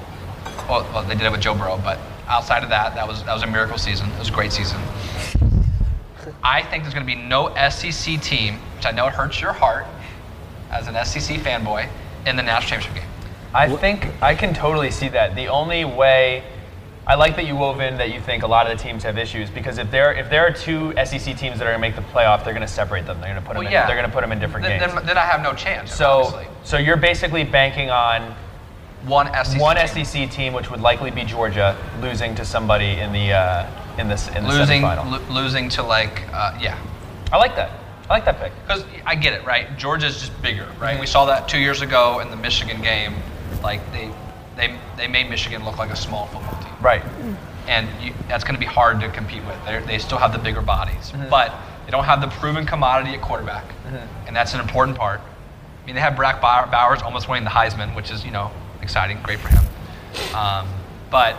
Speaker 9: Well, well, they did it with Joe Burrow, but outside of that, that was that was a miracle season. It was a great season. I think there's going to be no SEC team, which I know hurts your heart as an SEC fanboy, in the national championship game.
Speaker 1: I think I can totally see that. The only way I like that you wove in that you think a lot of the teams have issues because if there if there are two SEC teams that are going to make the playoff, they're going to separate them. They're going to put them.
Speaker 9: Well,
Speaker 1: in,
Speaker 9: yeah.
Speaker 1: They're going to put them in different
Speaker 9: Then,
Speaker 1: games.
Speaker 9: then, then I have no chance.
Speaker 1: so
Speaker 9: obviously.
Speaker 1: so you're basically banking on
Speaker 9: one SEC,
Speaker 1: one
Speaker 9: E team
Speaker 1: SEC team, which would likely be Georgia, losing to somebody in the uh, in this in the
Speaker 9: losing,
Speaker 1: semifinal.
Speaker 9: lo- losing to like, uh, yeah,
Speaker 1: I like that. I like that pick.
Speaker 9: because I get it, right? Georgia's just bigger, right? We saw that two years ago in the Michigan game, like they, they, they made Michigan look like a small football team.
Speaker 1: Right.
Speaker 9: and you, that's going to be hard to compete with. They're, they still have the bigger bodies, but they don't have the proven commodity at quarterback, and that's an important part. I mean, they have Brock Bow- Bowers almost winning the Heisman, which is you know exciting, great for him. Um, but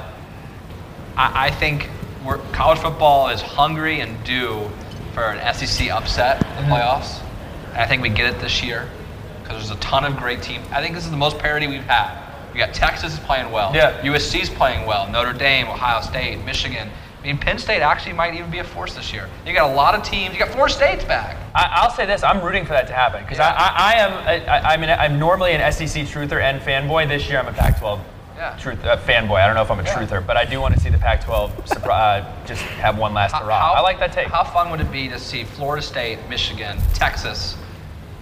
Speaker 9: I, I think we're, college football is hungry and due for an SEC upset in the playoffs, and I think we get it this year because there's a ton of great teams. I think this is the most parity we've had. We got Texas is playing well.
Speaker 1: Yeah.
Speaker 9: USC's playing well. Notre Dame, Ohio State, Michigan. I mean, Penn State actually might even be a force this year. You got a lot of teams. You got four states back.
Speaker 1: I, I'll say this: I'm rooting for that to happen because
Speaker 9: Yeah.
Speaker 1: I, I, I am. I, I- I'm, an, I'm normally an SEC truther and fanboy. This year, I'm a Pac-12
Speaker 9: Yeah.
Speaker 1: truth uh, fanboy. I don't know if I'm a
Speaker 9: Yeah.
Speaker 1: truther, but I do want to see the Pac-12 surpri- uh, just have one last hurrah. I like that take.
Speaker 9: How fun would it be to see Florida State, Michigan, Texas,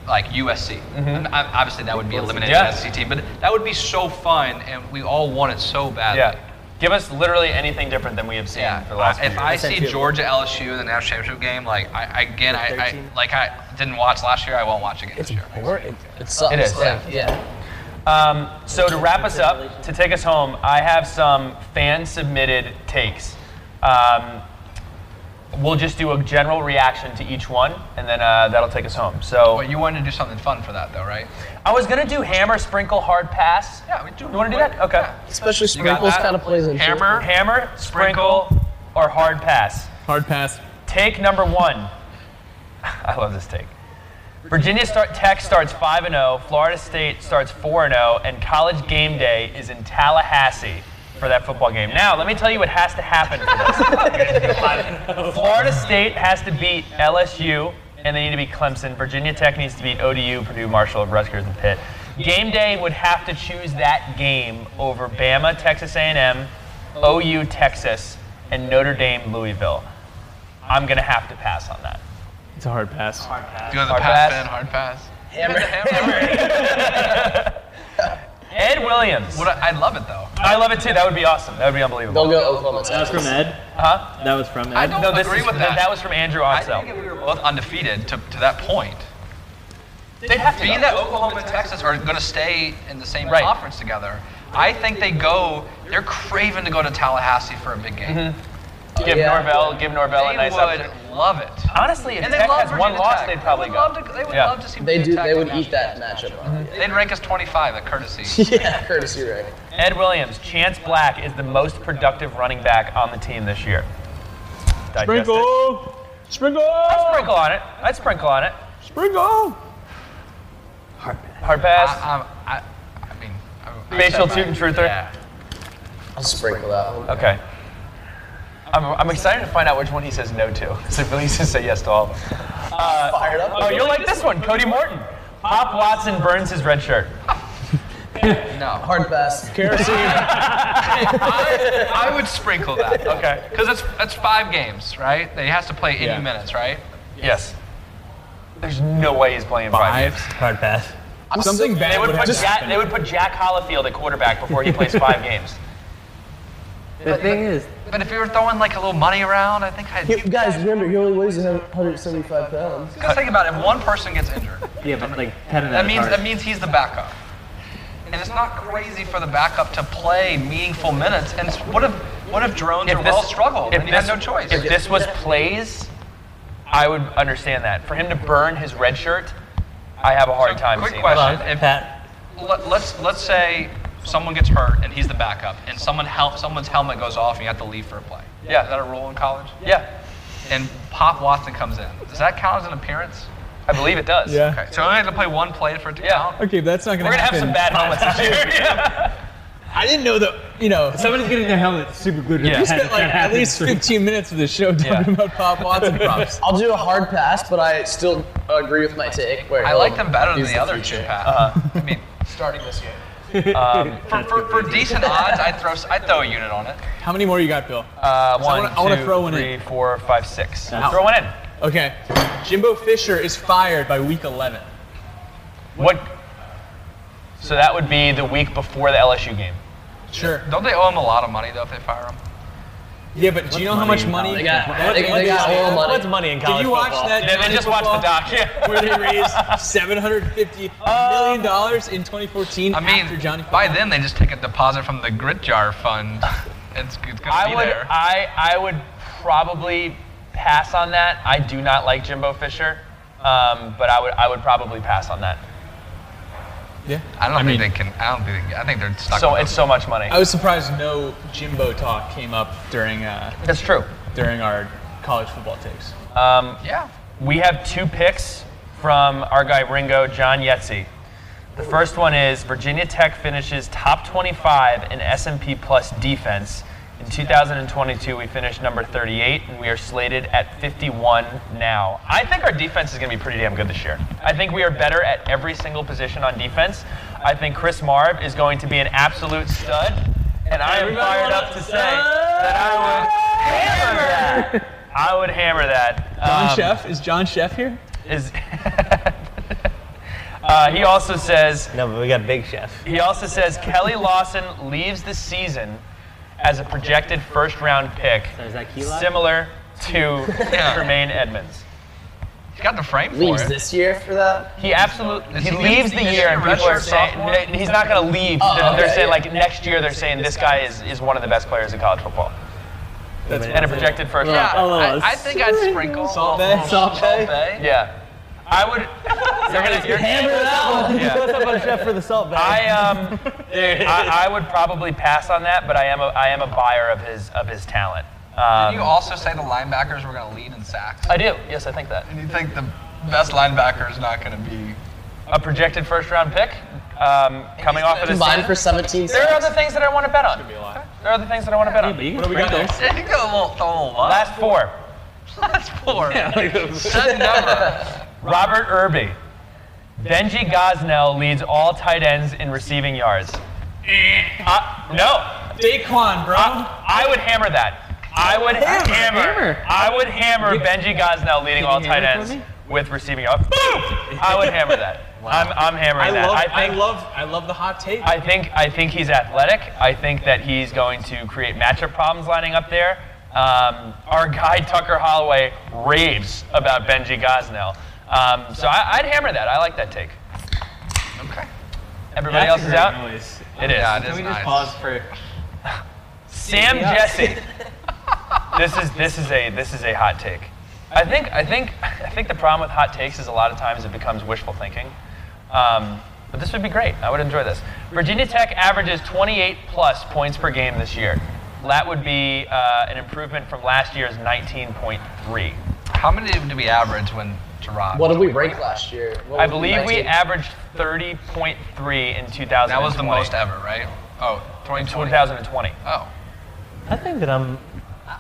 Speaker 9: like USC?
Speaker 1: Mm-hmm.
Speaker 9: And I- obviously, that would be eliminated
Speaker 1: Yeah.
Speaker 9: SEC team, E but that would be so fun, and we all want it so badly.
Speaker 1: yeah, give us literally anything different than we have seen
Speaker 9: Yeah.
Speaker 1: for the last.
Speaker 9: I- if
Speaker 1: few
Speaker 9: I
Speaker 1: years.
Speaker 9: see Georgia LSU in the national championship game, like I, I- again, I, I like I didn't watch last year. I won't watch again this year.
Speaker 10: It sucks.
Speaker 1: It is,
Speaker 10: like, yeah.
Speaker 1: Um, so to wrap us up, to take us home, I have some fan submitted takes. Um, We'll just do a general reaction to each one, and then uh, that'll take us home. So
Speaker 9: But you wanted to do something fun for that, though, right?
Speaker 1: I was gonna do hammer, sprinkle, hard pass.
Speaker 9: Yeah, we do.
Speaker 1: You want to do that? Okay.
Speaker 10: Especially sprinkles
Speaker 9: that?
Speaker 10: kind of plays into it.
Speaker 1: Hammer, hammer, sprinkle, or hard pass.
Speaker 13: Hard pass.
Speaker 1: Take number one. I love this take. Virginia start, Tech starts 5 and 0, Florida State starts 4 and 0, and college game day is in Tallahassee for that football game. Now, let me tell you what has to happen for this. Florida State has to beat LSU, and they need to beat Clemson. Virginia Tech needs to beat ODU, Purdue, Marshall, Rutgers, and Pitt. Game day would have to choose that game over Bama, Texas A&M, OU, Texas, and Notre Dame, Louisville. I'm gonna have to pass on that.
Speaker 13: It's a hard pass.
Speaker 9: Do you want
Speaker 1: Hard pass, pass. Ben,
Speaker 9: hard pass.
Speaker 1: Ed Williams.
Speaker 9: But I, I love it though.
Speaker 1: I love it too. That would be awesome. That would be unbelievable.
Speaker 10: Don't go Oklahoma
Speaker 6: That was
Speaker 10: Texas.
Speaker 6: from Ed.
Speaker 1: Huh?
Speaker 6: That was from Ed.
Speaker 9: I don't
Speaker 1: No, this
Speaker 9: agree
Speaker 1: is,
Speaker 9: with that.
Speaker 1: That was from Andrew
Speaker 9: I
Speaker 1: Oxel.
Speaker 9: think if we were both undefeated to, to that point. They'd have to. Being that Oklahoma and Texas are going to stay in the same
Speaker 1: Right.
Speaker 9: conference together, I think they go. They're craving to go to Tallahassee for a big game.
Speaker 1: Give
Speaker 10: Yeah.
Speaker 1: Norvell, give Norvell Mm-hmm.
Speaker 9: They
Speaker 1: a nice
Speaker 9: would
Speaker 1: opportunity.
Speaker 9: love it.
Speaker 1: Honestly, if
Speaker 9: And they
Speaker 1: Tech
Speaker 9: love
Speaker 1: has one
Speaker 9: Virginia
Speaker 1: loss,
Speaker 9: Tech.
Speaker 1: they'd probably
Speaker 9: they would
Speaker 1: go.
Speaker 9: Love to, they would
Speaker 1: Yeah.
Speaker 9: love to see.
Speaker 10: They do.
Speaker 9: Virginia Tech
Speaker 10: They
Speaker 9: in
Speaker 10: would
Speaker 9: the
Speaker 10: eat that matchup. up.
Speaker 9: They'd rank us 25 at courtesy.
Speaker 10: Yeah, courtesy rating.
Speaker 1: Ed Williams, Chance Black is the most productive running back on the team this year. Digest it.
Speaker 13: Sprinkle.
Speaker 1: I'd
Speaker 13: Sprinkle.
Speaker 1: sprinkle on it. I'd sprinkle on it.
Speaker 13: Sprinkle.
Speaker 1: Hard
Speaker 9: I,
Speaker 1: pass.
Speaker 9: I, I, I mean, I,
Speaker 1: Facial toot and truther.
Speaker 9: yeah.
Speaker 10: I'll sprinkle that one.
Speaker 1: Okay. I'm, I'm excited to find out which one he says no to. Because I believe he says say yes to all of them.
Speaker 10: Fired up.
Speaker 1: Oh, you'll like this one, Cody Morton. Pop Watson burns his red shirt.
Speaker 9: No,
Speaker 10: Hard pass.
Speaker 9: I would sprinkle that.
Speaker 1: Okay.
Speaker 9: Because it's it's five games, right? They has to play 80
Speaker 13: Yeah.
Speaker 9: minutes, right?
Speaker 1: Yes. There's no way he's playing five.
Speaker 13: Five.
Speaker 7: Hard pass.
Speaker 13: Something
Speaker 1: They
Speaker 13: bad
Speaker 1: would,
Speaker 13: would
Speaker 1: put
Speaker 13: have
Speaker 1: Jack, they would put Jack Hollifield at quarterback before he plays five games.
Speaker 7: The thing is,
Speaker 9: But if you were throwing like a little money around, I think I'd.
Speaker 10: You guys, remember, he only weighs 175 pounds.
Speaker 9: Because think about it, if one person gets injured,
Speaker 6: yeah, but like ten of
Speaker 9: that means that means he's the backup. And it's not crazy for the backup to play meaningful minutes. And what if what if drones or well struggled and you had no choice?
Speaker 1: If this was plays, I would understand that. For him to burn his red shirt, I have a hard time
Speaker 9: Quick
Speaker 1: seeing
Speaker 9: question:
Speaker 7: Well,
Speaker 9: If
Speaker 7: Pat,
Speaker 9: let, let's let's say someone gets hurt and he's the backup, and someone hel- someone's helmet goes off and you have to leave for a play.
Speaker 1: Yeah.
Speaker 9: is that a rule in college?
Speaker 1: that. Yeah,
Speaker 9: And Pop Watson comes in. Does that count as an appearance?
Speaker 1: I believe it does.
Speaker 13: Yeah.
Speaker 9: Okay, so I had to play one play for it to
Speaker 1: Yeah.
Speaker 9: count.
Speaker 13: Okay, that's not gonna
Speaker 1: We're gonna have
Speaker 13: happen.
Speaker 1: some bad moments this year. Yeah.
Speaker 13: I didn't know that. You know,
Speaker 6: Somebody's getting their helmet super glued to
Speaker 1: Yeah. We
Speaker 6: their
Speaker 13: we
Speaker 6: head.
Speaker 13: spent like
Speaker 6: That
Speaker 13: at
Speaker 6: happens.
Speaker 13: least 15 minutes of this show talking about Pop Watson props.
Speaker 10: I'll do a hard pass, but I still agree with my take. Where um,
Speaker 9: I
Speaker 10: he'll
Speaker 9: like them better than
Speaker 10: use
Speaker 9: the other two,
Speaker 10: future.
Speaker 9: Pat. I mean,
Speaker 10: Starting this year.
Speaker 9: for, for, for decent odds, I throw I throw a unit on it.
Speaker 13: How many more you got, Bill?
Speaker 1: Uh, one,
Speaker 13: wanna- I wanna
Speaker 1: two,
Speaker 13: throw one in.
Speaker 1: three, four, five, six.
Speaker 6: That's-
Speaker 1: Throw one in.
Speaker 13: Okay. Jimbo Fisher is fired by week 11.
Speaker 1: What? So that would be the week before the LSU game.
Speaker 13: Sure.
Speaker 9: Don't they owe him a lot of money though if they fire him?
Speaker 13: Yeah, but do you know how much money?
Speaker 10: They got, they, they got oil money.
Speaker 6: money in
Speaker 13: Did you watch that?
Speaker 1: And then just watch the doc.
Speaker 13: Where
Speaker 1: Yeah.
Speaker 13: they raised 750 million dollars in 2014
Speaker 9: I
Speaker 13: after
Speaker 9: mean,
Speaker 13: Johnny.
Speaker 9: by then they just take a deposit from the grit jar fund. It's, it's gonna
Speaker 1: I
Speaker 9: be
Speaker 1: would,
Speaker 9: there.
Speaker 1: I, I would probably pass on that. I do not like Jimbo Fisher, um, but I would, I would probably pass on that.
Speaker 13: yeah.
Speaker 9: I don't think they can. I don't think. They, I think they're stuck.
Speaker 1: So
Speaker 9: with
Speaker 1: it's so much money.
Speaker 13: I was surprised no Jimbo talk came up during uh,
Speaker 1: That's true.
Speaker 13: during our college football takes.
Speaker 1: Um,
Speaker 9: it. yeah.
Speaker 1: we have two picks from our guy Ringo, John Yetzi. The first one is Virginia Tech finishes top 25 in S&P Plus defense. In 2022, we finished number 38, and we are slated at 51 now. I think our defense is going to be pretty damn good this year. I think we are better at every single position on defense. I think Chris Marv is going to be an absolute stud, and I am fired up to say that I would hammer that. I would hammer that.
Speaker 13: John
Speaker 1: Um,
Speaker 13: Chef is John Chef here?
Speaker 1: is. Uh, he also says
Speaker 7: no, but we got Big Chef.
Speaker 1: he also says Kelly Lawson leaves the season as a projected first round pick,
Speaker 6: So is that key lock?
Speaker 1: similar to Tremaine Edmonds.
Speaker 9: He's got the frame for
Speaker 10: Leaves
Speaker 9: it.
Speaker 10: this year for that.
Speaker 1: He absolutely
Speaker 9: Is
Speaker 1: he
Speaker 9: he gonna-
Speaker 1: leaves the
Speaker 9: is he
Speaker 1: year,
Speaker 9: a
Speaker 1: and people are
Speaker 9: redshirt
Speaker 1: saying
Speaker 9: sophomore?
Speaker 1: that he's not going to leave.
Speaker 10: Oh,
Speaker 1: they're, they're
Speaker 10: okay,
Speaker 1: saying
Speaker 10: yeah.
Speaker 1: like next year they're saying this guy is, is one of the best players in college football. and a projected first round.
Speaker 6: Yeah,
Speaker 9: I, I think I'd sprinkle
Speaker 6: Salt Bay?
Speaker 9: a little
Speaker 6: Salt Bay?
Speaker 9: Bay.
Speaker 1: Yeah. I would. You're gonna, you're,
Speaker 6: Hammer that one.
Speaker 1: Yeah.
Speaker 6: What's up, on Jeff, for the salt bag?
Speaker 1: I um, I, I would probably pass on that, but I am a I am a buyer of his of his talent.
Speaker 9: Did
Speaker 1: Um,
Speaker 9: you also say the linebackers were going to lead in sacks?
Speaker 1: I do. Yes, I think that
Speaker 9: And you think the best linebacker is not going to be?
Speaker 1: a projected first round pick um, coming off of this.
Speaker 10: Combined for 17
Speaker 1: There are
Speaker 10: sacks.
Speaker 1: other things that I want to bet on. There are other things that I want to bet on.
Speaker 6: but you can sprinkle.
Speaker 9: Yeah, you got a little, throw a little lot.
Speaker 1: Last four.
Speaker 9: That's four.
Speaker 1: That number. Robert Irby. Benji Gosnell leads all tight ends in receiving yards.
Speaker 2: Eh.
Speaker 1: Uh, no,
Speaker 6: Daquan, bro.
Speaker 1: I would hammer that. I would hammer.
Speaker 6: hammer.
Speaker 1: I would hammer Benji Gosnell leading all
Speaker 6: you
Speaker 1: tight
Speaker 6: hammer it
Speaker 1: ends
Speaker 6: for me?
Speaker 1: with receiving. yards. Boom! I would hammer that. I'm, I'm hammering
Speaker 2: I
Speaker 1: that.
Speaker 2: love,
Speaker 1: I
Speaker 2: I,
Speaker 1: think.
Speaker 2: love, I love the hot take.
Speaker 1: I think I think he's athletic. I think that he's going to create matchup problems lining up there. Um, our guy Tucker Holloway raves about Benji Gosnell, um, so I, I'd hammer that. I like that take.
Speaker 9: Okay.
Speaker 1: Everybody else is out. It is.
Speaker 9: Yeah, it
Speaker 6: Can
Speaker 9: is
Speaker 6: we just
Speaker 9: nice.
Speaker 6: pause for?
Speaker 1: Sam
Speaker 6: Yeah.
Speaker 1: Jesse. this is this is a this is a hot take. I think I think I think the problem with hot takes is a lot of times it becomes wishful thinking. Um, but this would be great. I would enjoy this. Virginia Tech averages 28 plus points per game this year. That would be uh, an improvement from last year's 19.3.
Speaker 9: How many did we average when Gerard?
Speaker 10: What did we rank last year? What
Speaker 1: I
Speaker 10: was
Speaker 1: believe we
Speaker 10: 19?
Speaker 1: averaged 30.3 in 2000.
Speaker 9: That was the most ever, right? Oh, 2020.
Speaker 1: 2020.
Speaker 9: Oh.
Speaker 6: I think that I'm.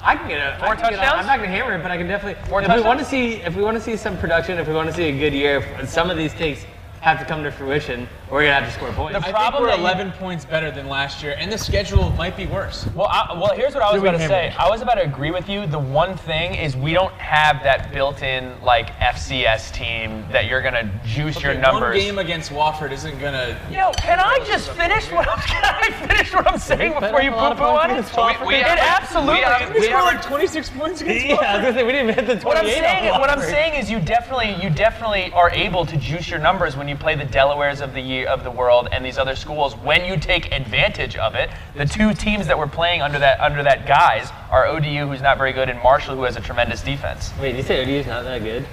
Speaker 6: I can get a
Speaker 1: Four
Speaker 6: I can get a-
Speaker 1: touchdowns?
Speaker 6: I'm not gonna hammer it, but I can definitely.
Speaker 1: Four
Speaker 6: if we want to see, if we want to see some production, if we want to see a good year, if some of these takes have to come to fruition. We're gonna have to score points.
Speaker 1: The
Speaker 2: I
Speaker 1: problem that
Speaker 2: think
Speaker 1: you-
Speaker 2: we're 11 points better than last year, and the schedule might be worse.
Speaker 1: Well, I, well, here's what I was
Speaker 2: we
Speaker 1: about to
Speaker 2: have
Speaker 1: say.
Speaker 2: it?
Speaker 1: I was about to agree with you. The one thing is we don't have that built-in like FCS team that you're gonna juice your
Speaker 2: Okay, One
Speaker 1: numbers.
Speaker 2: game against Wofford isn't gonna.
Speaker 1: Yo, can I just finish what I'm can I finish what I'm saying before you poo
Speaker 6: up a lot of
Speaker 1: poo
Speaker 6: points
Speaker 1: on it?
Speaker 6: against
Speaker 1: It
Speaker 6: Wofford.
Speaker 9: We- we averaged-
Speaker 1: absolutely.
Speaker 9: we averaged-
Speaker 1: we
Speaker 9: we
Speaker 1: averaged-
Speaker 2: like 26 points against
Speaker 6: yeah, I was gonna say we didn't hit the 28.
Speaker 1: what I'm
Speaker 6: on
Speaker 1: saying, is, what I'm
Speaker 6: Wofford.
Speaker 1: saying is, you definitely, you definitely are able to juice your numbers when you play the Delawares of the year of the world and these other schools. When you take advantage of it, the two teams that we're playing under that under that guise are ODU, who's not very good, and Marshall, who has a tremendous defense.
Speaker 6: Wait, you said ODU's not that good?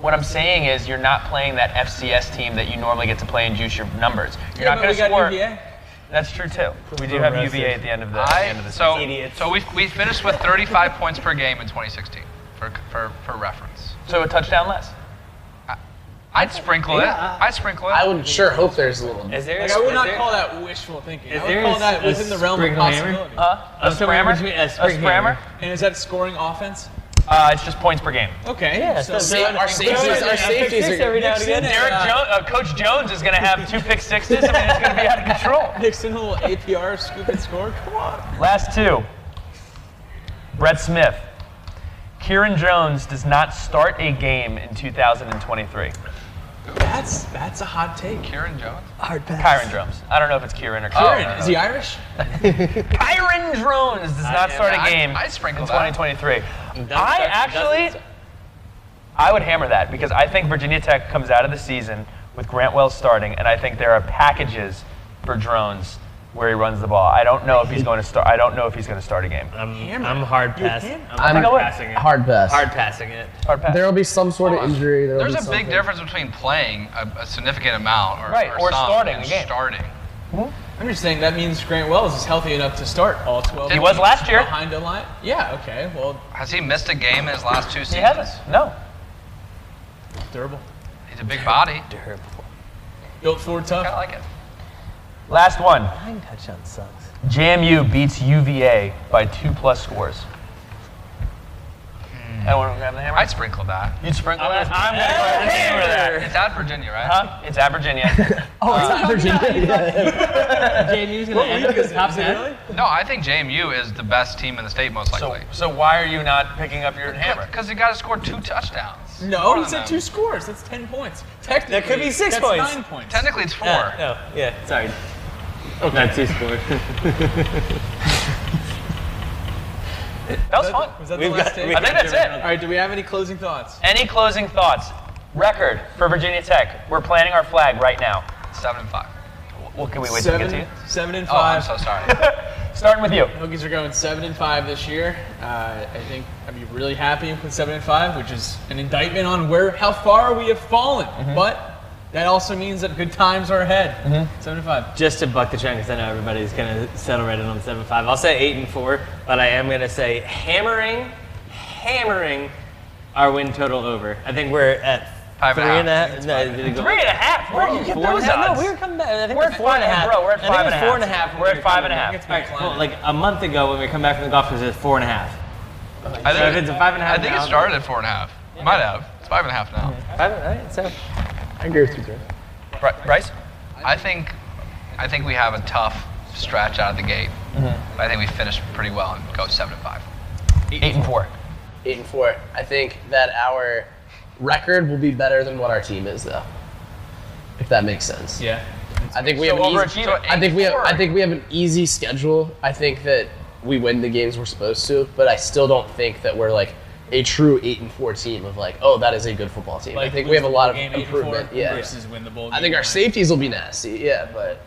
Speaker 1: What I'm saying is, you're not playing that FCS team that you normally get to play and juice your numbers. You're not going to score. That's true too. We do have UVA at the end of the,
Speaker 9: I,
Speaker 1: end of the season.
Speaker 9: so
Speaker 6: Idiots.
Speaker 9: so we, we finished with 35 points per game in 2016 for, for, for reference.
Speaker 1: So a touchdown less.
Speaker 9: I'd sprinkle it. I'd sprinkle it.
Speaker 10: I would sure hope there's a little.
Speaker 6: Is there?
Speaker 2: Like, I would not call that wishful thinking.
Speaker 6: is
Speaker 2: I
Speaker 6: there
Speaker 2: would call
Speaker 6: a-
Speaker 2: that
Speaker 6: a
Speaker 2: within the realm of
Speaker 6: sprinkle hammer?
Speaker 2: possibility.
Speaker 1: Huh? Uh, A
Speaker 6: somewhere
Speaker 1: sprammer?
Speaker 6: between- a
Speaker 1: A
Speaker 6: spring
Speaker 1: sprammer?
Speaker 6: hammer.
Speaker 2: And is that scoring offense?
Speaker 1: Uh, it's just points per game.
Speaker 2: Okay.
Speaker 6: Yeah,
Speaker 2: so,
Speaker 6: so-
Speaker 10: See, our safeties, our safeties are
Speaker 6: every now and
Speaker 2: Nixon,
Speaker 6: again.
Speaker 1: Derek
Speaker 2: uh,
Speaker 1: Jones, uh, Coach Jones is going to have two pick sixes. I mean, it's going to be out of control.
Speaker 2: Nixon, a little APR scoop and score. Come on.
Speaker 1: Last two. Brett Smith. Kieran Jones does not start a game in 2023.
Speaker 2: That's that's a hot take.
Speaker 9: Kieran Jones.
Speaker 1: Kyron Jones. I don't know if it's Kieran or
Speaker 10: Oh,
Speaker 1: Kieran.
Speaker 2: Aaron, is he Irish?
Speaker 1: Kyron Jones does not start
Speaker 9: I-
Speaker 1: a game
Speaker 9: I'd sprinkle
Speaker 1: in
Speaker 9: that.
Speaker 1: 2023. I actually, I would hammer that because I think Virginia Tech comes out of the season with Grant Wells starting, and I think there are packages for drones where he runs the ball. I don't know if he's going to start. I don't know if he's going to start a game.
Speaker 6: I'm, I'm hard pass.
Speaker 10: I'm
Speaker 6: I'm hard passing it.
Speaker 10: hard pass.
Speaker 6: Hard passing it.
Speaker 1: Hard pass.
Speaker 10: There will be some sort of injury. There'll
Speaker 9: There's
Speaker 10: be
Speaker 9: a big
Speaker 10: something.
Speaker 9: difference between playing a, a significant amount or,
Speaker 1: Right, or
Speaker 9: some
Speaker 1: starting
Speaker 9: and
Speaker 1: a game.
Speaker 9: Starting.
Speaker 2: I'm just saying that means Grant Wells is healthy enough to start all 12.
Speaker 1: He was last year.
Speaker 2: behind a line. Yeah. Okay. Well,
Speaker 9: Has he missed a game in his last two seasons?
Speaker 1: He hasn't. No.
Speaker 2: durable.
Speaker 9: He's a big body.
Speaker 2: Built for
Speaker 9: I
Speaker 2: tough.
Speaker 9: like it.
Speaker 1: Last one.
Speaker 6: Nine touchdown sucks.
Speaker 1: JMU beats UVA by two plus scores. Anyone grab the hammer?
Speaker 9: I'd sprinkle that.
Speaker 1: You'd sprinkle that? I'm going to hammer that.
Speaker 9: It's at Virginia, right?
Speaker 1: Huh? It's at Virginia.
Speaker 6: JMU's gonna end up in the top ten.
Speaker 9: No, I think JMU is the best team in the state, most
Speaker 1: So,
Speaker 9: likely.
Speaker 1: so why are you not picking up your hammer?
Speaker 9: Because you got to score two touchdowns.
Speaker 2: No,
Speaker 9: More
Speaker 2: he
Speaker 9: than
Speaker 2: said
Speaker 9: that.
Speaker 2: two scores. That's 10 points. Technically,
Speaker 6: That could be six
Speaker 2: that's
Speaker 6: points.
Speaker 2: Nine points.
Speaker 9: Technically, it's four.
Speaker 6: Yeah, no, yeah, sorry. Okay. Not two score.
Speaker 1: That was fun.
Speaker 2: Was that
Speaker 6: We've
Speaker 2: the last
Speaker 6: got-
Speaker 2: take?
Speaker 6: we-
Speaker 1: I think that's
Speaker 2: All
Speaker 1: it.
Speaker 2: right. Do we have any closing thoughts?
Speaker 1: Any closing thoughts? Record for Virginia Tech. We're planting our flag right now.
Speaker 9: Seven and five.
Speaker 1: Well, can we wait
Speaker 2: seven,
Speaker 1: till we get to
Speaker 2: seven and
Speaker 1: Oh, I'm
Speaker 2: five.
Speaker 1: so you? Starting with you.
Speaker 2: Hokies are going seven and five this year. Uh, I think I'd be really happy with seven and five, which is an indictment on where how far we have fallen. But that also means that good times are ahead. Seven and five.
Speaker 6: Just to buck the trend, because I know everybody's going to settle right in on seven five. I'll say eight and four, but I am going to say hammering, hammering our win total over. I think we're at
Speaker 9: Five
Speaker 6: three
Speaker 9: and a half.
Speaker 6: and a
Speaker 9: I
Speaker 6: half.
Speaker 9: think it's
Speaker 6: No,
Speaker 9: five and a
Speaker 6: did it go-
Speaker 1: Three and a half. Where did you get
Speaker 6: Four and
Speaker 1: those
Speaker 6: a half?
Speaker 1: odds?
Speaker 6: No, we were coming back. I think
Speaker 1: We're
Speaker 6: we're
Speaker 1: at
Speaker 6: four and a
Speaker 1: five,
Speaker 6: half.
Speaker 1: bro, we're at
Speaker 6: I think
Speaker 1: five
Speaker 6: it was
Speaker 1: and a
Speaker 6: Four and a
Speaker 1: half.
Speaker 6: half.
Speaker 1: We're at five and a half.
Speaker 6: All right, cool. Like a month ago when we come back from the golf course, it was four and a half.
Speaker 9: I
Speaker 6: So if it's a five and a half
Speaker 9: I think
Speaker 6: now,
Speaker 9: it started at four and a half. Might have. It's five and a half now.
Speaker 6: Five, all right, so
Speaker 8: I agree with you, Drew.
Speaker 9: Bri- Bryce? I think, I think we have a tough stretch out of the gate. But I think we finished pretty well and go seven and five.
Speaker 1: Eight and four.
Speaker 10: Eight and four. I think that our record will be better than what our team is, though. If that makes sense.
Speaker 2: Yeah.
Speaker 10: I think we
Speaker 1: So
Speaker 10: have. An easy,
Speaker 1: overachieving.
Speaker 10: I think we have. I
Speaker 1: Sure.
Speaker 10: think we have an easy schedule. I think that we win the games we're supposed to, but I still don't think that we're like a true eight and four team of like, oh, that is a good football team. I think we have a lot of improvement. Yeah.
Speaker 2: Versus win the bowl.
Speaker 10: I think our safeties will be nasty. Yeah, but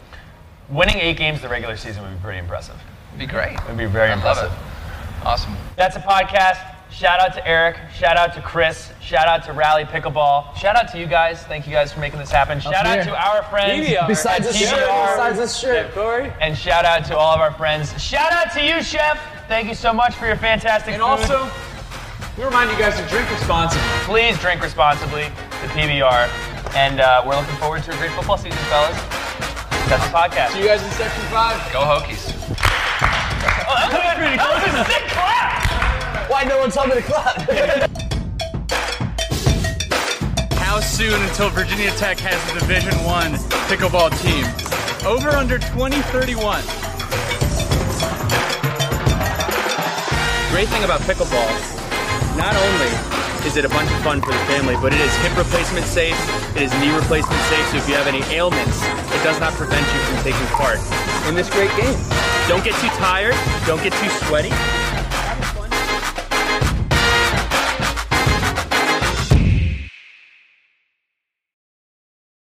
Speaker 1: Winning eight games the regular season would be pretty impressive.
Speaker 9: Be great.
Speaker 1: It would be very
Speaker 9: I love
Speaker 1: impressive.
Speaker 9: it. Awesome.
Speaker 1: That's a podcast. Shout out to Eric. Shout out to Chris. Shout out to Rally Pickleball. Shout out to you guys. Thank you guys for making this happen. Shout out
Speaker 10: here.
Speaker 1: to our friends.
Speaker 6: DVR.
Speaker 10: besides
Speaker 1: at
Speaker 10: this shirt,
Speaker 1: TBR,
Speaker 10: besides this shirt,
Speaker 6: Corey.
Speaker 1: And shout out to all of our friends. Shout out to you, Chef. Thank you so much for your fantastic
Speaker 2: And
Speaker 1: food.
Speaker 2: also, we remind you guys to drink responsibly.
Speaker 1: please drink responsibly, the PBR. And uh, we're looking forward to a great football season, fellas. That's the podcast.
Speaker 2: See you guys in section five.
Speaker 9: Go Hokies.
Speaker 1: Oh, that was, a- that was a sick clap!
Speaker 10: why no one told me to clap?
Speaker 13: How soon until Virginia Tech has a Division One pickleball team? Over under 2031.
Speaker 21: great thing about pickleball, not only is it a bunch of fun for the family, but it is hip replacement safe, it is knee replacement safe, so if you have any ailments, it does not prevent you from taking part in this great game. Don't get too tired, don't get too sweaty,